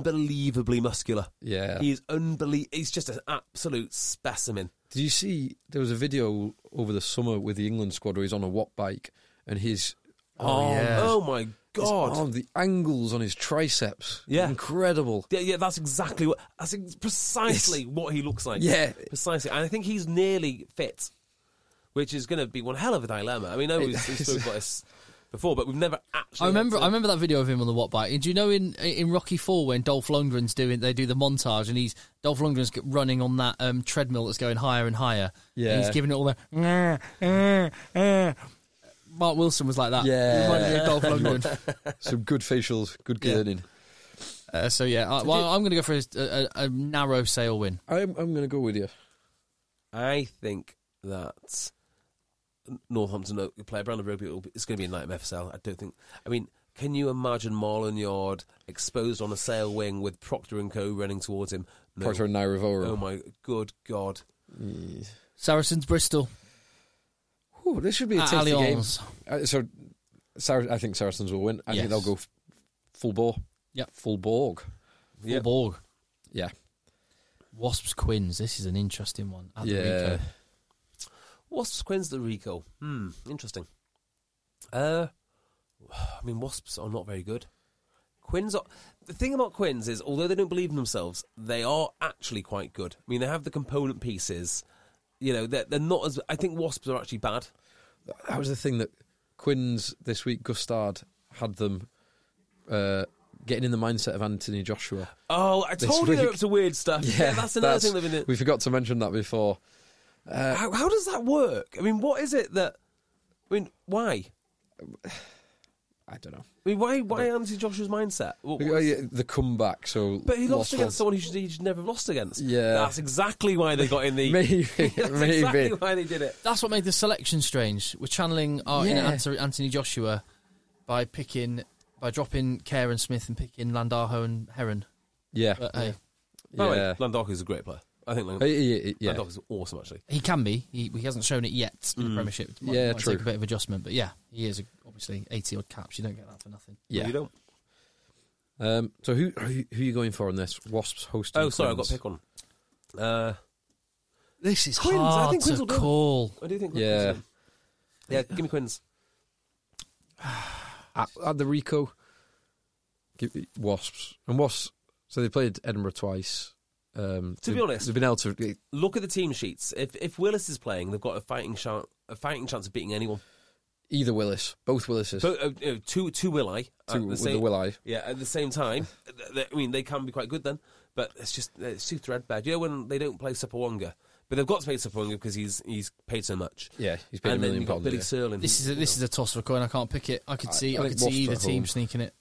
S2: unbelievably muscular.
S3: Yeah.
S2: he is unbelievable. He's just an absolute specimen.
S3: Did you see there was a video over the summer with the England squad where he's on a watt bike and his
S2: Oh,
S1: yeah.
S2: oh my god!
S3: his arm, the angles on his triceps,
S2: Yeah.
S3: incredible.
S2: Yeah, yeah, that's exactly what. That's ex- precisely what he looks like.
S3: Yeah.
S2: precisely. And I think he's nearly fit, which is going to be one hell of a dilemma. I mean, I know we've, we've spoken about this before, but we've never actually.
S1: I
S2: had
S1: remember.
S2: to-
S1: I remember that video of him on the Watt bike. And do you know in in Rocky Four when Dolph Lundgren's doing they do the montage and he's Dolph Lundgren's g- running on that um, treadmill that's going higher and higher.
S3: Yeah.
S1: and he's giving it all the. "Nah, eh, eh." Mark Wilson was like that.
S3: Yeah.
S1: He reminded me of
S3: [laughs]
S1: Dolph Lundgren.
S3: Some good facials, good
S1: Yeah.
S3: gurning.
S1: Uh, so yeah, I, well, I'm going to go for a, a, a narrow sale win.
S3: I'm, I'm going to go with you.
S2: I think that Northampton are- play a brand of rugby. it'll be- It's going to be a nightmare for Sale. I don't think. I mean, can you imagine Marlon Yard exposed on a Sale wing with Proctor and Co running towards him? No.
S3: Proctor and Nairavora.
S2: Oh my good god!
S1: Saracens Bristol.
S3: Ooh, this should be a
S1: At
S3: tasty game.
S1: Ah, Allianz.
S3: Uh, so, Sar- I think Saracens will win. I
S1: Yes.
S3: think they'll go f- full bore.
S1: Yep.
S3: Full borg.
S2: Yep.
S1: Borg.
S3: Yeah.
S1: Wasps Quins. This is an interesting one. At the
S3: Yeah.
S1: Rico.
S2: What's Quinn's the Rico? Hmm, interesting. Uh, I mean, Wasps are not very good. Quins are. The thing about Quins is, although they don't believe in themselves, they are actually quite good. I mean, they have the component pieces. You know, they're, they're not as. I think Wasps are actually bad.
S3: That was the thing that Quinn's this week. Gustard had them uh, getting in the mindset of Anthony Joshua.
S2: Oh, I
S3: This
S2: told you they're
S3: week-
S2: up to weird stuff. Yeah, that's another
S3: that's-
S2: thing they've been.
S3: We forgot to mention that before.
S2: how, how does that work? I mean, what is it that? I mean, why?
S3: I don't know.
S2: I mean, why? Why Anthony Joshua's mindset? What-
S3: Oh, yeah, The comeback. So,
S2: But he lost
S3: Lost
S2: against
S3: one.
S2: someone he should, he should never have lost against.
S3: Yeah.
S2: that's exactly why they got in the. [laughs]
S3: [laughs] Maybe,
S2: that's
S3: maybe.
S2: exactly why they did it.
S1: That's what made the selection strange. We're channeling our inner
S3: Yeah.
S1: Anthony, Anthony Joshua by picking, by dropping Care and Smith and picking Landaho and Heron.
S3: Yeah,
S1: But hey,
S2: By the
S3: yeah.
S2: way, Landaku's a great player. I think Land-
S3: Hey, yeah, yeah, yeah.
S2: Landaku's awesome actually.
S1: he can be. He, he hasn't shown it yet in the Premiership. It Might,
S3: Mm. Yeah,
S1: might
S3: true.
S1: Take a bit of adjustment, but yeah, he is a, obviously eighty odd caps. You don't get that for nothing.
S3: Yeah.
S2: You don't.
S3: Um, so who, who who are you going for on this? Wasps hosting.
S2: Oh, sorry, I got
S3: Quins.
S2: to pick one. Uh,
S1: This is
S2: Quins, I
S1: hard
S2: think Quins
S1: to
S2: will do it.
S1: call.
S2: I do think.
S3: Yeah.
S2: yeah. Give me Quins.
S3: at, at the Rico. Give, wasps and wasps. So they played Edinburgh twice. Um,
S2: To be
S3: they've-
S2: honest-
S3: they've been able to.
S2: Look at the team sheets. If if Willis is playing, they've got a fighting chance. A fighting chance of beating anyone.
S3: Either Willis, both Willises.
S2: So, uh, uh, two two will I. at
S1: uh,
S3: Two-
S2: the
S3: with
S2: same,
S3: the will I.
S2: Yeah, at the same time, [laughs] th- th- I mean they can be quite good then, but it's just uh, it's too threadbare. Do You know when they don't play Sapawanga, but they've got to play Sapawanga because he's he's paid so much.
S3: Yeah, he's paid a
S2: and then
S3: million
S2: you've got
S3: pounds,
S2: Billy
S3: yeah.
S2: Sirlin.
S1: This is a, this is a toss for a coin. I can't pick it. I could
S3: Mm. I-
S1: see
S3: I
S1: I,
S3: think
S1: could see
S3: Wasps
S1: either
S3: at
S1: team
S3: home.
S1: sneaking it.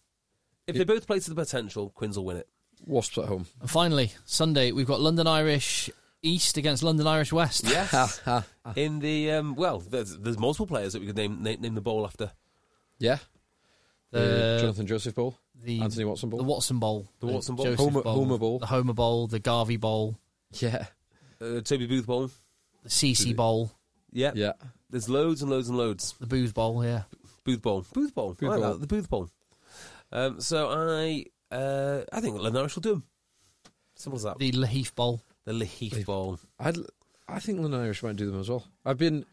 S2: if they both play to the potential, Quins will win
S3: [laughs]
S2: it.
S3: wasps at
S1: [laughs]
S3: home.
S1: And finally, Sunday we've got London Irish East against London Irish West.
S2: Yes. In the um, well, there's, there's multiple players that we could name name, name the bowl after.
S3: Yeah. The
S1: The-
S3: Jonathan Joseph Bowl.
S1: the
S3: Anthony Watson Bowl.
S1: the Watson Bowl,
S2: The Watson Bowl.
S1: Joseph
S3: Homer- Homer Bowl.
S1: the Homer Bowl, the Garvey Bowl,
S3: yeah.
S2: Uh, Toby Booth bowl.
S1: the CC Bowl,
S2: Yeah.
S3: Yeah.
S2: There's loads and loads and loads.
S1: the Booth Bowl. Yeah,
S2: Booth bowl. Booth bowl. I like
S3: Bowl.
S2: that, The Booth bowl. Um, so I uh, I think Lenarish will do 'em. Simple as that.
S1: the Leaf Bowl.
S2: The Leaf Bowl.
S3: I'd, I think London Irish might do them as well. I've been,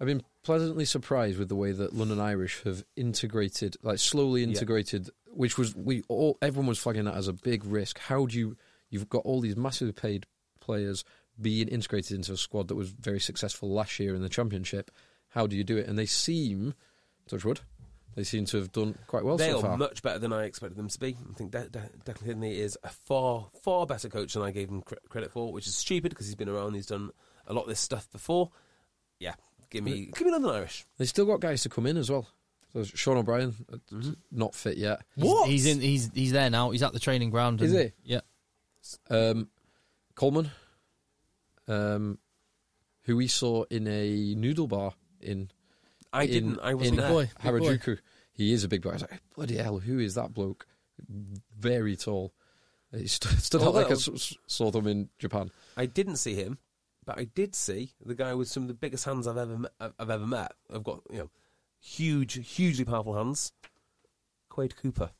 S3: I've been pleasantly surprised with the way that London Irish have integrated, like slowly integrated, which was we all everyone was flagging that as a big risk. How do you? You've got all these massively paid players being integrated into a squad that was very successful last year in the championship. How do you do it? And they seem, Touchwood, they seem to have done quite well
S2: They
S3: so
S2: are
S3: far.
S2: much better than I expected them to be. I think De- De- Declan Kidney is a far, far better coach than I gave him cre- credit for, which is stupid because he's been around, he's done a lot of this stuff before. Yeah, give me, give me London Irish.
S3: They still got guys to come in as well. So Sean O'Brien uh,
S2: Mm-hmm.
S3: not fit yet.
S2: What?
S1: He's in. He's he's there now. He's at the training ground.
S3: Is
S1: and-
S3: he?
S1: Yeah.
S3: Um, Coleman, um, who we saw in a noodle bar in
S2: I
S3: in-
S2: didn't. I wasn't
S3: in
S2: there.
S1: boy, big boy.
S3: Harajuku. He is a big boy. I was like, bloody hell, who is that bloke? Very tall. He stood, [laughs] stood out like I
S2: Although-
S3: s- saw them in Japan.
S2: I didn't see him, but I did see the guy with some of the biggest hands I've ever, met, I've ever met. I've got you know, huge, hugely powerful hands. Quade Cooper,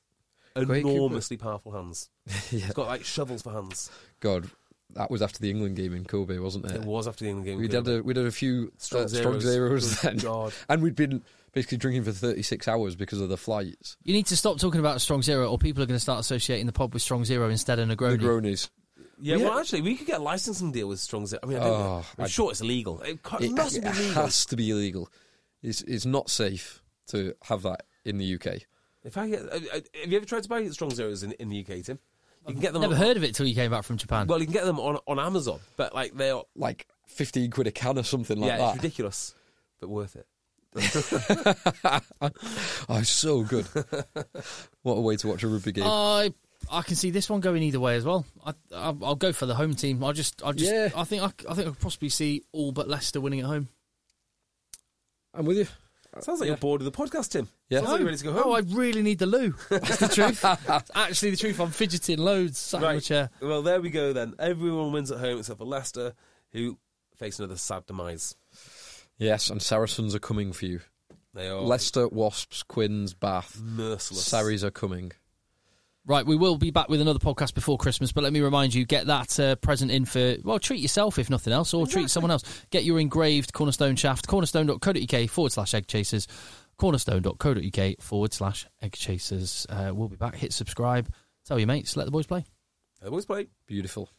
S3: Cooper.
S2: enormously powerful hands.
S3: [laughs] yeah.
S2: He's got like shovels for hands.
S3: God, that was after the England game in Kobe, wasn't it?
S2: It was after the England game.
S3: We
S2: Cooper.
S3: did a we did a few
S2: Strong
S3: strong, uh, strong
S2: zeros.
S3: zeros
S2: Good
S3: then,
S2: God.
S3: and we'd been basically drinking for thirty six hours because of the flights.
S1: You need to stop talking about Strong Zero, or people are going to start associating the pub with Strong Zero instead of
S3: The
S1: Negroni.
S3: Gronies.
S2: Yeah,
S3: We
S2: well,
S3: had-
S2: actually, we could get a licensing deal with Strong Zero. I mean, I
S3: Oh,
S2: don't I'm
S3: I-
S2: sure it's illegal. It, ca-
S3: It,
S2: must
S3: it [laughs]
S2: be illegal.
S3: has to be illegal. It's it's not safe to have that in the UK.
S2: If I get, I, I- have you ever tried to buy Strong Zeros in, in the UK, Tim? You can get them.
S1: Never
S2: on,
S1: heard of it till you came back from Japan.
S2: Well, you can get them on, on Amazon, but like they are,
S3: Like fifteen quid a can or something like
S2: yeah, it's
S3: that.
S2: ridiculous, but worth it.
S3: Oh, it's so good. what a way to watch a rugby game.
S1: I I can see this one going either way as well. I, I I'll go for the home team. I just I just
S3: Yeah.
S1: I think I, c- I think I could possibly see all but Leicester winning at home.
S3: I'm with you.
S2: Sounds like you're bored of the podcast, Tim.
S3: Yeah.
S2: Sounds like you're ready to go home.
S1: Oh, I really need the loo. That's the
S2: [laughs]
S1: truth. That's actually the truth. I'm fidgeting loads. Sat in the chair.
S2: Well, there we go then. Everyone wins at home except for Leicester, who face another sad demise.
S3: Yes, and Saracens are coming for you.
S2: They are
S3: Leicester, Wasps, Quins, Bath,
S2: merciless.
S3: Sarries are coming.
S1: Right, we will be back with another podcast before Christmas, but let me remind you get that uh, present in for, well, treat yourself if nothing else, or treat someone else. Get your engraved Cornerstone shaft, cornerstone.co.uk forward slash egg chasers, cornerstone.co.uk forward slash egg chasers. Uh, we'll be back. Hit subscribe. Tell your mates. Let the boys play.
S2: The boys play.
S3: Beautiful.